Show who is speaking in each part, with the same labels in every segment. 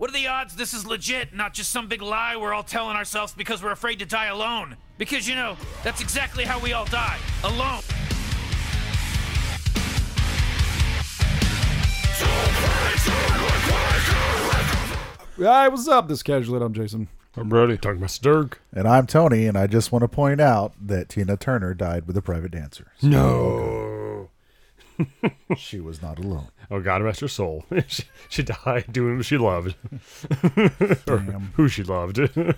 Speaker 1: are the odds this is legit, not just some big lie we're all telling ourselves because we're afraid to die alone? Because, you know, that's exactly how we all die alone.
Speaker 2: Hi, what's up? This is Casual Lit. I'm Jason.
Speaker 3: I'm Brody. Talking about Sturg.
Speaker 4: And I'm Tony, and I just want to point out that Tina Turner died with a private dancer.
Speaker 3: No.
Speaker 4: She was not alone.
Speaker 3: Oh, God rest her soul. she, she died doing what she loved. or
Speaker 4: Damn.
Speaker 3: who she loved.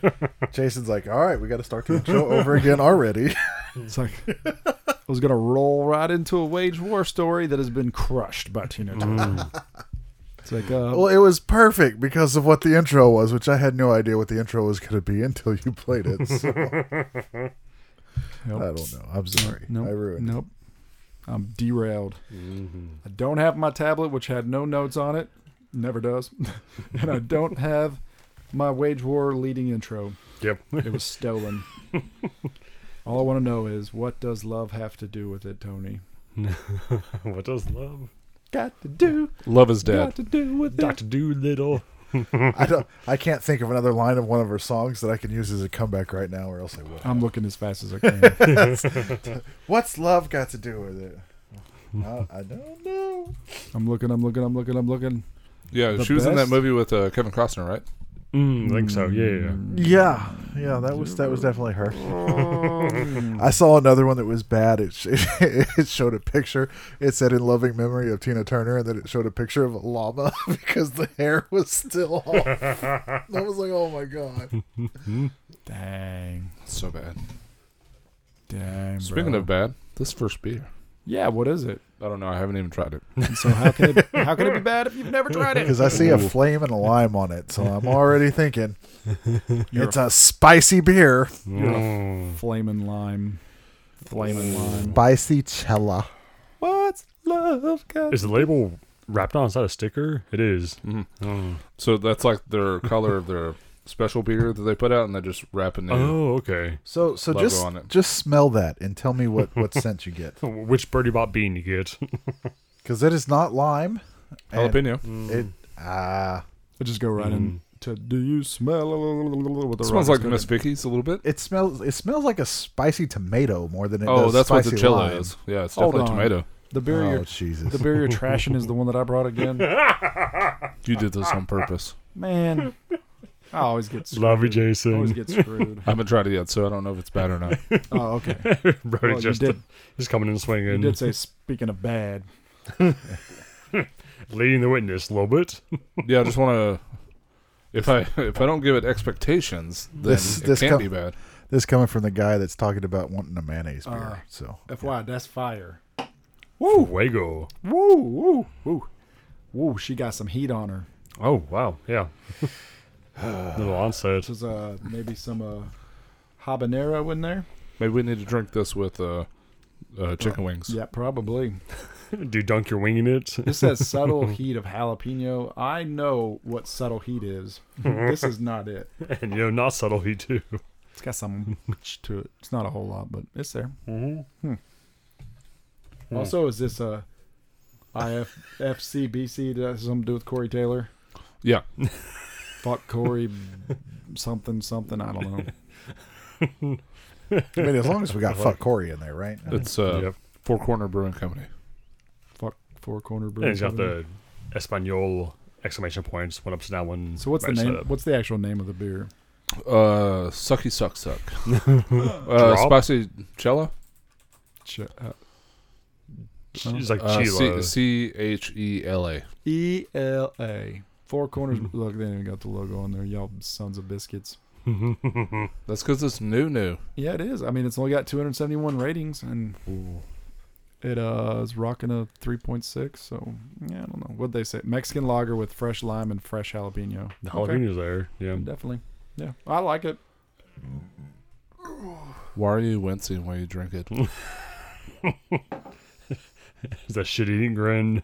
Speaker 4: Jason's like, all right, we got to start the show over again already.
Speaker 2: It's like I was gonna roll right into a wage war story that has been crushed by Tina Turner.
Speaker 5: Mm.
Speaker 2: It's like, uh,
Speaker 4: well, it was perfect because of what the intro was, which I had no idea what the intro was going to be until you played it. so- I don't know. I'm sorry.
Speaker 2: nope,
Speaker 4: I ruined
Speaker 2: nope. I'm derailed.
Speaker 5: Mm-hmm.
Speaker 2: I don't have my tablet, which had no notes on it. Never does. and I don't have my wage war leading intro.
Speaker 3: yep.
Speaker 2: It was stolen. All I want to know is what does love have to do with it, Tony?
Speaker 3: what does love?
Speaker 2: Got to do.
Speaker 5: Love is dead.
Speaker 2: Got to do with it.
Speaker 3: Dr. Doolittle.
Speaker 4: it. I don't. I can't think of another line of one of her songs that I can use as a comeback right now, or else I would.
Speaker 2: I'm looking as fast as I can.
Speaker 4: What's love got to do with it? I, I don't know.
Speaker 2: I'm looking. I'm looking. I'm looking. I'm looking.
Speaker 5: Yeah,
Speaker 2: The
Speaker 5: she was in that
Speaker 2: best?
Speaker 5: movie with uh, Kevin Costner, right?
Speaker 3: Mm, I think so. Yeah, yeah.
Speaker 4: Yeah, yeah, that was that was definitely her. I saw another one that was bad. It, sh- it showed a picture. It said "in loving memory of Tina Turner," and then it showed a picture of a llama because the hair was still off. And I was like, "Oh my god!"
Speaker 2: Dang.
Speaker 5: So bad.
Speaker 2: Dang.
Speaker 5: Speaking
Speaker 2: bro.
Speaker 5: of bad, this first beer.
Speaker 2: yeah, what is it?
Speaker 5: I don't know. I haven't even tried it.
Speaker 2: And so how can it how can it be bad if you've never tried it?
Speaker 4: Because I see a flame and a lime on it, so I'm already thinking it's a spicy beer,
Speaker 3: Mm.
Speaker 2: Flamin' lime. Flamin' lime.
Speaker 4: spicy cella.
Speaker 2: What's love got?
Speaker 3: Is the label wrapped on inside a sticker? It is. Mm.
Speaker 5: So that's like their color of their special beer that they put out, and they just wrap a new.
Speaker 3: Oh, okay.
Speaker 4: So, so
Speaker 5: Logo
Speaker 4: just
Speaker 5: on it.
Speaker 4: just smell that and tell me what what scent you get,
Speaker 3: Oh, Which Birdie Bop bean you get?
Speaker 4: because it is not lime. and
Speaker 5: jalapeno.
Speaker 4: It ah.
Speaker 2: I just go right in to do you smell what the
Speaker 5: Mm. smells
Speaker 2: rock is
Speaker 5: like Miss Vicky's a little bit.
Speaker 4: It smells. It smells like a spicy tomato more than it
Speaker 5: oh,
Speaker 4: does
Speaker 5: that's what
Speaker 4: spicy
Speaker 5: the cello
Speaker 4: lime.
Speaker 5: is. Yeah, it's
Speaker 2: Hold
Speaker 5: definitely
Speaker 2: on.
Speaker 5: tomato.
Speaker 2: The beer
Speaker 4: Oh
Speaker 2: you're,
Speaker 4: Jesus!
Speaker 2: the beer you're trashing is the one that I brought again.
Speaker 5: You did this on purpose.
Speaker 2: Man. I always get screwed.
Speaker 3: Love you,
Speaker 2: I always
Speaker 3: Jason.
Speaker 2: get screwed.
Speaker 5: I haven't tried it yet, so I don't know if it's bad or not.
Speaker 2: Oh, okay. Well,
Speaker 3: Brody
Speaker 2: you
Speaker 3: just,
Speaker 2: did,
Speaker 3: just coming in
Speaker 2: you
Speaker 3: swinging.
Speaker 2: did say speaking of bad.
Speaker 3: leading the witness a little bit.
Speaker 5: yeah, I just want to. If I if I don't give it expectations, then
Speaker 4: This-
Speaker 5: it
Speaker 4: this
Speaker 5: can't
Speaker 4: com-
Speaker 5: be bad.
Speaker 4: this coming from the guy that's talking about wanting a mayonnaise beer.
Speaker 2: Uh,
Speaker 4: so
Speaker 2: FY, that's fire.
Speaker 3: Fuego.
Speaker 2: Woo, woo, woo. Woo, she got some heat on her.
Speaker 3: Oh, wow. Yeah. Little onset.
Speaker 2: This is uh, maybe some uh, habanero in there.
Speaker 5: Maybe we need to drink this with uh, uh, chicken wings.
Speaker 2: Yeah, probably.
Speaker 3: Do you dunk your wing in it?
Speaker 2: This says subtle heat of jalapeno. I know what subtle heat is. this is not it.
Speaker 3: And, you know, not subtle, he too.
Speaker 2: It's got some to it. It's not a whole lot, but it's there.
Speaker 3: Mm-hmm.
Speaker 2: Hmm. Also, is this a IFFCBC? Does that have something to do with Corey Taylor?
Speaker 5: Yeah.
Speaker 2: Fuck Corey, something, something. I don't know.
Speaker 4: I mean, as long as we got fuck Corey in there, right? I mean,
Speaker 5: It's uh,
Speaker 3: Yep.
Speaker 5: Four Corner Brewing Company.
Speaker 2: Fuck Four Corner
Speaker 3: And
Speaker 2: Brewing.
Speaker 3: he's got
Speaker 2: Company.
Speaker 3: the Espanol exclamation points, one upside down, one.
Speaker 2: So what's the
Speaker 3: right
Speaker 2: name?
Speaker 3: side up.
Speaker 2: What's the actual name of the beer?
Speaker 5: Uh, sucky suck suck. uh, spicy cello.
Speaker 2: Ch- uh, Oh.
Speaker 3: It's like
Speaker 5: Uh,
Speaker 3: Chilo.
Speaker 5: C- C H E L A.
Speaker 2: E L A. Four corners. Look, they even got the logo on there. Y'all sons of biscuits.
Speaker 5: That's because it's new, new.
Speaker 2: Yeah, it is. I mean, it's only got 271 ratings, and it uh is rocking a 3.6. So yeah, I don't know what they say. Mexican lager with fresh lime and fresh jalapeno.
Speaker 3: the
Speaker 2: Okay, uh,
Speaker 3: jalapeno's there. Yeah.
Speaker 2: Definitely. Yeah, I like it.
Speaker 5: Why are you wincing while you drink it?
Speaker 3: It's that shit eating grin.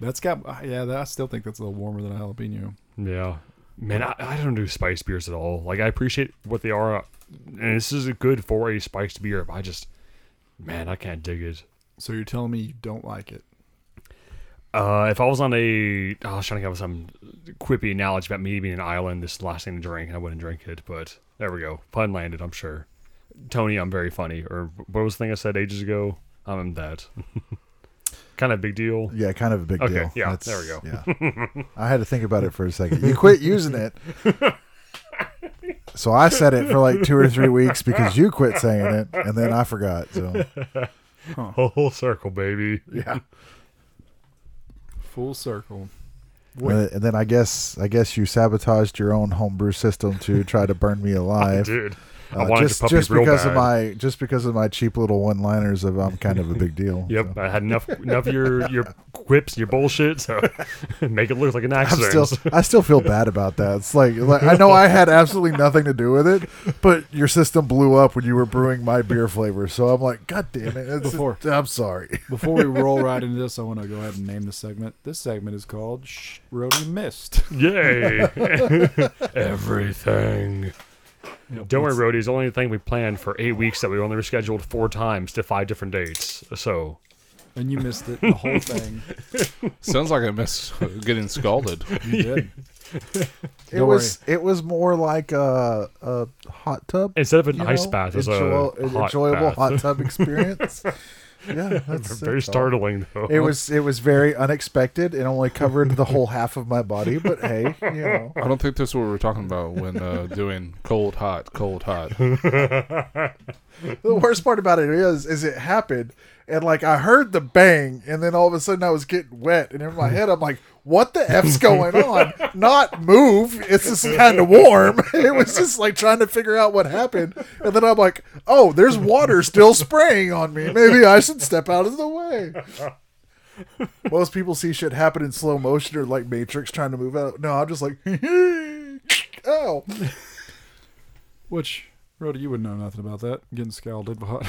Speaker 2: That's got uh, yeah. That, I still think that's a little warmer than a jalapeno.
Speaker 3: Yeah. Man, I, I don't do spice beers at all. Like, I appreciate what they are. And this is good for a spiced beer, but I just, man, I can't dig it.
Speaker 2: So you're telling me you don't like it?
Speaker 3: Uh, if I was on a, oh, I was trying to come up with some quippy knowledge about me being an island, this is the last thing to drink, and I wouldn't drink it. But there we go, pun landed. I'm sure. Tony, I'm very funny. Or what was the thing I said ages ago? I'm that. kind of big deal.
Speaker 4: Yeah, kind of a big
Speaker 3: Okay,
Speaker 4: deal.
Speaker 3: yeah, there we go.
Speaker 4: Yeah, I had to think about it for a second. You quit using it, so I said it for like two or three weeks because you quit saying it, and then I forgot. So
Speaker 3: Whole circle, baby.
Speaker 4: yeah,
Speaker 2: Full circle.
Speaker 4: and then I guess I guess you sabotaged your own homebrew system to try to burn me alive.
Speaker 3: Dude, I
Speaker 4: Uh,
Speaker 3: wanted
Speaker 4: just
Speaker 3: your puppy
Speaker 4: just
Speaker 3: real
Speaker 4: because
Speaker 3: bad.
Speaker 4: of my just because of my cheap little one liners of I'm kind of a big deal.
Speaker 3: Yep, I had enough enough of your your quips, your bullshit. So make it look like an
Speaker 4: I'm
Speaker 3: accident.
Speaker 4: still I still feel bad about that. It's like, like I know I had absolutely nothing to do with it, but your system blew up when you were brewing my beer flavor. So I'm like, God damn it! It's,
Speaker 2: Before.
Speaker 4: I'm sorry.
Speaker 2: Before we roll right into this, I want to go ahead and name the segment. This segment is called Shh, Rody Missed.
Speaker 3: Yay! Everything. Don't worry, Roadies. The only thing we planned for eight weeks that we only rescheduled four times to five different dates. So
Speaker 2: And you missed it, the whole thing.
Speaker 5: Sounds like I miss getting scalded.
Speaker 2: You did.
Speaker 4: It
Speaker 2: Don't
Speaker 4: was it was more like a a hot tub
Speaker 3: instead of an
Speaker 4: you
Speaker 3: ice
Speaker 4: know?
Speaker 3: bath, it's
Speaker 4: Enjoy-
Speaker 3: a
Speaker 4: an
Speaker 3: hot
Speaker 4: enjoyable
Speaker 3: bath.
Speaker 4: hot tub experience. yeah, that's
Speaker 3: Very
Speaker 4: that's all.
Speaker 3: startling, though.
Speaker 4: It was it was very unexpected and only covered the whole half of my body, but hey, you know.
Speaker 5: I don't think that's what we were talking about when uh, doing cold, hot, cold, hot.
Speaker 4: the worst part about it is is it happened and like I heard the bang and then all of a sudden I was getting wet and in my head I'm like, what the F's going on? Not move. It's just kind of warm. It was just like trying to figure out what happened. And then I'm like, oh, there's water still spraying on me. Maybe I should step out of the way. Most people see shit happen in slow motion or like Matrix trying to move out. No, I'm just like, oh.
Speaker 2: Which, Rody, you would know nothing about that. Getting scalded by hot.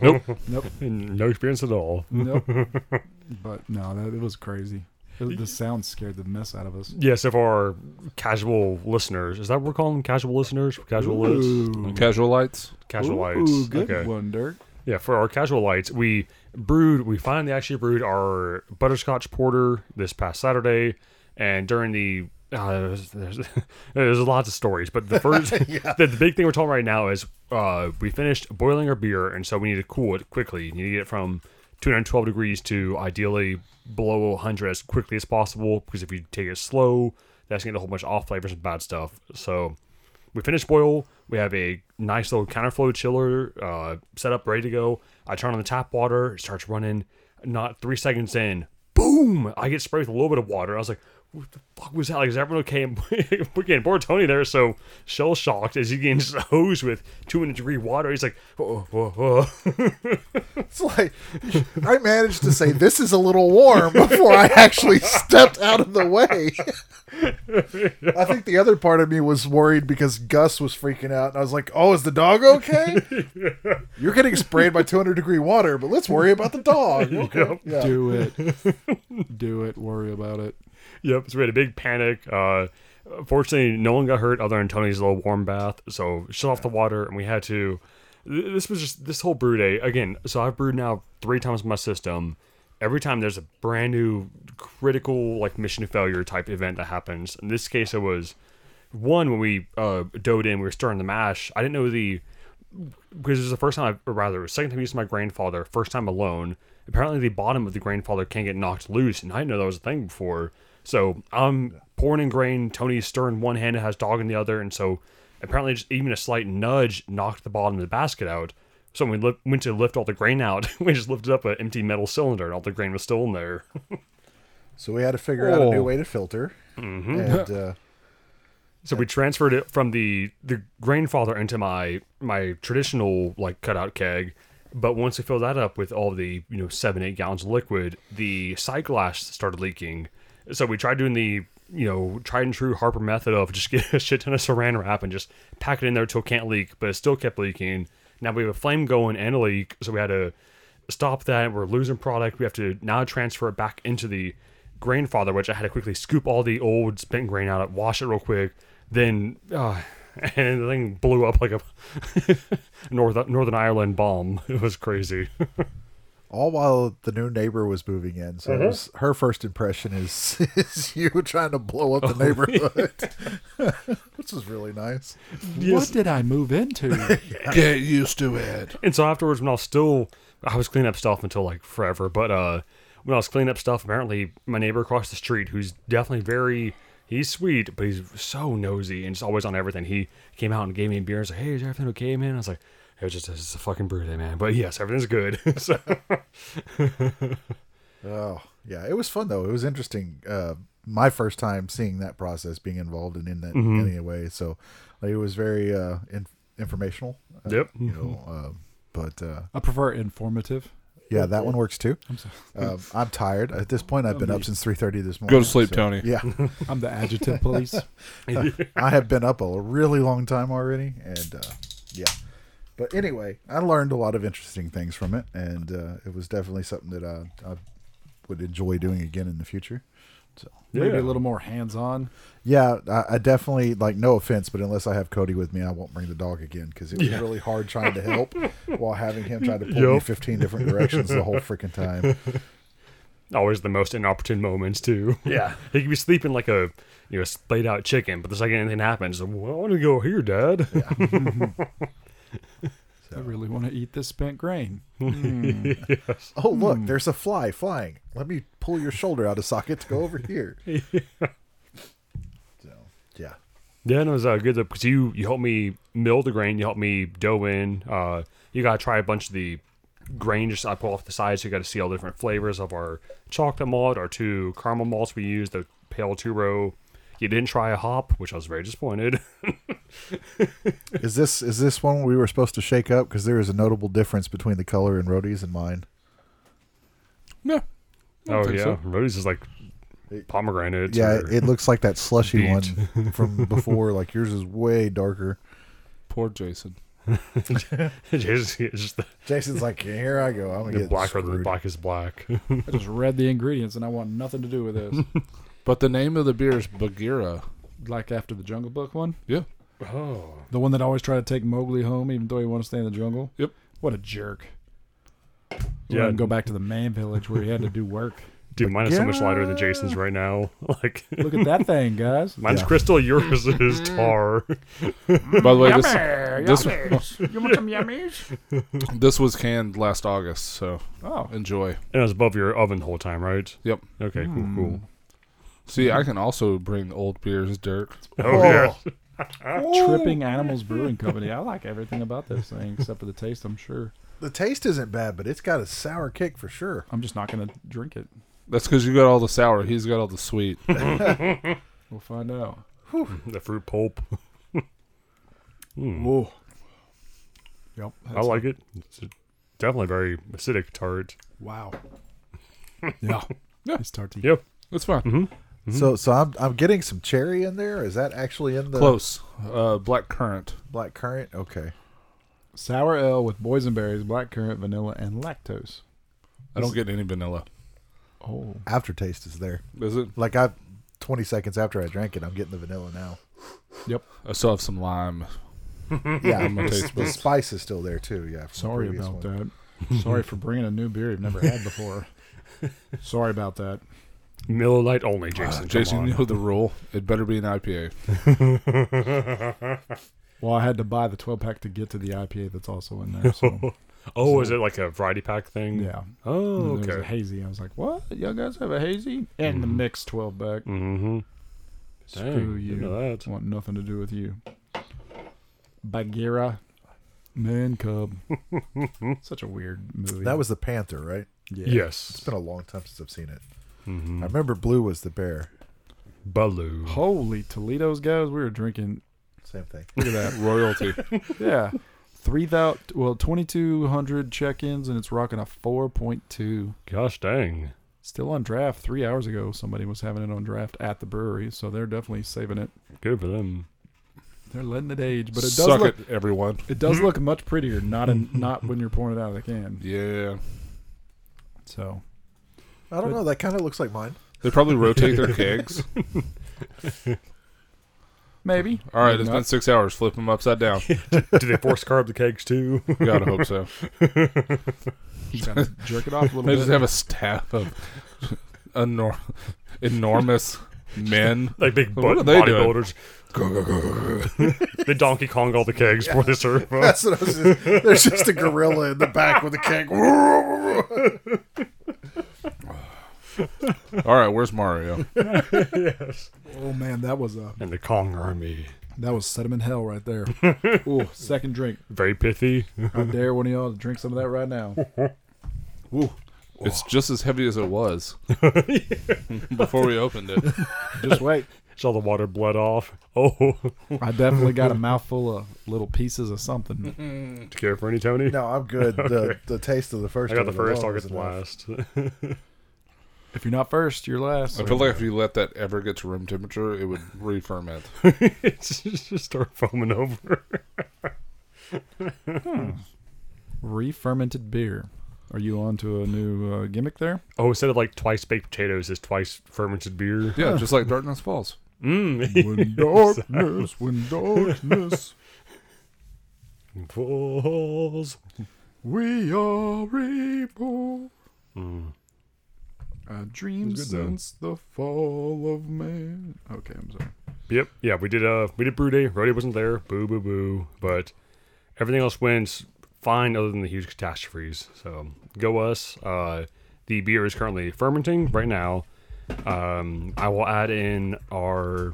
Speaker 5: Nope.
Speaker 2: Nope.
Speaker 3: no experience at all.
Speaker 2: Nope. but no, that it was crazy. It, the sound scared the mess out of us.
Speaker 3: Yeah, so for our casual listeners, is that what we're calling them? casual listeners? Casual lights?
Speaker 2: Ooh.
Speaker 5: Casual lights.
Speaker 3: Casual
Speaker 2: Ooh,
Speaker 3: lights.
Speaker 2: good
Speaker 3: okay.
Speaker 2: one, Dirk.
Speaker 3: Yeah, for our casual lights, we brewed, we finally actually brewed our butterscotch porter this past Saturday. And during the, uh, there's, there's, there's lots of stories, but the first, the, the big thing we're talking right now is uh, we finished boiling our beer, and so we need to cool it quickly. You need to get it from 212 degrees to ideally below 100 as quickly as possible, because if you take it slow, that's going to get a whole bunch of off flavors and bad stuff. So we finished boil. We have a nice little counterflow chiller uh, set up, ready to go. I turn on the tap water. It starts running. Not three seconds in, boom! I get sprayed with a little bit of water. I was like, "What the fuck was that? Like, is everyone okay?" And again, poor Tony there, so shell shocked as he gets hosed with two hundred degree water. He's like, "Whoa, whoa, whoa!"
Speaker 4: It's like I managed to say this is a little warm before I actually stepped out of the way. I think the other part of me was worried because Gus was freaking out, and I was like, "Oh, is the dog okay? You're getting sprayed by 200 degree water, but let's worry about the dog." Okay. Yeah.
Speaker 2: Do it. Do it. Worry about it.
Speaker 3: Yep, so we had a big panic. Uh, fortunately, no one got hurt other than Tony's little warm bath. So shut off the water, and we had to. th- This was just this whole brew day again. So I've brewed now three times my system. Every time there's a brand new critical like mission failure type event that happens. In this case, it was one when we uh, dove in. We were stirring the mash. I didn't know the because it was the first time, I, or rather, it was the second time I used my grandfather, first time alone. Apparently, the bottom of the grandfather can get knocked loose, and I didn't know that was a thing before. So I'm pouring in grain. Tony's stirring one hand, and has dog in the other, and so apparently, just even a slight nudge knocked the bottom of the basket out. So when we li- went to lift all the grain out, we just lifted up an empty metal cylinder, and all the grain was still in there.
Speaker 4: So we had to figure out a
Speaker 5: Oh.
Speaker 4: new way to filter, and uh,
Speaker 3: So we transferred it from the the grandfather into my my traditional like cutout keg, but once we filled that up with all the you know seven eight gallons of liquid, the side glass started leaking. So we tried doing the you know tried and true Harper method of just get a shit ton of Saran wrap and just pack it in there till it can't leak, but it still kept leaking. Now we have a flame going and a leak, so we had to stop that. We're losing product. We have to now transfer it back into the grandfather, which I had to quickly scoop all the old spent grain out, wash it real quick, then uh, and the thing blew up like a North, Northern Ireland bomb. It was crazy.
Speaker 4: all while the new neighbor was moving in. So it was, her first impression is, is you trying to blow up the neighborhood, which is really nice.
Speaker 2: What did I move into?
Speaker 5: Get used to it.
Speaker 3: And so afterwards, when I was still, I was cleaning up stuff until like forever. But uh, when I was cleaning up stuff, apparently my neighbor across the street, who's definitely very, he's sweet, but he's so nosy and just always on everything. He came out and gave me a beer. and was like, "Hey, is everything okay, man?" I was like, "It was just it's a fucking brew day, man." But yes, everything's good. so
Speaker 4: Oh, yeah. It was fun though. It was interesting. Uh, my first time seeing that process, being involved in, in that in any way. So like, it was very uh, in- informational. Uh,
Speaker 3: Yep.
Speaker 4: You know, um, but uh,
Speaker 2: I prefer informative.
Speaker 4: yeah, that one works too. I'm sorry. Um, I'm tired at this point. I've been up since three thirty this morning.
Speaker 5: Go to sleep,
Speaker 4: so-
Speaker 5: Tony.
Speaker 4: Yeah,
Speaker 2: I'm the adjective police.
Speaker 4: I have been up a really long time already, and uh, yeah. But anyway, I learned a lot of interesting things from it, and uh, it was definitely something that I, I would enjoy doing again in the future. So
Speaker 2: Maybe a
Speaker 3: Yeah.
Speaker 2: little more hands-on.
Speaker 4: Yeah, I, I definitely like. No offense, but unless I have Cody with me, I won't bring the dog again because it was really hard trying to help while having him try to pull me
Speaker 3: Yup.
Speaker 4: fifteen different directions the whole freaking time.
Speaker 3: always the most inopportune moments too. Yeah, he could be sleeping like a you know splayed out chicken, but the second anything happens, well, I want to go here, Dad.
Speaker 2: I really want to eat this spent grain.
Speaker 4: Oh
Speaker 3: Hmm.
Speaker 4: look, there's a fly flying. Let me pull your shoulder out of socket to go over here. So yeah,
Speaker 3: Yeah, no, it was uh, good though because you you helped me mill the grain, you helped me dough in. Uh, you gotta try a bunch of the grain just I pull off the sides. So you got to see all the different flavors of our chocolate malt, our two caramel malts we used, the pale two row. You didn't try a hop, which I was very disappointed.
Speaker 4: is this is this one we were supposed to shake up because there is a notable difference between the color in Rhodey's and mine.
Speaker 5: Yeah. I don't
Speaker 3: oh
Speaker 5: think
Speaker 3: yeah,
Speaker 5: so.
Speaker 3: Rhodes is like pomegranates.
Speaker 4: yeah,
Speaker 3: or-
Speaker 4: it, it looks like that slushy
Speaker 3: Beet.
Speaker 4: one from before. Like yours is way darker.
Speaker 5: Poor Jason.
Speaker 3: it's just, it's just the,
Speaker 4: Jason's like, here I go. I'm gonna
Speaker 3: the
Speaker 4: get
Speaker 3: blacker than
Speaker 4: screwed."
Speaker 3: black is black.
Speaker 2: I just read the ingredients and I want nothing to do with this.
Speaker 5: But the name of the beer is Bagheera.
Speaker 2: like after the Jungle Book one,
Speaker 5: Yeah.
Speaker 3: oh,
Speaker 2: the one that always tried to take Mowgli home, even though he wanted to stay in the jungle.
Speaker 5: Yep.
Speaker 2: What a jerk. Yeah,
Speaker 3: yeah.
Speaker 2: and go back to the man village where he had to do work.
Speaker 3: Dude, mine is so much lighter than Jason's right now. Like
Speaker 2: Look at that thing, guys.
Speaker 3: mine's crystal, yours
Speaker 5: Mm-hmm.
Speaker 3: is tar.
Speaker 5: By the way, this,
Speaker 2: Yummy,
Speaker 5: this-
Speaker 2: yummies. you want some yummies?
Speaker 5: this was canned last August, so
Speaker 2: Oh,
Speaker 5: enjoy.
Speaker 3: And it was above your oven the whole time, right?
Speaker 5: Yep.
Speaker 3: Okay, cool,
Speaker 5: See,
Speaker 2: Mm-hmm.
Speaker 5: I can also bring old beers, Dirk.
Speaker 3: cool. Oh, yeah.
Speaker 2: Tripping Animals Brewing Company. I like everything about this thing except for the taste, I'm sure.
Speaker 4: The taste isn't bad, but it's got a sour kick for sure.
Speaker 2: I'm just not going to drink it.
Speaker 5: That's because you got all the sour. He's got all the sweet.
Speaker 2: We'll find out.
Speaker 3: The fruit pulp.
Speaker 2: Whoa. Yep.
Speaker 3: I like it. It's a- definitely very acidic tart.
Speaker 2: Wow. yeah. It's tarty.
Speaker 3: Yep.
Speaker 5: That's fine.
Speaker 2: Mm-hmm.
Speaker 3: Mm-hmm.
Speaker 4: So, so I'm I'm getting some cherry in there. Is that actually in the
Speaker 5: Close. Uh, black currant.
Speaker 4: black currant? Okay.
Speaker 2: Sour ale with boysenberries, blackcurrant, vanilla, and lactose.
Speaker 5: I don't get any vanilla.
Speaker 2: Oh.
Speaker 4: Aftertaste is there.
Speaker 5: Is it?
Speaker 4: Like I, 20 seconds after I drank it, I'm getting the vanilla now.
Speaker 2: Yep.
Speaker 5: I still have some lime.
Speaker 4: Yeah,
Speaker 5: my
Speaker 4: the,
Speaker 5: taste
Speaker 4: the
Speaker 5: buds.
Speaker 4: spice is still there too. Yeah. from the
Speaker 2: Sorry
Speaker 4: previous
Speaker 2: about
Speaker 4: one.
Speaker 2: that. Sorry for bringing a new beer you've never had before. Sorry about that.
Speaker 3: Miller Lite only, Jason. come
Speaker 5: Jason,
Speaker 3: on.
Speaker 5: you know the rule. It better be an IPA.
Speaker 2: Well, I had to buy the 12 pack to get to the IPA that's also in there. So,
Speaker 3: Oh, is it like a variety pack thing?
Speaker 2: yeah. Mm,
Speaker 3: Oh,
Speaker 2: There was a
Speaker 3: okay.
Speaker 2: hazy. I was like, what? Y'all guys have a hazy? And the mixed 12 pack.
Speaker 3: Mm-hmm.
Speaker 2: Screw you.
Speaker 3: Know that.
Speaker 2: Want nothing to do with you. Bagheera. Man Cub. Such a weird movie.
Speaker 4: That was the panther, right?
Speaker 2: yeah.
Speaker 4: It's
Speaker 3: Yes.
Speaker 4: been a long time since I've seen it.
Speaker 3: Mm-hmm.
Speaker 4: I remember blue was the bear.
Speaker 3: Baloo.
Speaker 2: Holy Toledo's guys, we were drinking.
Speaker 4: Same thing.
Speaker 2: Look at that.
Speaker 5: Royalty.
Speaker 2: Yeah. Three thousand, well, twenty two hundred check-ins, and it's rocking a four point two.
Speaker 3: Gosh dang.
Speaker 2: Still on draft. Three hours ago, somebody was having it on draft at the brewery, so they're definitely saving it.
Speaker 3: Good for them.
Speaker 2: They're letting it age, but it does
Speaker 5: Suck
Speaker 2: look
Speaker 5: it, everyone.
Speaker 2: it does look much prettier. Not in
Speaker 5: Mm-hmm.
Speaker 2: not when you're pouring it out of the can.
Speaker 5: Yeah.
Speaker 2: So
Speaker 4: I don't know. That kind of looks like mine.
Speaker 5: They probably rotate their kegs.
Speaker 2: Maybe.
Speaker 5: All right,
Speaker 2: Maybe
Speaker 5: it's
Speaker 2: not.
Speaker 5: been six hours. Flip them upside down.
Speaker 3: Do they force carb the kegs too?
Speaker 5: Gotta hope so.
Speaker 2: Just gotta jerk it off a little
Speaker 5: They
Speaker 2: bit.
Speaker 5: just have a staff of enor- enormous men.
Speaker 3: like big
Speaker 5: What
Speaker 3: butt
Speaker 5: are they doing?
Speaker 3: bodybuilders. they Donkey Kong all the kegs for the serve. up.
Speaker 4: That's what I was just, there's just a gorilla in the back with a keg.
Speaker 5: All right, where's Mario?
Speaker 2: oh man, that was uh,
Speaker 3: And the Kong army.
Speaker 2: that was sediment hell right there. Ooh, second drink.
Speaker 3: Very pithy.
Speaker 2: I dare one of y'all to drink some of that right now.
Speaker 5: It's just as heavy as it was before we opened it.
Speaker 2: Just wait.
Speaker 3: It's all the water bled off. Oh,
Speaker 2: I definitely got a mouthful of little pieces of something.
Speaker 3: do you care for any, Tony?
Speaker 4: No, I'm good. The, the taste of the first.
Speaker 3: I got the
Speaker 4: one
Speaker 3: first, I'll
Speaker 4: alone
Speaker 3: get
Speaker 4: was
Speaker 3: the
Speaker 4: enough.
Speaker 3: last.
Speaker 2: If you're not first, you're last.
Speaker 5: I feel like if you let that ever get to room temperature, it would re-ferment.
Speaker 3: it's just just start foaming over.
Speaker 2: Re-fermented beer. Are you on to a new uh, gimmick there?
Speaker 3: Oh, instead of like twice baked potatoes, is twice fermented beer.
Speaker 5: Yeah, just like Darkness Falls.
Speaker 3: Mm.
Speaker 2: When darkness, when darkness,
Speaker 3: Balls.
Speaker 2: we are reborn. A dream
Speaker 4: It was good, though.
Speaker 2: since the fall of man. Okay, I'm sorry.
Speaker 3: Yep. Yeah, we did. Uh, we did brew day. Roddy wasn't there. Boo, boo, boo. But everything else went fine, other than the huge catastrophes. So go us. Uh, the beer is currently fermenting right now. Um, I will add in our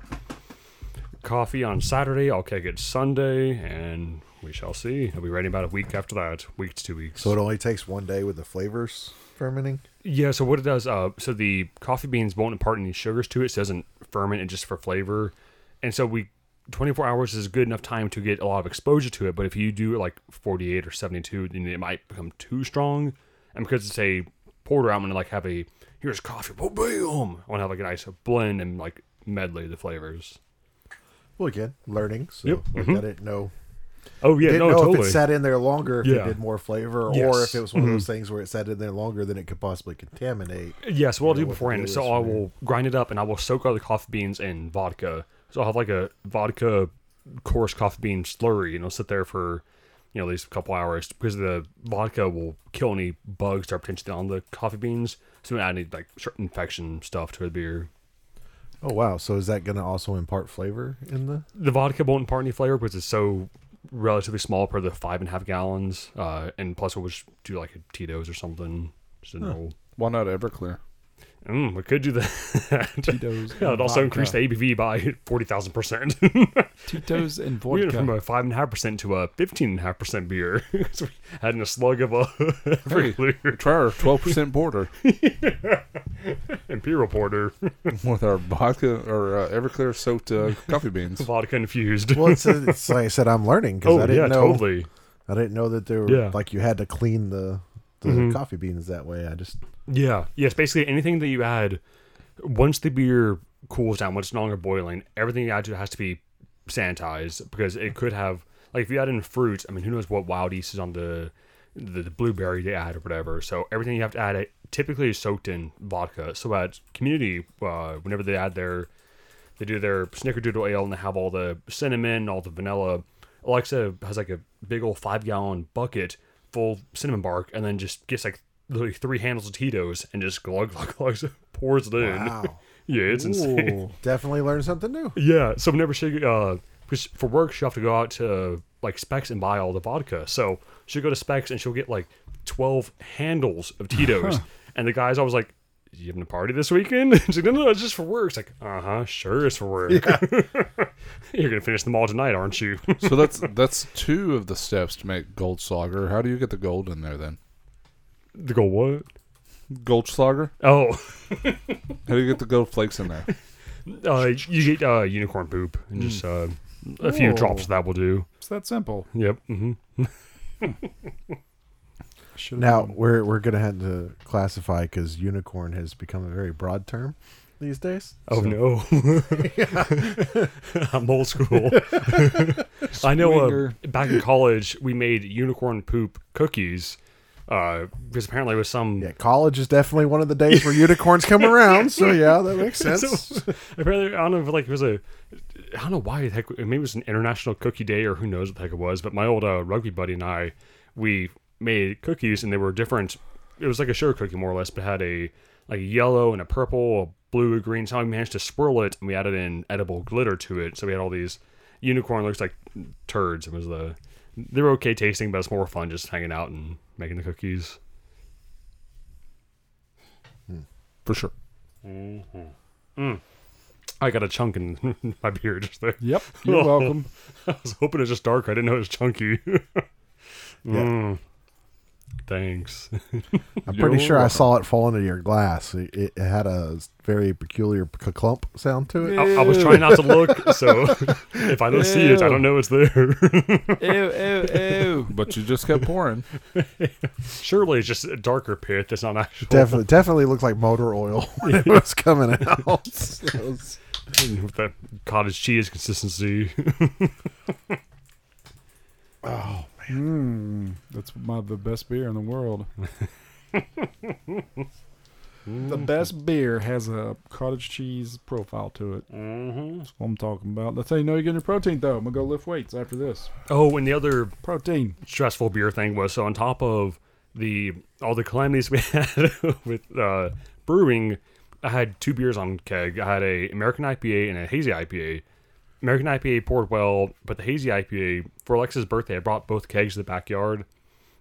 Speaker 3: coffee on Saturday. I'll keg it Sunday, and we shall see. I'll be ready about a week after that. Week to two weeks.
Speaker 4: So it only takes one day with the flavors fermenting.
Speaker 3: Yeah, so what it does, uh, so the coffee beans won't impart any sugars to it, so it doesn't ferment it just for flavor. And so we 24 hours is good enough time to get a lot of exposure to it, but if you do like 48 or 72, then it might become too strong. And because it's a porter, I'm gonna like have a here's coffee, boom, boom. I wanna have like a nice blend and like medley the flavors.
Speaker 4: Well, again, learning. So
Speaker 3: Yep.
Speaker 4: like,
Speaker 3: Mhm.
Speaker 4: I didn't know.
Speaker 3: Oh yeah,
Speaker 4: didn't
Speaker 3: no,
Speaker 4: know
Speaker 3: totally.
Speaker 4: if it sat in there longer, if
Speaker 3: Yeah.
Speaker 4: it did more flavor,
Speaker 3: Yes. Mm-hmm.
Speaker 4: or if it was one of those things where it sat in there longer than it could possibly contaminate.
Speaker 3: Yes, what I'll do
Speaker 4: what the
Speaker 3: beforehand.
Speaker 4: deal
Speaker 3: So
Speaker 4: is
Speaker 3: I
Speaker 4: from
Speaker 3: will grind it up and I will soak all the coffee beans in vodka. So I'll have like a vodka coarse coffee bean slurry and it'll sit there for, you know, at least a couple hours because the vodka will kill any bugs that are potentially on the coffee beans. So we don't add any like sh- infection stuff to the beer.
Speaker 4: Oh wow! So is that going to also impart flavor in the?
Speaker 3: The vodka won't impart any flavor because it's so relatively small per the five and a half gallons. Uh, and plus we'll just do like a Tito's or something. Just a normal.
Speaker 5: Why not Everclear?
Speaker 3: Mm, we could do that.
Speaker 2: Tito's.
Speaker 3: Yeah, it
Speaker 2: and
Speaker 3: also
Speaker 2: vodka.
Speaker 3: increased the ABV by forty thousand percent.
Speaker 2: Tito's and
Speaker 3: We went from
Speaker 2: vodka.
Speaker 3: a five and a half percent to a fifteen and a half percent beer. so we had in a slug of a
Speaker 5: Hey,
Speaker 3: regular
Speaker 5: try our 12% border
Speaker 3: imperial porter,
Speaker 5: with our vodka or uh, Everclear soaked uh, coffee beans.
Speaker 3: vodka infused.
Speaker 4: Well, it's, it's like I said, I'm learning because
Speaker 3: oh
Speaker 4: I didn't
Speaker 3: yeah,
Speaker 4: know.
Speaker 3: totally.
Speaker 4: I didn't know that there were
Speaker 3: Yeah. Mm-hmm.
Speaker 4: like you had to clean the the coffee beans that way. I just
Speaker 3: Yeah, yes. Basically, anything that you add, once the beer cools down, once it's no longer boiling, everything you add to it has to be sanitized because it could have like if you add in fruit. I mean, who knows what wild yeast is on the the, the blueberry they add or whatever. So everything you have to add it typically is soaked in vodka. So at community, uh, whenever they add their they do their snickerdoodle ale and they have all the cinnamon, all the vanilla. Alexa has like a big old five gallon bucket full cinnamon bark and then just gets like literally three handles of Tito's and just glug glug glug pours it in.
Speaker 4: wow,
Speaker 3: Yeah, it's insane.
Speaker 4: definitely learned something new.
Speaker 3: Yeah, so whenever she uh, 'cause for work she'll have to go out to like Specs and buy all the vodka. So she'll go to Specs and she'll get like twelve handles of Tito's. and the guy's always like, "You having a party this weekend?" She's like, "No, no, no, it's just for work." It's like, "Uh huh, sure, it's for work. You're gonna finish them all tonight, aren't you?"
Speaker 5: So that's that's two of the steps to make Goldschlager. How do you get the gold in there then?
Speaker 3: they go, "What?"
Speaker 5: Goldschlager?
Speaker 3: Oh,
Speaker 5: How do you get the gold flakes in there?
Speaker 3: uh, you get uh, unicorn poop and just uh, a few
Speaker 2: Ooh.
Speaker 3: drops of that will do.
Speaker 2: It's that simple.
Speaker 3: Yep. hmm
Speaker 2: Should've
Speaker 4: Now
Speaker 2: known.
Speaker 4: we're we're gonna have to classify because unicorn has become a very broad term these days.
Speaker 3: Oh
Speaker 4: So-
Speaker 3: no, I'm old school. I know. Uh,
Speaker 2: Swinger.
Speaker 3: back in college, we made unicorn poop cookies, uh, because apparently it was some
Speaker 4: Yeah, college is definitely one of the days where unicorns come around. So yeah, that makes sense.
Speaker 3: So, apparently, I don't know if like it was a, I don't know why the heck. Maybe it was an international cookie day or who knows what the heck it was. But my old uh, rugby buddy and I, we made cookies and they were different. It was like a sugar cookie more or less, but had a like a yellow and a purple, a blue, a green. So we managed to swirl it and we added in edible glitter to it. So we had all these unicorn looks like turds. It was the they were okay tasting, but it's more fun just hanging out and making the cookies.
Speaker 5: for sure.
Speaker 3: I got a chunk in my beard just there.
Speaker 2: Yep. You're welcome.
Speaker 3: I was hoping it was just dark. I didn't know it was chunky. Mm. Thanks.
Speaker 4: I'm
Speaker 5: You're
Speaker 4: pretty sure I saw it fall into your glass. It, it had a very peculiar c- clump sound to it.
Speaker 3: I, I was trying not to look, so if I don't see it, I don't know it's there.
Speaker 2: Ew, ew, ew.
Speaker 5: But you just kept pouring.
Speaker 3: Surely it's just a darker pit. That's not actual.
Speaker 4: Definitely, definitely looked like motor oil when it was coming out.
Speaker 3: With that cottage cheese consistency.
Speaker 2: Hmm, That's my the best beer in the world. the best beer has a cottage cheese profile to it. Mm-hmm. That's what I'm talking about. That's how you know you're getting your protein, though. I'm gonna go lift weights after this.
Speaker 3: Oh, and the other
Speaker 2: Protein.
Speaker 3: stressful beer thing was so on top of the all the calamities we had with uh, brewing, I had two beers on keg. I had a American IPA and a hazy IPA. American IPA poured well, but the hazy IPA for Alexa's birthday, I brought both kegs to the backyard,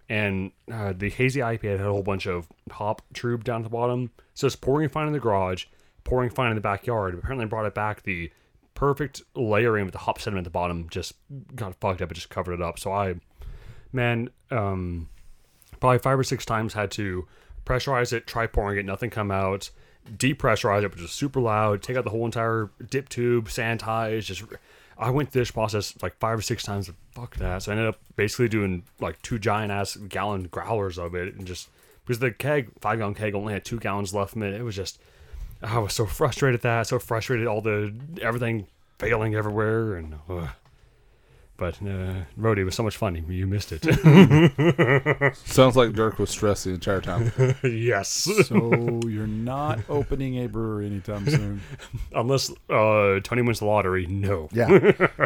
Speaker 3: and uh, the hazy IPA had a whole bunch of hop tube down at the bottom. So it's pouring fine in the garage, pouring fine in the backyard. Apparently, I brought it back the perfect layering with the hop sediment at the bottom. Just got fucked up. It just covered it up. So I man, um, probably five or six times had to pressurize it, try pouring it, nothing come out, depressurize it, which is super loud, take out the whole entire dip tube, sanitize, just. I went through this process like five or six times. Fuck that! So I ended up basically doing like two giant ass gallon growlers of it, and just because the keg, five gallon keg, only had two gallons left in it. It was just I was so frustrated at that, so frustrated at all the everything failing everywhere, and ugh. but uh, Rody it was so much fun. You missed it.
Speaker 5: Sounds like Dirk was stressed the entire time.
Speaker 3: yes.
Speaker 2: So you're not opening a brewery anytime soon.
Speaker 3: Unless uh, Tony wins the lottery, no.
Speaker 4: Yeah,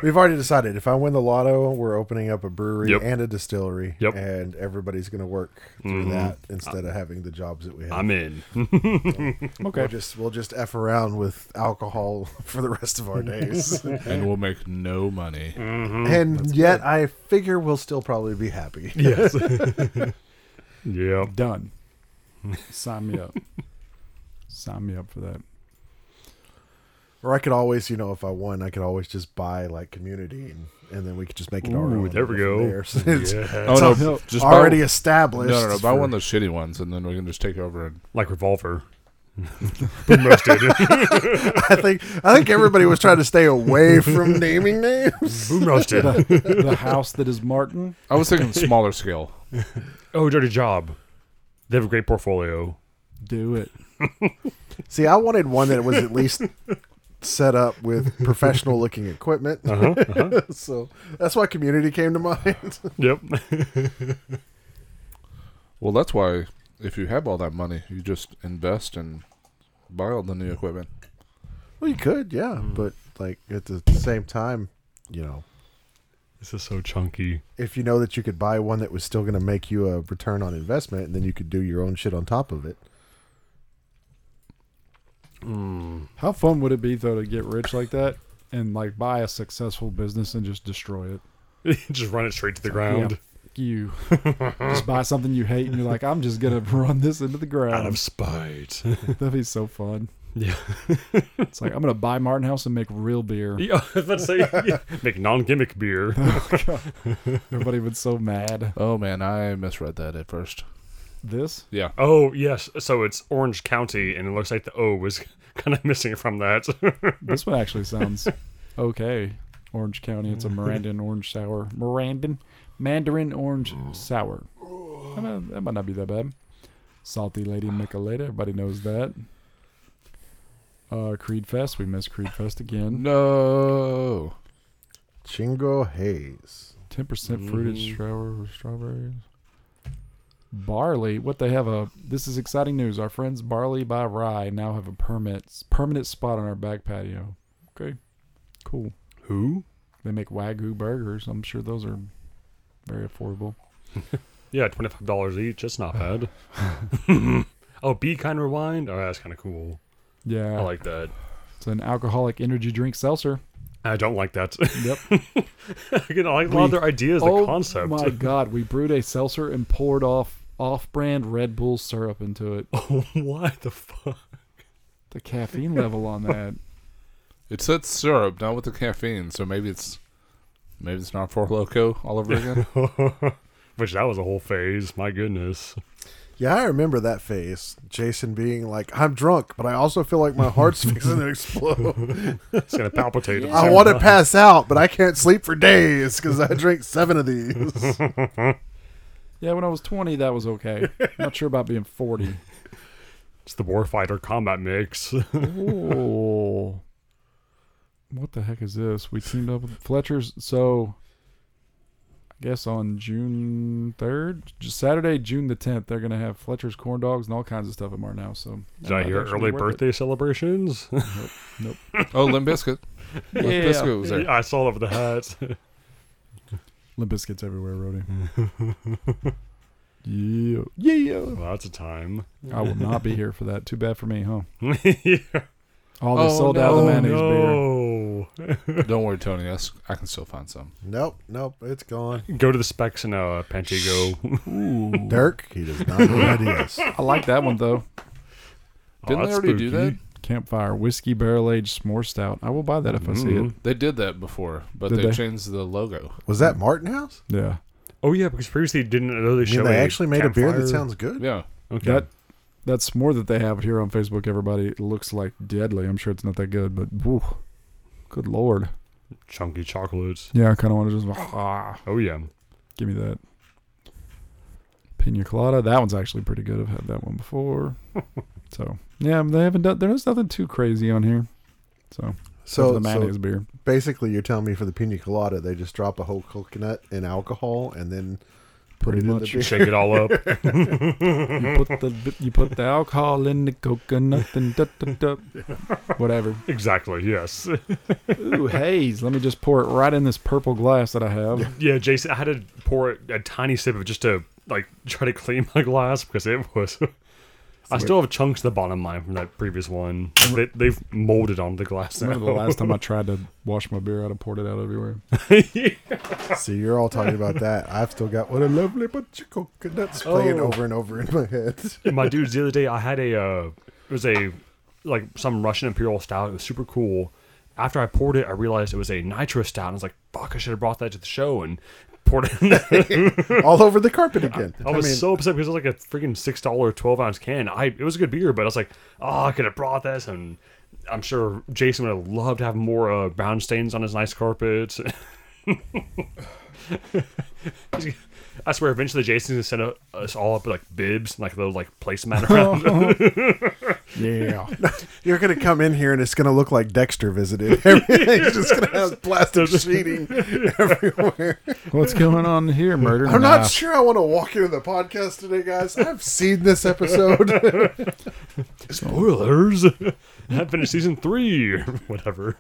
Speaker 4: we've already decided. If I win the lotto, we're opening up a brewery
Speaker 3: Yep.
Speaker 4: and a distillery,
Speaker 3: Yep. Mm-hmm. Uh,
Speaker 4: and everybody's going to work through that instead of having the jobs that we have.
Speaker 3: I'm in.
Speaker 4: we'll
Speaker 2: Okay.
Speaker 4: just we'll just f around with alcohol for the rest of our days,
Speaker 5: and we'll make no money.
Speaker 4: and yet I figure we'll still probably be happy.
Speaker 3: yes. yeah.
Speaker 2: Done. Sign me up. Sign me up for that.
Speaker 4: Or I could always, you know, if I won, I could always just buy like community, and, and then we could just make it our
Speaker 2: Ooh,
Speaker 4: own.
Speaker 3: there we
Speaker 4: from
Speaker 3: go.
Speaker 4: there. So it's
Speaker 3: Yeah.
Speaker 5: Oh
Speaker 4: So-
Speaker 5: no!
Speaker 2: no,
Speaker 5: Just buy-
Speaker 4: already
Speaker 5: No,
Speaker 4: established.
Speaker 5: no, no! Buy
Speaker 4: for-
Speaker 5: one of those shitty ones, and then we can just take over. And
Speaker 3: Like Revolver. Boomroasted.
Speaker 4: I think I think everybody was trying to stay away from naming names.
Speaker 3: Boomroasted.
Speaker 2: The house that is Martin.
Speaker 5: I was thinking smaller scale.
Speaker 3: Oh, Dirty Job. They have a great portfolio.
Speaker 2: Do it.
Speaker 4: See, I wanted one that was at least set up with professional looking equipment. so that's why community came to mind.
Speaker 3: Yep.
Speaker 5: Well, that's why if you have all that money, you just invest and buy all the new equipment.
Speaker 4: well, you could, yeah,
Speaker 3: Hmm.
Speaker 4: but like at the same time, you know,
Speaker 3: this is so chunky.
Speaker 4: if you know that you could buy one that was still going to make you a return on investment, and then you could do your own shit on top of it.
Speaker 2: How fun would it be though to get rich like that and like buy a successful business and just destroy it?
Speaker 3: Just run it straight to the ground.
Speaker 2: You just buy something you hate and you're like, I'm just gonna run this into the
Speaker 3: Out of
Speaker 2: ground.
Speaker 3: spite.
Speaker 2: That'd be so fun.
Speaker 3: yeah.
Speaker 2: It's like I'm gonna buy Martin House and make real beer.
Speaker 3: yeah. Let's say yeah. make non gimmick beer.
Speaker 2: Everybody was so mad.
Speaker 5: Oh man, I misread that at first.
Speaker 2: This
Speaker 5: Yeah,
Speaker 3: Oh yes, so it's Orange County, and it looks like the O was kind of missing from that.
Speaker 2: this one actually sounds okay. Orange County, it's a Mirandan orange sour. Mirandan Mandarin orange sour. I mean, that might not be that bad. Salty Lady Michelada, everybody knows that. Uh, Creed Fest, we missed Creed Fest again.
Speaker 5: no.
Speaker 4: Chingo Hayes.
Speaker 3: Mm-hmm.
Speaker 2: Ten percent fruited strawberry- strawberries. Barley, what they have a this is exciting news. Our friends Barley by Rye now have a permit permanent spot on our back patio. Okay, cool.
Speaker 3: Who?
Speaker 2: They make wagyu burgers. I'm sure those are very affordable.
Speaker 3: Yeah, twenty five dollars each. That's not bad. oh, be kind, rewind. Oh, that's kind of cool.
Speaker 2: Yeah,
Speaker 3: I like that.
Speaker 2: it's an alcoholic energy drink seltzer.
Speaker 3: I don't like that.
Speaker 2: Yep.
Speaker 3: Again, I like a lot of
Speaker 2: We-
Speaker 3: their ideas, the
Speaker 2: oh
Speaker 3: concept.
Speaker 2: my god, we brewed a seltzer and poured off off-brand Red Bull syrup into it.
Speaker 3: Oh. Why the fuck?
Speaker 2: The caffeine level on that.
Speaker 5: It said syrup, not with the caffeine, so maybe it's maybe it's not Four Loco all over again.
Speaker 3: Which that was a whole phase. My goodness.
Speaker 4: Yeah, I remember that face. Jason being like, "I'm drunk, but I also feel like my heart's fixing to explode.
Speaker 3: It's gonna palpitate. at the
Speaker 4: I
Speaker 3: same
Speaker 4: want to
Speaker 3: time.
Speaker 4: pass out, but I can't sleep for days because I drank seven of these."
Speaker 2: Yeah, when I was 20, that was okay. Not sure about being 40.
Speaker 3: It's the warfighter combat mix.
Speaker 2: Oh. What the heck is this? We teamed up with Fletcher's. So, I guess on June 3rd, j- Saturday, June the 10th, they're going to have Fletcher's corn dogs and all kinds of stuff at Marnow. So,
Speaker 3: Did I hear early birthday celebrations?
Speaker 5: oh, Limp Bizkit. Limp
Speaker 2: Yeah.
Speaker 5: Bizkit was there.
Speaker 3: I saw it over the hat.
Speaker 2: Limp Biscuits everywhere, Roddy. yeah. Yeah.
Speaker 3: well, that's a time.
Speaker 2: I will not be here for that. Too bad for me, huh?
Speaker 3: yeah.
Speaker 2: All they
Speaker 5: Oh,
Speaker 2: sold out of the
Speaker 5: no.
Speaker 2: mayonnaise beer.
Speaker 3: No.
Speaker 5: Don't worry, Tony. I, s- I can still find some.
Speaker 4: nope, nope, it's gone.
Speaker 3: Go to the specs and uh, Pantego. Oh,
Speaker 2: Ooh.
Speaker 4: Dirk, he does not have ideas.
Speaker 2: I like that one, though.
Speaker 5: Didn't they
Speaker 3: that's
Speaker 5: already do
Speaker 3: spooky.
Speaker 5: that?
Speaker 2: Campfire Whiskey Barrel Aged S'more Stout. I will buy that if I see it.
Speaker 5: They did that before, but
Speaker 2: Did
Speaker 5: they,
Speaker 2: they?
Speaker 5: changed the logo.
Speaker 4: Was that Martin House?
Speaker 2: Yeah.
Speaker 3: Oh yeah, because previously they didn't really
Speaker 4: I
Speaker 3: show.
Speaker 4: mean, they
Speaker 3: a
Speaker 4: actually made a beer that
Speaker 3: campfire.
Speaker 4: sounds good.
Speaker 5: Yeah.
Speaker 3: okay.
Speaker 2: That that's more that they have here on Facebook. Everybody it looks like deadly. I'm sure it's not that good, but whew, good lord.
Speaker 3: chunky chocolates.
Speaker 2: Yeah, I kind of want to just ah,
Speaker 3: Oh yeah.
Speaker 2: give me that pina colada. That one's actually pretty good. I've had that one before. so yeah, they haven't done. There's nothing too crazy on here. So except for
Speaker 4: So,
Speaker 2: the
Speaker 4: so
Speaker 2: mayonnaise beer.
Speaker 4: basically, you're telling me for the pina colada, they just drop a whole coconut in alcohol and then put
Speaker 2: Pretty
Speaker 4: it
Speaker 2: much.
Speaker 4: in the
Speaker 3: Shake it all up.
Speaker 2: You put the you put the alcohol in the coconut and da, da, da, whatever.
Speaker 3: exactly. Yes.
Speaker 2: Ooh, haze. Let me just pour it right in this purple glass that I have.
Speaker 3: Yeah, Jason, I had to pour a tiny sip of it just to like try to clean my glass because it was. I still have chunks at the bottom of mine from that previous one. They, they've molded on the glass now.
Speaker 2: Remember the last time I tried to wash my beer out, I poured it out everywhere.
Speaker 4: beer. See, you're all talking about that. I've still got what a lovely bunch of coconuts playing
Speaker 3: Oh.
Speaker 4: over and over in my head.
Speaker 3: my dudes the other day i had a uh, it was a like some russian imperial stout it was super cool after i poured it i realized it was a nitro stout and i was like fuck i should have brought that to the show and poured it in there.
Speaker 4: all over the carpet again.
Speaker 3: i was so upset because it was like a freaking six dollar 12 ounce can i it was a good beer but i was like oh i could have brought this and i'm sure jason would have loved to have more uh, brown stains on his nice carpet I swear, eventually Jason's gonna send uh, us all up with like bibs, and, like little like placemat around.
Speaker 2: Yeah.
Speaker 4: You're gonna come in here and it's gonna look like Dexter visited. Everything's just gonna have plastic sheeting everywhere.
Speaker 2: What's going on here, murder?
Speaker 4: I'm
Speaker 2: Nah.
Speaker 4: not sure I want to walk into the podcast today, guys. I've seen this episode.
Speaker 3: Spoilers. I finished season three, whatever.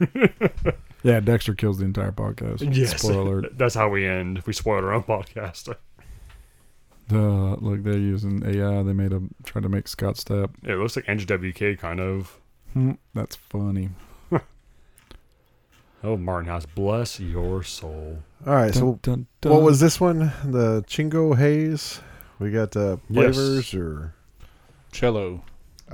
Speaker 2: Yeah, Dexter kills the entire podcast.
Speaker 3: Yes.
Speaker 2: Spoiler alert.
Speaker 3: That's how we end. We spoiled our own podcast.
Speaker 2: Uh, look, they're using AI. They made a try to make Scott step.
Speaker 3: It looks like NGWK kind of.
Speaker 2: Hmm, that's funny.
Speaker 3: Oh, Martin House, bless your soul.
Speaker 4: All right, so
Speaker 2: Dun, dun, dun.
Speaker 4: what was this one? The Chingo Haze. We got uh,
Speaker 3: Yes.
Speaker 4: flavors or
Speaker 5: Cello.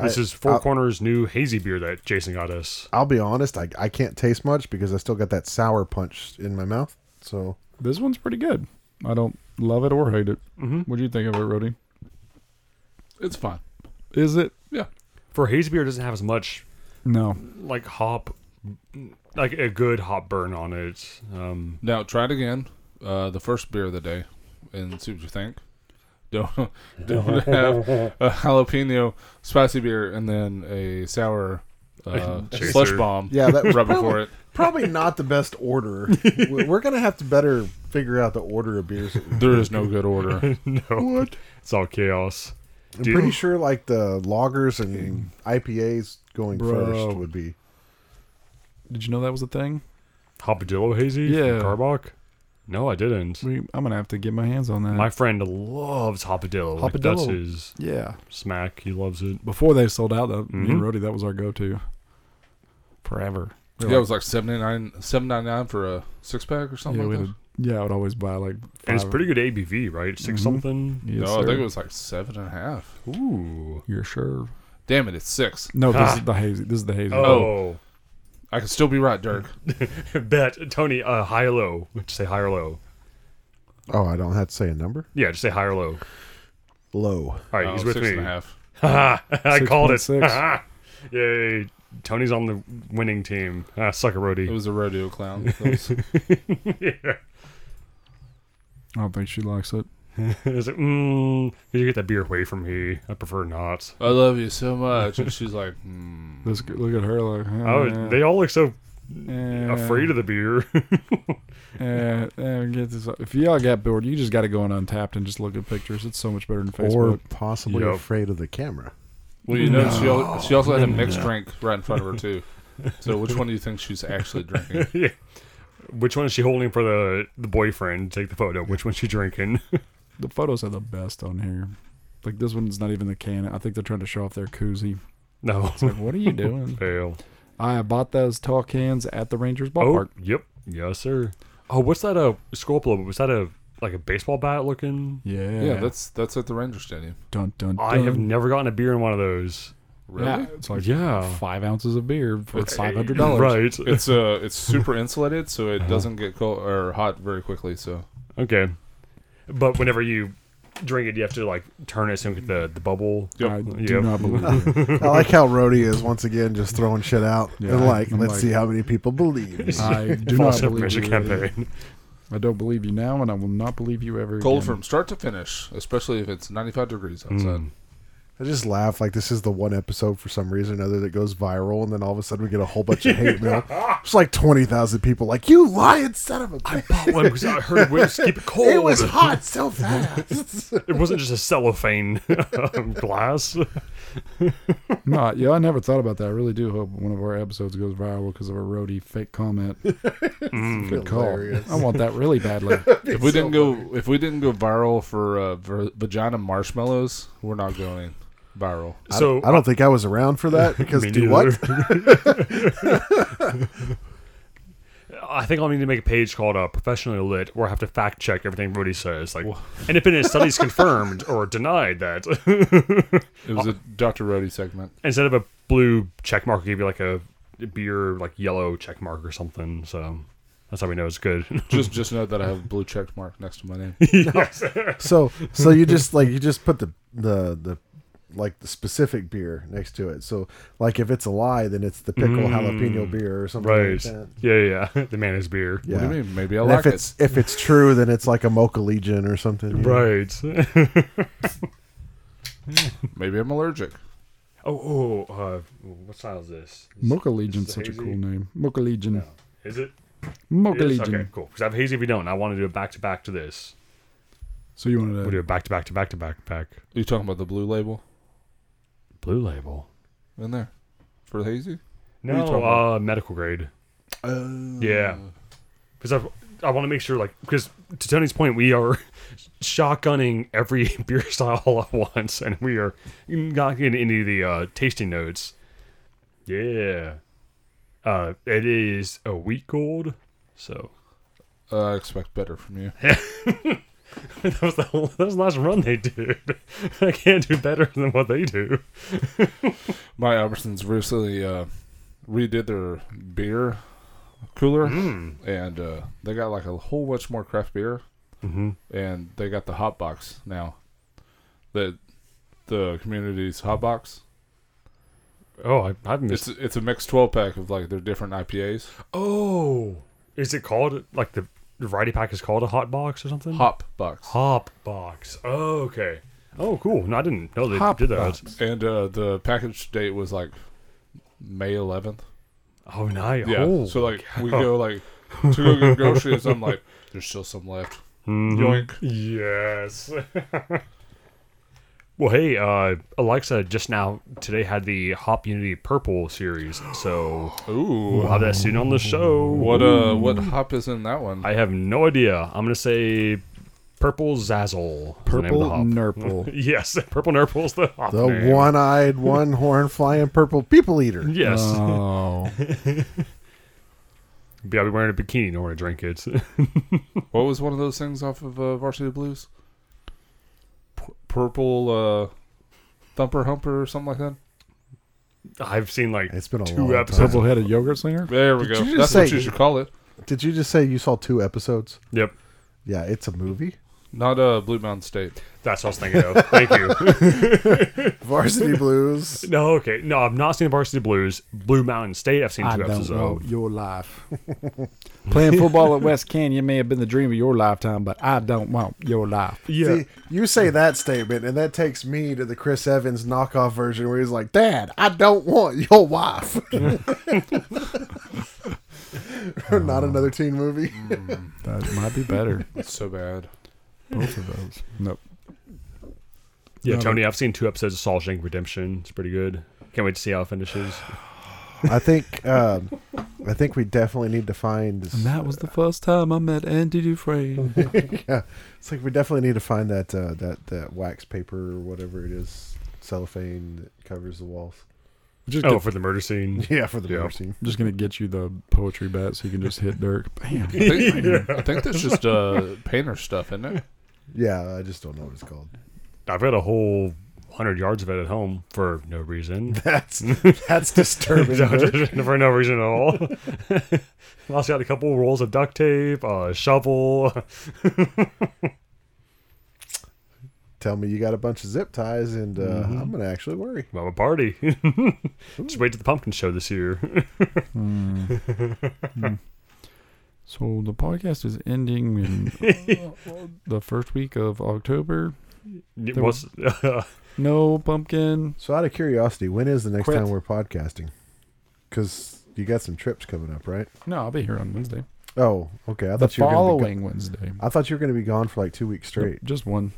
Speaker 3: This
Speaker 4: I-
Speaker 3: is Four
Speaker 4: I'll-
Speaker 3: Corners' new hazy beer that Jason got us.
Speaker 4: I'll be honest, I, I can't taste much because I still got that sour punch in my mouth. So
Speaker 2: This one's pretty good. I don't love it or hate it.
Speaker 3: Mhm.
Speaker 2: What do you think of it, Rody?
Speaker 5: It's fine.
Speaker 2: Is it?
Speaker 5: Yeah.
Speaker 3: For a hazy beer, it doesn't have as much
Speaker 2: No.
Speaker 3: like hop, like a good hop burn on it. Um,
Speaker 5: Now try it again. Uh, the first beer of the day, and see what you think. Don't don't have a jalapeno spicy beer and then a sour uh,
Speaker 3: Chaser.
Speaker 5: slush bomb.
Speaker 4: Yeah, that was
Speaker 5: right
Speaker 4: probably,
Speaker 5: before it.
Speaker 4: probably not the best order. We're we're gonna have to better figure out the order of beers. I'm
Speaker 5: There is no good order.
Speaker 3: no, it's all chaos. Dude.
Speaker 4: pretty sure like the loggers and IPAs going
Speaker 2: Bro.
Speaker 4: first would be.
Speaker 2: Did you know that was a thing?
Speaker 3: Hopadillo hazy, from
Speaker 2: Yeah.
Speaker 3: Carbach. No, I didn't.
Speaker 2: We, I'm gonna have to get my hands on that.
Speaker 3: My friend loves Hopadillo. Like, that's
Speaker 2: Hopadillo.
Speaker 3: his
Speaker 2: yeah.
Speaker 3: smack. He loves it.
Speaker 2: Before they sold out, that
Speaker 3: Mhm.
Speaker 2: mm Rody, that was our go-to forever. We were
Speaker 5: Yeah, it
Speaker 2: like-
Speaker 5: was like 79 7.99 for a six pack or something
Speaker 2: yeah, we
Speaker 5: like
Speaker 2: would,
Speaker 5: that.
Speaker 2: yeah, I would always buy like.
Speaker 3: Oh And it's
Speaker 2: five-
Speaker 3: pretty good ABV, right? 6
Speaker 4: Mm-hmm.
Speaker 2: Mhm.
Speaker 3: something.
Speaker 2: Yes,
Speaker 5: no, I
Speaker 2: sir.
Speaker 5: think it was like seven and a half.
Speaker 3: Ooh.
Speaker 2: You're sure?
Speaker 5: Damn it, it's six.
Speaker 2: No,
Speaker 3: Ah.
Speaker 2: this is the hazy. This is the hazy.
Speaker 3: Oh,
Speaker 5: I could still be right, Dirk. Oh.
Speaker 3: bet Tony. Uh, high or low? Just say high or low.
Speaker 4: Oh, I don't have to say a number.
Speaker 3: Yeah, just say high or low.
Speaker 4: Low.
Speaker 3: All right,
Speaker 5: Oh,
Speaker 3: he's with
Speaker 5: six
Speaker 3: me.
Speaker 5: and a half.
Speaker 3: I called it.
Speaker 2: 6.6.
Speaker 3: Yay! Tony's on the winning team. Ah, sucker, Rody.
Speaker 5: It was a rodeo clown. That was-
Speaker 3: yeah.
Speaker 2: I don't think she likes it.
Speaker 3: It's like, mm, could you get that beer away from me? I prefer not.
Speaker 5: I love you so much. And she's like, hmm.
Speaker 2: This g- look at her like.
Speaker 3: Oh,
Speaker 2: eh,
Speaker 3: they all look so
Speaker 2: eh,
Speaker 3: afraid of the beer.
Speaker 2: eh, eh, get this. If y'all got bored, you just got to go on Untapped and just look at pictures. It's so much better than
Speaker 4: Or
Speaker 2: Facebook.
Speaker 4: possibly
Speaker 3: Yep.
Speaker 4: afraid of the camera.
Speaker 5: Well, you know, she, al- she also had a mixed drink right in front of her, too. So which one do you think she's actually drinking?
Speaker 3: yeah. Which one is she holding for the the boyfriend? to Take the photo. Which one's she drinking?
Speaker 2: the photos are the best on here. Like this one's not even the can. I think they're trying to show off their koozie.
Speaker 3: no.
Speaker 2: It's like, what are you doing?
Speaker 3: Fail.
Speaker 2: I bought those tall cans at the Rangers
Speaker 3: Oh,
Speaker 2: ballpark.
Speaker 3: yep. Yes, sir. Oh, what's that? A uh, Scorpio? Was that a like a baseball bat looking?
Speaker 2: Yeah,
Speaker 5: Yeah, that's that's at the Ranger Stadium.
Speaker 2: dun dun. dun.
Speaker 3: I have never gotten a beer in one of those.
Speaker 5: Really?
Speaker 2: Yeah, it's like
Speaker 3: Yeah.
Speaker 2: five ounces of beer for
Speaker 5: It's-
Speaker 2: five hundred dollars.
Speaker 3: Right.
Speaker 5: It's uh, it's super insulated, so it doesn't get cold or hot very quickly. So
Speaker 3: Okay. But whenever you drink it, you have to like turn it so you get the, the bubble. uh,
Speaker 2: I
Speaker 5: yep.
Speaker 2: do
Speaker 3: Yep.
Speaker 2: not believe you.
Speaker 4: I like how Rody is once again just throwing shit out
Speaker 2: Yeah,
Speaker 4: and like,
Speaker 2: I'm
Speaker 4: let's
Speaker 2: like-
Speaker 4: see how many people believe.
Speaker 2: I do
Speaker 3: False
Speaker 2: not believe you.
Speaker 3: information
Speaker 2: Eddie.
Speaker 3: campaign.
Speaker 2: I don't believe you now, and I will not believe you ever.
Speaker 5: cold
Speaker 2: again.
Speaker 5: from start to finish, especially if it's 95 degrees outside.
Speaker 3: Mm.
Speaker 4: I just laugh like this is the one episode for some reason or other that goes viral, and then all of a sudden we get a whole bunch of hate mail. It's like twenty thousand people like you lying son of a bitch.
Speaker 3: Bought one because I heard whips keep it cold.
Speaker 4: It was hot so fast.
Speaker 3: It wasn't just a cellophane um, glass.
Speaker 2: No, yeah, I never thought about that. I really do hope one of our episodes goes viral because of a roadie fake comment. Good call.
Speaker 4: Hilarious.
Speaker 2: I want that really badly.
Speaker 5: If we didn't go, if we didn't go viral for uh, ver- vagina marshmallows, we're not going viral.
Speaker 3: So
Speaker 4: I don't think I was around for that because
Speaker 3: Me
Speaker 4: do
Speaker 3: neither.
Speaker 4: what?
Speaker 3: I think I'll need to make a page called uh, "Professionally Lit," where I have to fact check everything Brody says. Like, independent studies confirmed or denied that.
Speaker 5: It was a Dr. Rody segment.
Speaker 3: Instead of a blue check mark, I'll give you like a beer like yellow check mark or something. So that's how we know it's good.
Speaker 5: Just just know that I have a blue check mark next to my name.
Speaker 3: yes.
Speaker 4: So so you just like you just put the the the like the specific beer next to it. So like if it's a lie, then it's the pickle jalapeno beer or something
Speaker 3: Mm. Right.
Speaker 4: like that.
Speaker 3: Yeah, yeah, yeah. The man is beer.
Speaker 4: Yeah.
Speaker 5: What do you mean? Maybe I
Speaker 4: And
Speaker 5: like
Speaker 4: if it's if it's true, then it's like a Mocha Legion or something. you know?
Speaker 3: Right. oh,
Speaker 5: it. Maybe I'm allergic.
Speaker 3: oh, uh, what style is this?
Speaker 2: Mocha Legion's
Speaker 3: Is
Speaker 2: such
Speaker 3: this
Speaker 2: a cool
Speaker 3: hazy?
Speaker 2: name. Mocha Legion.
Speaker 3: Is it?
Speaker 2: Mocha
Speaker 3: Yes?
Speaker 2: Legion.
Speaker 3: Okay, cool. Because I have hazy if you don't. I want to do it back to back to this.
Speaker 2: So you wanted
Speaker 3: We'll
Speaker 2: to?
Speaker 3: do it back to back to back to back to back.
Speaker 5: Are you talking about the blue label
Speaker 3: Blue label.
Speaker 5: in there for the hazy? are
Speaker 3: No,
Speaker 5: you talking about?
Speaker 3: uh, medical grade.
Speaker 5: Oh,
Speaker 3: Yeah. Because I I want to make sure, like, because to Tony's point, we are shotgunning every beer style all at once, and we are not getting any of the uh, tasting notes. Yeah. Uh, it is a week old, so
Speaker 5: Uh, I expect better from you.
Speaker 3: that was the that was the last run they did. I can't do better than what they do.
Speaker 5: My Albertsons recently uh, redid their beer cooler,
Speaker 3: Mm.
Speaker 5: and uh, they got like a whole bunch more craft beer,
Speaker 3: Mm-hmm.
Speaker 5: and they got the hot box now. The the community's hot box.
Speaker 3: Oh, I, I've
Speaker 5: It's
Speaker 3: missed.
Speaker 5: it's a mixed twelve pack of like their different IPAs.
Speaker 3: oh, is it called like the variety pack is called a hot box or something?
Speaker 5: Hop box.
Speaker 3: Hop box. Oh, okay. Oh, cool. No, I didn't know they
Speaker 2: Hop
Speaker 3: did that.
Speaker 2: box.
Speaker 5: And uh, the package date was like May 11th.
Speaker 3: Oh, nice.
Speaker 5: Yeah.
Speaker 3: Oh.
Speaker 5: so like we go like to go get groceries. I'm like, there's still some left. Yoink.
Speaker 3: Yes. well, hey, uh, Alexa just now today had the Hop Unity Purple series, so
Speaker 5: Ooh.
Speaker 3: we'll have that soon on the show.
Speaker 5: What uh? What hop is in that one?
Speaker 3: I have no idea. I'm gonna say Purple Zazzle. is the name of
Speaker 2: Purple
Speaker 3: the hop.
Speaker 2: Nurple.
Speaker 3: Yes, Purple Nurple's the hop
Speaker 4: The
Speaker 3: name.
Speaker 4: one-eyed, one-horn, flying purple people eater.
Speaker 3: Yes.
Speaker 2: Oh.
Speaker 3: Yeah, I'll be wearing a bikini in order to drink it.
Speaker 5: what was one of those things off of uh, Varsity Blues? P- purple uh, thumper humper or something like that.
Speaker 3: I've seen like
Speaker 4: It's been a
Speaker 3: two
Speaker 4: long
Speaker 3: episodes.
Speaker 2: Purple headed yogurt slinger?
Speaker 5: There we
Speaker 4: Did
Speaker 5: go.
Speaker 4: you
Speaker 5: That's
Speaker 4: just
Speaker 5: what
Speaker 4: say-
Speaker 5: you should call it.
Speaker 4: Did you just say you saw two episodes?
Speaker 3: Yep,
Speaker 4: Yeah, it's a movie.
Speaker 5: Not uh, Blue Mountain State.
Speaker 3: that's what I was thinking of. Thank you.
Speaker 4: Varsity Blues.
Speaker 3: No, okay. No, I've not seen Varsity Blues. Blue Mountain State, I've seen two episodes of.
Speaker 2: your life. Playing football at West Canyon may have been the dream of your lifetime, but I don't want your life.
Speaker 3: Yeah.
Speaker 4: See, you say that statement, and that takes me to the Chris Evans knockoff version where he's like, Dad, I don't want your wife. Not another teen movie.
Speaker 2: That might be better.
Speaker 5: That's so bad.
Speaker 2: Both of those. Nope.
Speaker 3: yeah, Tony, I've seen two episodes of Shawshank Redemption. It's pretty good. Can't wait to see how it finishes.
Speaker 4: I think um, I think we definitely need to find
Speaker 2: That was the first time I met Andy Dufresne.
Speaker 4: yeah. It's like we definitely need to find that uh, that that wax paper or whatever it is cellophane that covers the walls.
Speaker 2: Just,
Speaker 3: Oh,
Speaker 2: get,
Speaker 3: for the murder scene.
Speaker 4: Yeah, for the
Speaker 5: Yeah.
Speaker 4: murder scene.
Speaker 2: just gonna get you the poetry bat so you can just hit Dirk. Bam.
Speaker 5: I think, I think that's just uh, painter stuff, isn't it?
Speaker 4: Yeah, I just don't know what it's called.
Speaker 3: I've got a whole 100 yards of it at home for no reason.
Speaker 4: That's that's disturbing. Dirk.
Speaker 3: for no reason at all. I also got a couple rolls of duct tape, a shovel.
Speaker 4: Tell me you got a bunch of zip ties, and uh,
Speaker 2: Mm-hmm.
Speaker 4: I'm gonna actually worry.
Speaker 3: I'm a party. Just wait till the pumpkin show this year.
Speaker 2: So the podcast is ending in the first week of October.
Speaker 3: What's-
Speaker 2: No pumpkin.
Speaker 4: So, out of curiosity, when is the next
Speaker 2: Quit.
Speaker 4: time we're podcasting? Because you got some trips coming up, right?
Speaker 2: No, I'll be here on Wednesday.
Speaker 4: Oh, okay. I
Speaker 2: The
Speaker 4: thought you were gonna be go-
Speaker 2: following Wednesday.
Speaker 4: I thought you were gonna be gone for like two weeks straight.
Speaker 2: Nope, Just one.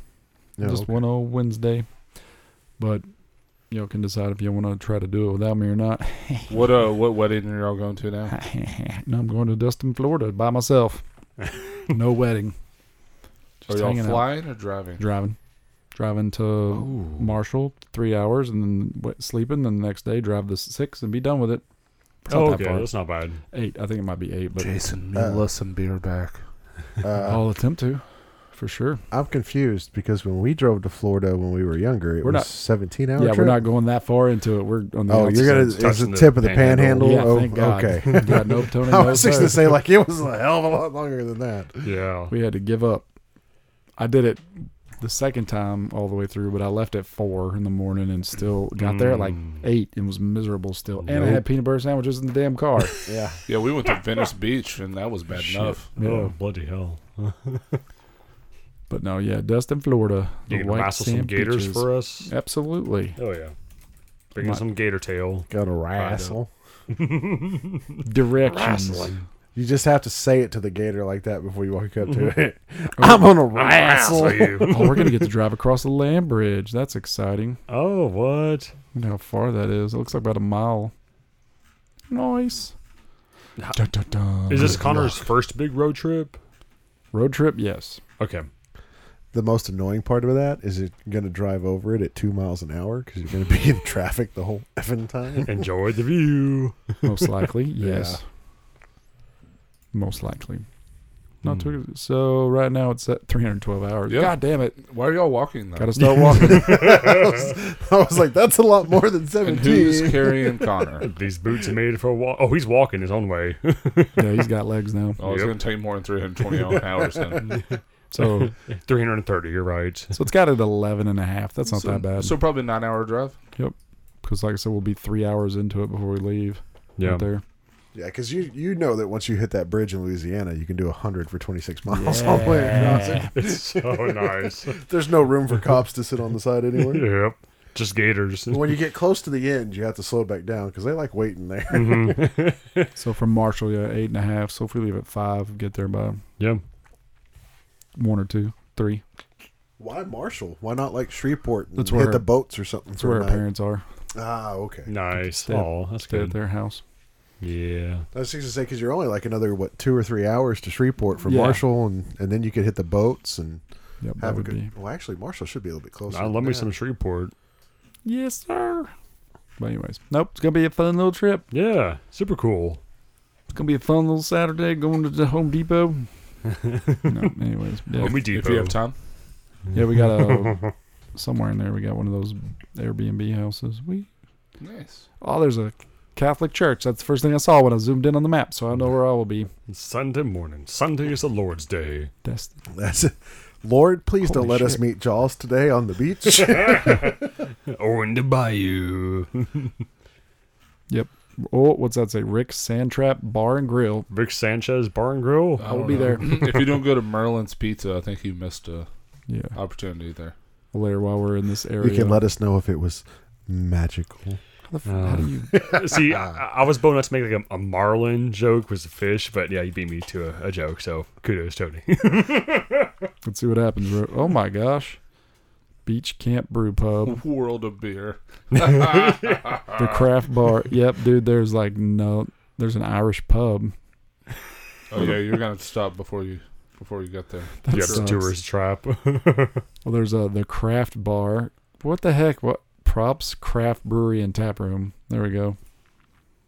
Speaker 4: No,
Speaker 2: just
Speaker 4: okay.
Speaker 2: one old Wednesday. But y'all can decide if you want to try to do it without me or not.
Speaker 5: What uh, what wedding are y'all going to now?
Speaker 2: no, I'm going to Destin, Florida by myself. no wedding.
Speaker 5: Are
Speaker 2: Just
Speaker 5: y'all
Speaker 2: hanging out.
Speaker 5: flying or driving?
Speaker 2: Driving. Driving to Marshall three hours and then w- sleeping. Then the next day, drive the six and be done with it. It's not
Speaker 3: oh,
Speaker 2: that
Speaker 3: okay.
Speaker 2: far.
Speaker 3: That's not bad.
Speaker 2: Eight. I think it might be eight, but
Speaker 5: Jason,
Speaker 4: mail
Speaker 5: us some beer back.
Speaker 4: Uh,
Speaker 2: I'll attempt to for sure.
Speaker 4: I'm confused because when we drove to Florida when we were younger, it
Speaker 2: We're
Speaker 4: was
Speaker 2: not-
Speaker 4: 17 hour
Speaker 2: Yeah,
Speaker 4: trip.
Speaker 2: we're not going that far into it. We're on the
Speaker 4: oh, you're
Speaker 2: outside.
Speaker 4: gonna it's the
Speaker 3: touching the
Speaker 4: tip of the panhandle.
Speaker 3: panhandle.
Speaker 2: Yeah,
Speaker 4: Oh,
Speaker 2: thank God.
Speaker 4: okay.
Speaker 2: yeah, nope, Tony.
Speaker 4: I
Speaker 2: no,
Speaker 4: was just
Speaker 2: sir.
Speaker 4: gonna say like it was a hell of a lot longer than that.
Speaker 3: Yeah.
Speaker 2: we had to give up. I did it the second time all the way through, but I left at four in the morning and still got there at like
Speaker 3: Mm.
Speaker 2: eight and was miserable still. And I had peanut butter sandwiches in the damn car.
Speaker 4: Yeah.
Speaker 5: Yeah, we went to Venice Beach, and that was bad enough.
Speaker 3: Oh, bloody hell.
Speaker 2: but no, yeah, Destin, Florida.
Speaker 3: You
Speaker 2: the
Speaker 3: can
Speaker 2: white
Speaker 3: wrestle some
Speaker 2: sand
Speaker 3: gators
Speaker 2: beaches.
Speaker 3: for us?
Speaker 2: Absolutely.
Speaker 3: Oh, yeah. Bring in
Speaker 2: Might-
Speaker 3: some gator tail.
Speaker 4: Gonna wrestle.
Speaker 2: Directions.
Speaker 4: You just have to say it to the gator like that before you walk up
Speaker 2: Mm-hmm.
Speaker 4: to it. I'm gonna wrestle.
Speaker 3: you.
Speaker 2: oh, we're gonna get to drive across the land bridge. That's exciting.
Speaker 3: oh, what?
Speaker 2: I wonder how far that is. It looks like about a mile. Nice. Dun, dun, dun.
Speaker 3: Is this Connor's first big road trip?
Speaker 2: road trip? Yes.
Speaker 3: Okay.
Speaker 4: The most annoying part of that is you're gonna drive over it at two miles an hour because you're gonna be in traffic the whole effing time.
Speaker 3: Enjoy the view.
Speaker 2: Most likely, yes. Most likely. Not too. So right now it's at 312 hours.
Speaker 5: Yeah.
Speaker 2: God damn it!
Speaker 5: Why are y'all walking though?
Speaker 2: Got to start walking.
Speaker 4: I was like, that's a lot more than
Speaker 5: and who's
Speaker 4: 17.
Speaker 5: carrying Connor?
Speaker 3: These boots are made for a walk. Oh, he's walking his own way.
Speaker 2: yeah, he's got legs now.
Speaker 5: Oh, it's
Speaker 3: Yep.
Speaker 5: going to take more than 320 hours. Then.
Speaker 2: So
Speaker 3: 330, you're right.
Speaker 2: so it's got at 11 and a half. That's not
Speaker 5: so,
Speaker 2: that bad.
Speaker 5: So probably nine hour drive.
Speaker 2: because like I said, we'll be three hours into it before we leave.
Speaker 3: Yeah.
Speaker 2: Right there.
Speaker 4: Yeah, because you you know that once you hit that bridge in Louisiana, you can do 100 for 26 miles all the way across it.
Speaker 3: It's so nice.
Speaker 4: There's no room for cops to sit on the side anywhere.
Speaker 3: yep. just gators.
Speaker 4: When you get close to the end, you have to slow it back down because they like waiting there.
Speaker 3: Mm-hmm.
Speaker 2: So from Marshall, yeah, eight and a half. So if we leave at five, get there by
Speaker 3: Yeah.
Speaker 2: one or two, three.
Speaker 4: Why Marshall? Why not like Shreveport and
Speaker 2: That's
Speaker 4: hit
Speaker 2: where-
Speaker 4: the boats or something?
Speaker 2: That's
Speaker 4: for
Speaker 2: where
Speaker 4: a
Speaker 2: our
Speaker 4: night?
Speaker 2: parents are.
Speaker 4: Ah, okay.
Speaker 3: Nice.
Speaker 2: Stay at-
Speaker 3: Oh, that's
Speaker 2: Stay at
Speaker 3: good.
Speaker 2: their house.
Speaker 3: Yeah.
Speaker 4: I was just gonna say because you're only like another what two or three hours to Shreveport from
Speaker 2: Yeah.
Speaker 4: Marshall, and and then you could hit the boats and
Speaker 2: Yep, that
Speaker 4: have a
Speaker 2: would
Speaker 4: good.
Speaker 2: be.
Speaker 4: Well, actually, Marshall should be a little bit closer.
Speaker 3: I
Speaker 4: than
Speaker 3: love me
Speaker 4: that.
Speaker 3: some Shreveport.
Speaker 2: Yes, sir. But anyways, nope. It's gonna be a fun little trip.
Speaker 3: Yeah. Super cool.
Speaker 2: It's gonna be a fun little Saturday going to the Home Depot. no, anyways, yeah,
Speaker 3: Home
Speaker 5: If
Speaker 3: Depot.
Speaker 5: you have time,
Speaker 2: yeah, we got a somewhere in there. We got one of those Airbnb houses. We
Speaker 5: nice.
Speaker 2: oh, there's a Catholic church. That's the first thing I saw when I zoomed in on the map, so I know where I will be.
Speaker 3: Sunday morning. Sunday is the Lord's Day.
Speaker 2: That's
Speaker 4: That's it. Lord, please don't
Speaker 2: Holy
Speaker 4: let us
Speaker 2: shit.
Speaker 4: meet Jaws today on the beach.
Speaker 3: Or in Oh, the bayou.
Speaker 2: yep. Oh, what's that say? Rick Sandtrap Bar and Grill.
Speaker 3: Rick Sanchez Bar and Grill.
Speaker 5: I
Speaker 2: I will
Speaker 5: don't
Speaker 2: be
Speaker 5: know.
Speaker 2: there.
Speaker 5: if you don't go to Merlin's Pizza, I think you missed a
Speaker 2: Yeah,
Speaker 5: opportunity there.
Speaker 2: later while we're in this
Speaker 4: you
Speaker 2: area.
Speaker 4: can let us know if it was magical.
Speaker 2: How, the f- how do you?
Speaker 3: See, I, I was bonus to make like a, a marlin joke was a fish, but yeah, you beat me to a, a joke. So kudos, Tony.
Speaker 2: Let's see what happens. bro. Oh my gosh, Beach Camp Brew Pub.
Speaker 5: World of beer.
Speaker 2: The craft bar. Yep, dude. There's like no. There's an Irish pub.
Speaker 5: Oh yeah, you're gonna have to stop before you before you get there.
Speaker 2: That
Speaker 3: yeah,
Speaker 2: sucks.
Speaker 3: tourist trap.
Speaker 2: Well, there's a the craft bar. What the heck? What props? Craft brewery and tap room. There we go.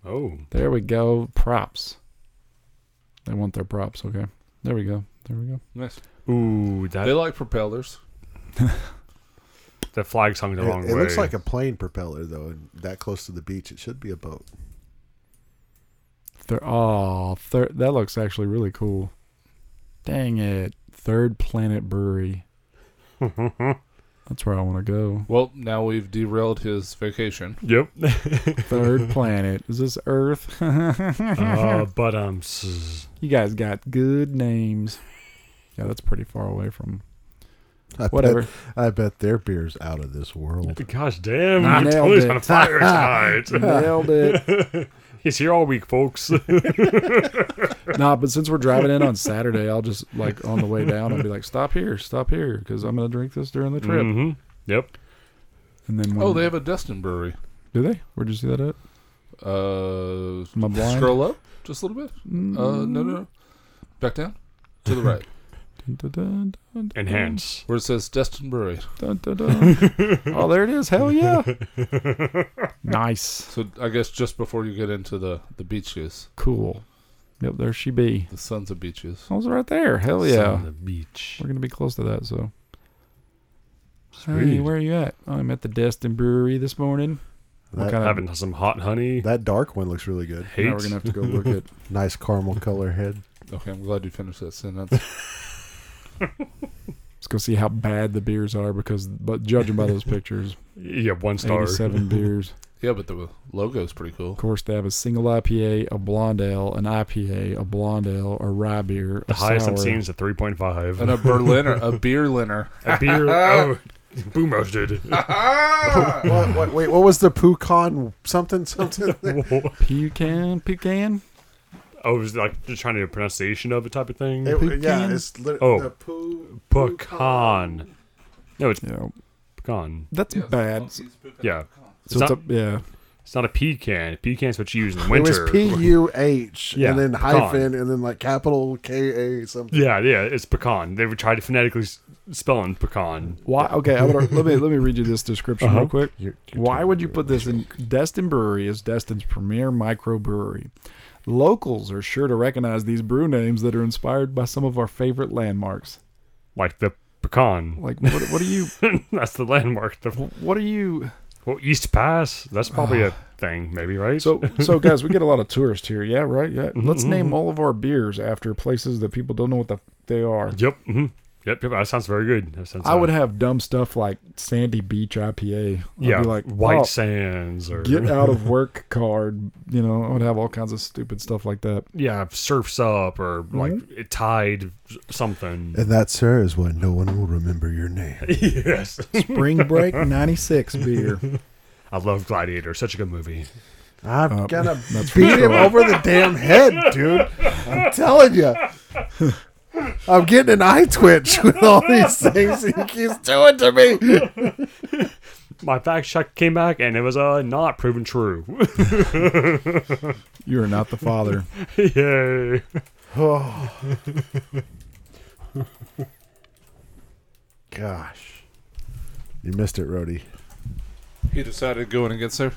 Speaker 3: oh,
Speaker 2: There we go. Props. They want their props. Okay. There we go. There we go.
Speaker 5: Nice.
Speaker 3: ooh,
Speaker 5: They
Speaker 3: that
Speaker 5: like propellers.
Speaker 3: that flag's hung the
Speaker 4: It,
Speaker 3: wrong
Speaker 4: it
Speaker 3: way.
Speaker 4: looks like a plane propeller though, and that close to the beach, it should be a boat.
Speaker 2: Thir- oh, thir- that looks actually really cool. Dang it. Third Planet Brewery. That's where I want to go.
Speaker 5: Well, now we've derailed his vacation.
Speaker 3: Yep.
Speaker 2: Third Planet. Is this Earth?
Speaker 3: uh, but um,
Speaker 2: you guys got good names. Yeah, that's pretty far away from
Speaker 4: I bet-
Speaker 2: whatever.
Speaker 4: I bet their beer's out of this world.
Speaker 3: gosh damn,
Speaker 2: I nailed
Speaker 3: Tony's
Speaker 2: it.
Speaker 3: on fire tonight.
Speaker 2: Nailed it.
Speaker 3: He's here all week, folks.
Speaker 2: nah, but since we're driving in on Saturday, I'll just like on the way down, I'll be like, stop here, stop here, because I'm gonna drink this during the trip.
Speaker 3: Mhm. Yep.
Speaker 2: And then when,
Speaker 5: Oh, they have a Destin brewery.
Speaker 2: do they? Where'd you see that at?
Speaker 5: Uh,
Speaker 2: Am I blind?
Speaker 5: scroll up just a little bit.
Speaker 2: Mm.
Speaker 5: Uh, no, no, no. Back down to the right
Speaker 2: Dun, dun, dun, dun, dun,
Speaker 3: Enhance.
Speaker 5: where it says Destin brewery.
Speaker 2: dun, dun, dun. oh, there it is. Hell yeah. nice.
Speaker 5: So I guess just before you get into the the beaches,
Speaker 2: Cool. Yep, there she be.
Speaker 5: the sons of beaches.
Speaker 2: I was right there. Hell
Speaker 3: On
Speaker 2: yeah.
Speaker 3: the beach.
Speaker 2: We're gonna be close to that, so. Hey,
Speaker 3: Sweet.
Speaker 2: where are you at? I'm at the Destin Brewery this morning.
Speaker 4: That-
Speaker 2: what kind of?
Speaker 3: Having some hot honey.
Speaker 4: That dark one looks really good.
Speaker 2: Now
Speaker 3: Hate.
Speaker 2: we're gonna have to go look at
Speaker 4: Nice caramel color head.
Speaker 5: Okay, I'm glad you finished that sentence.
Speaker 2: Let's go see how bad the beers are because, but judging by those pictures,
Speaker 3: yeah, one star.
Speaker 2: 87 beers.
Speaker 5: yeah, but the logo's pretty cool.
Speaker 2: Of course, they have a single IPA, a blonde ale, an IPA, a blonde ale, a rye beer,
Speaker 3: The
Speaker 2: a
Speaker 3: highest
Speaker 2: sour.
Speaker 3: I've seen is a 3.5.
Speaker 5: And a Berliner, a beer liner.
Speaker 3: a beer. oh, boom roasted.
Speaker 4: what, what, wait, what was the Pukan something something?
Speaker 2: Pecan, pecan.
Speaker 3: I was like just trying to do a pronunciation of it type of thing.
Speaker 4: It- yeah, it's lit-
Speaker 3: Oh.
Speaker 4: the Pu-
Speaker 3: pecan. No, it's
Speaker 2: Yeah,
Speaker 3: pecan.
Speaker 2: that's bad. So
Speaker 3: Yeah. It's,
Speaker 2: it's
Speaker 3: not,
Speaker 2: a- yeah,
Speaker 3: it's not a pecan. Pecan's what you use in the
Speaker 4: It was
Speaker 3: winter.
Speaker 4: P U H
Speaker 3: Yeah,
Speaker 4: and then
Speaker 3: pecan.
Speaker 4: hyphen and then like capital K A something.
Speaker 3: yeah, yeah, it's pecan. They tried to phonetically s- spell in pecan.
Speaker 2: why? Okay, I'm gonna, let me let me read you this description
Speaker 3: Uh-huh.
Speaker 2: real quick.
Speaker 4: You're- you're
Speaker 2: Why
Speaker 4: talking
Speaker 2: would you put this in? Destin Brewery is Destin's premier microbrewery. Locals are sure to recognize these brew names that are inspired by some of our favorite landmarks.
Speaker 3: Like the pecan.
Speaker 2: Like, what, what are you?
Speaker 3: that's the landmark. The,
Speaker 2: What are you?
Speaker 3: well, East Pass. That's probably
Speaker 4: Ah.
Speaker 3: a thing, maybe, right?
Speaker 2: So, so guys, we get a lot of tourists here. Yeah,
Speaker 3: Mm-hmm,
Speaker 2: right. Yeah. Let's name all of our beers after places that people don't know what the f- they are.
Speaker 3: Yep. hmm Yep, yep. That sounds very good. That sounds.
Speaker 2: I would
Speaker 3: uh,
Speaker 2: have dumb stuff like Sandy Beach IPA. I'd
Speaker 3: yeah,
Speaker 2: be like
Speaker 3: White
Speaker 2: "Oh,
Speaker 3: Sands or
Speaker 2: get out of work card. You know, I would have all kinds of stupid stuff like that.
Speaker 3: yeah, Surfs Up or
Speaker 2: Mm-hmm.
Speaker 3: like Tide something.
Speaker 4: And that, sir, is why no one will remember your name.
Speaker 3: yes,
Speaker 2: Spring Break '96 beer.
Speaker 3: I love Gladiator. Such a good movie.
Speaker 4: I'm
Speaker 2: Uh,
Speaker 4: gonna
Speaker 2: that's for
Speaker 4: beat him
Speaker 2: sure.
Speaker 4: over the damn head, dude. I'm telling you. I'm getting an eye twitch with all these things he keeps doing to me.
Speaker 3: My fact check came back and it was uh, not proven true.
Speaker 2: You are not the father.
Speaker 3: Yay!
Speaker 4: Oh. Gosh. You missed it, Rody.
Speaker 5: He decided going against her.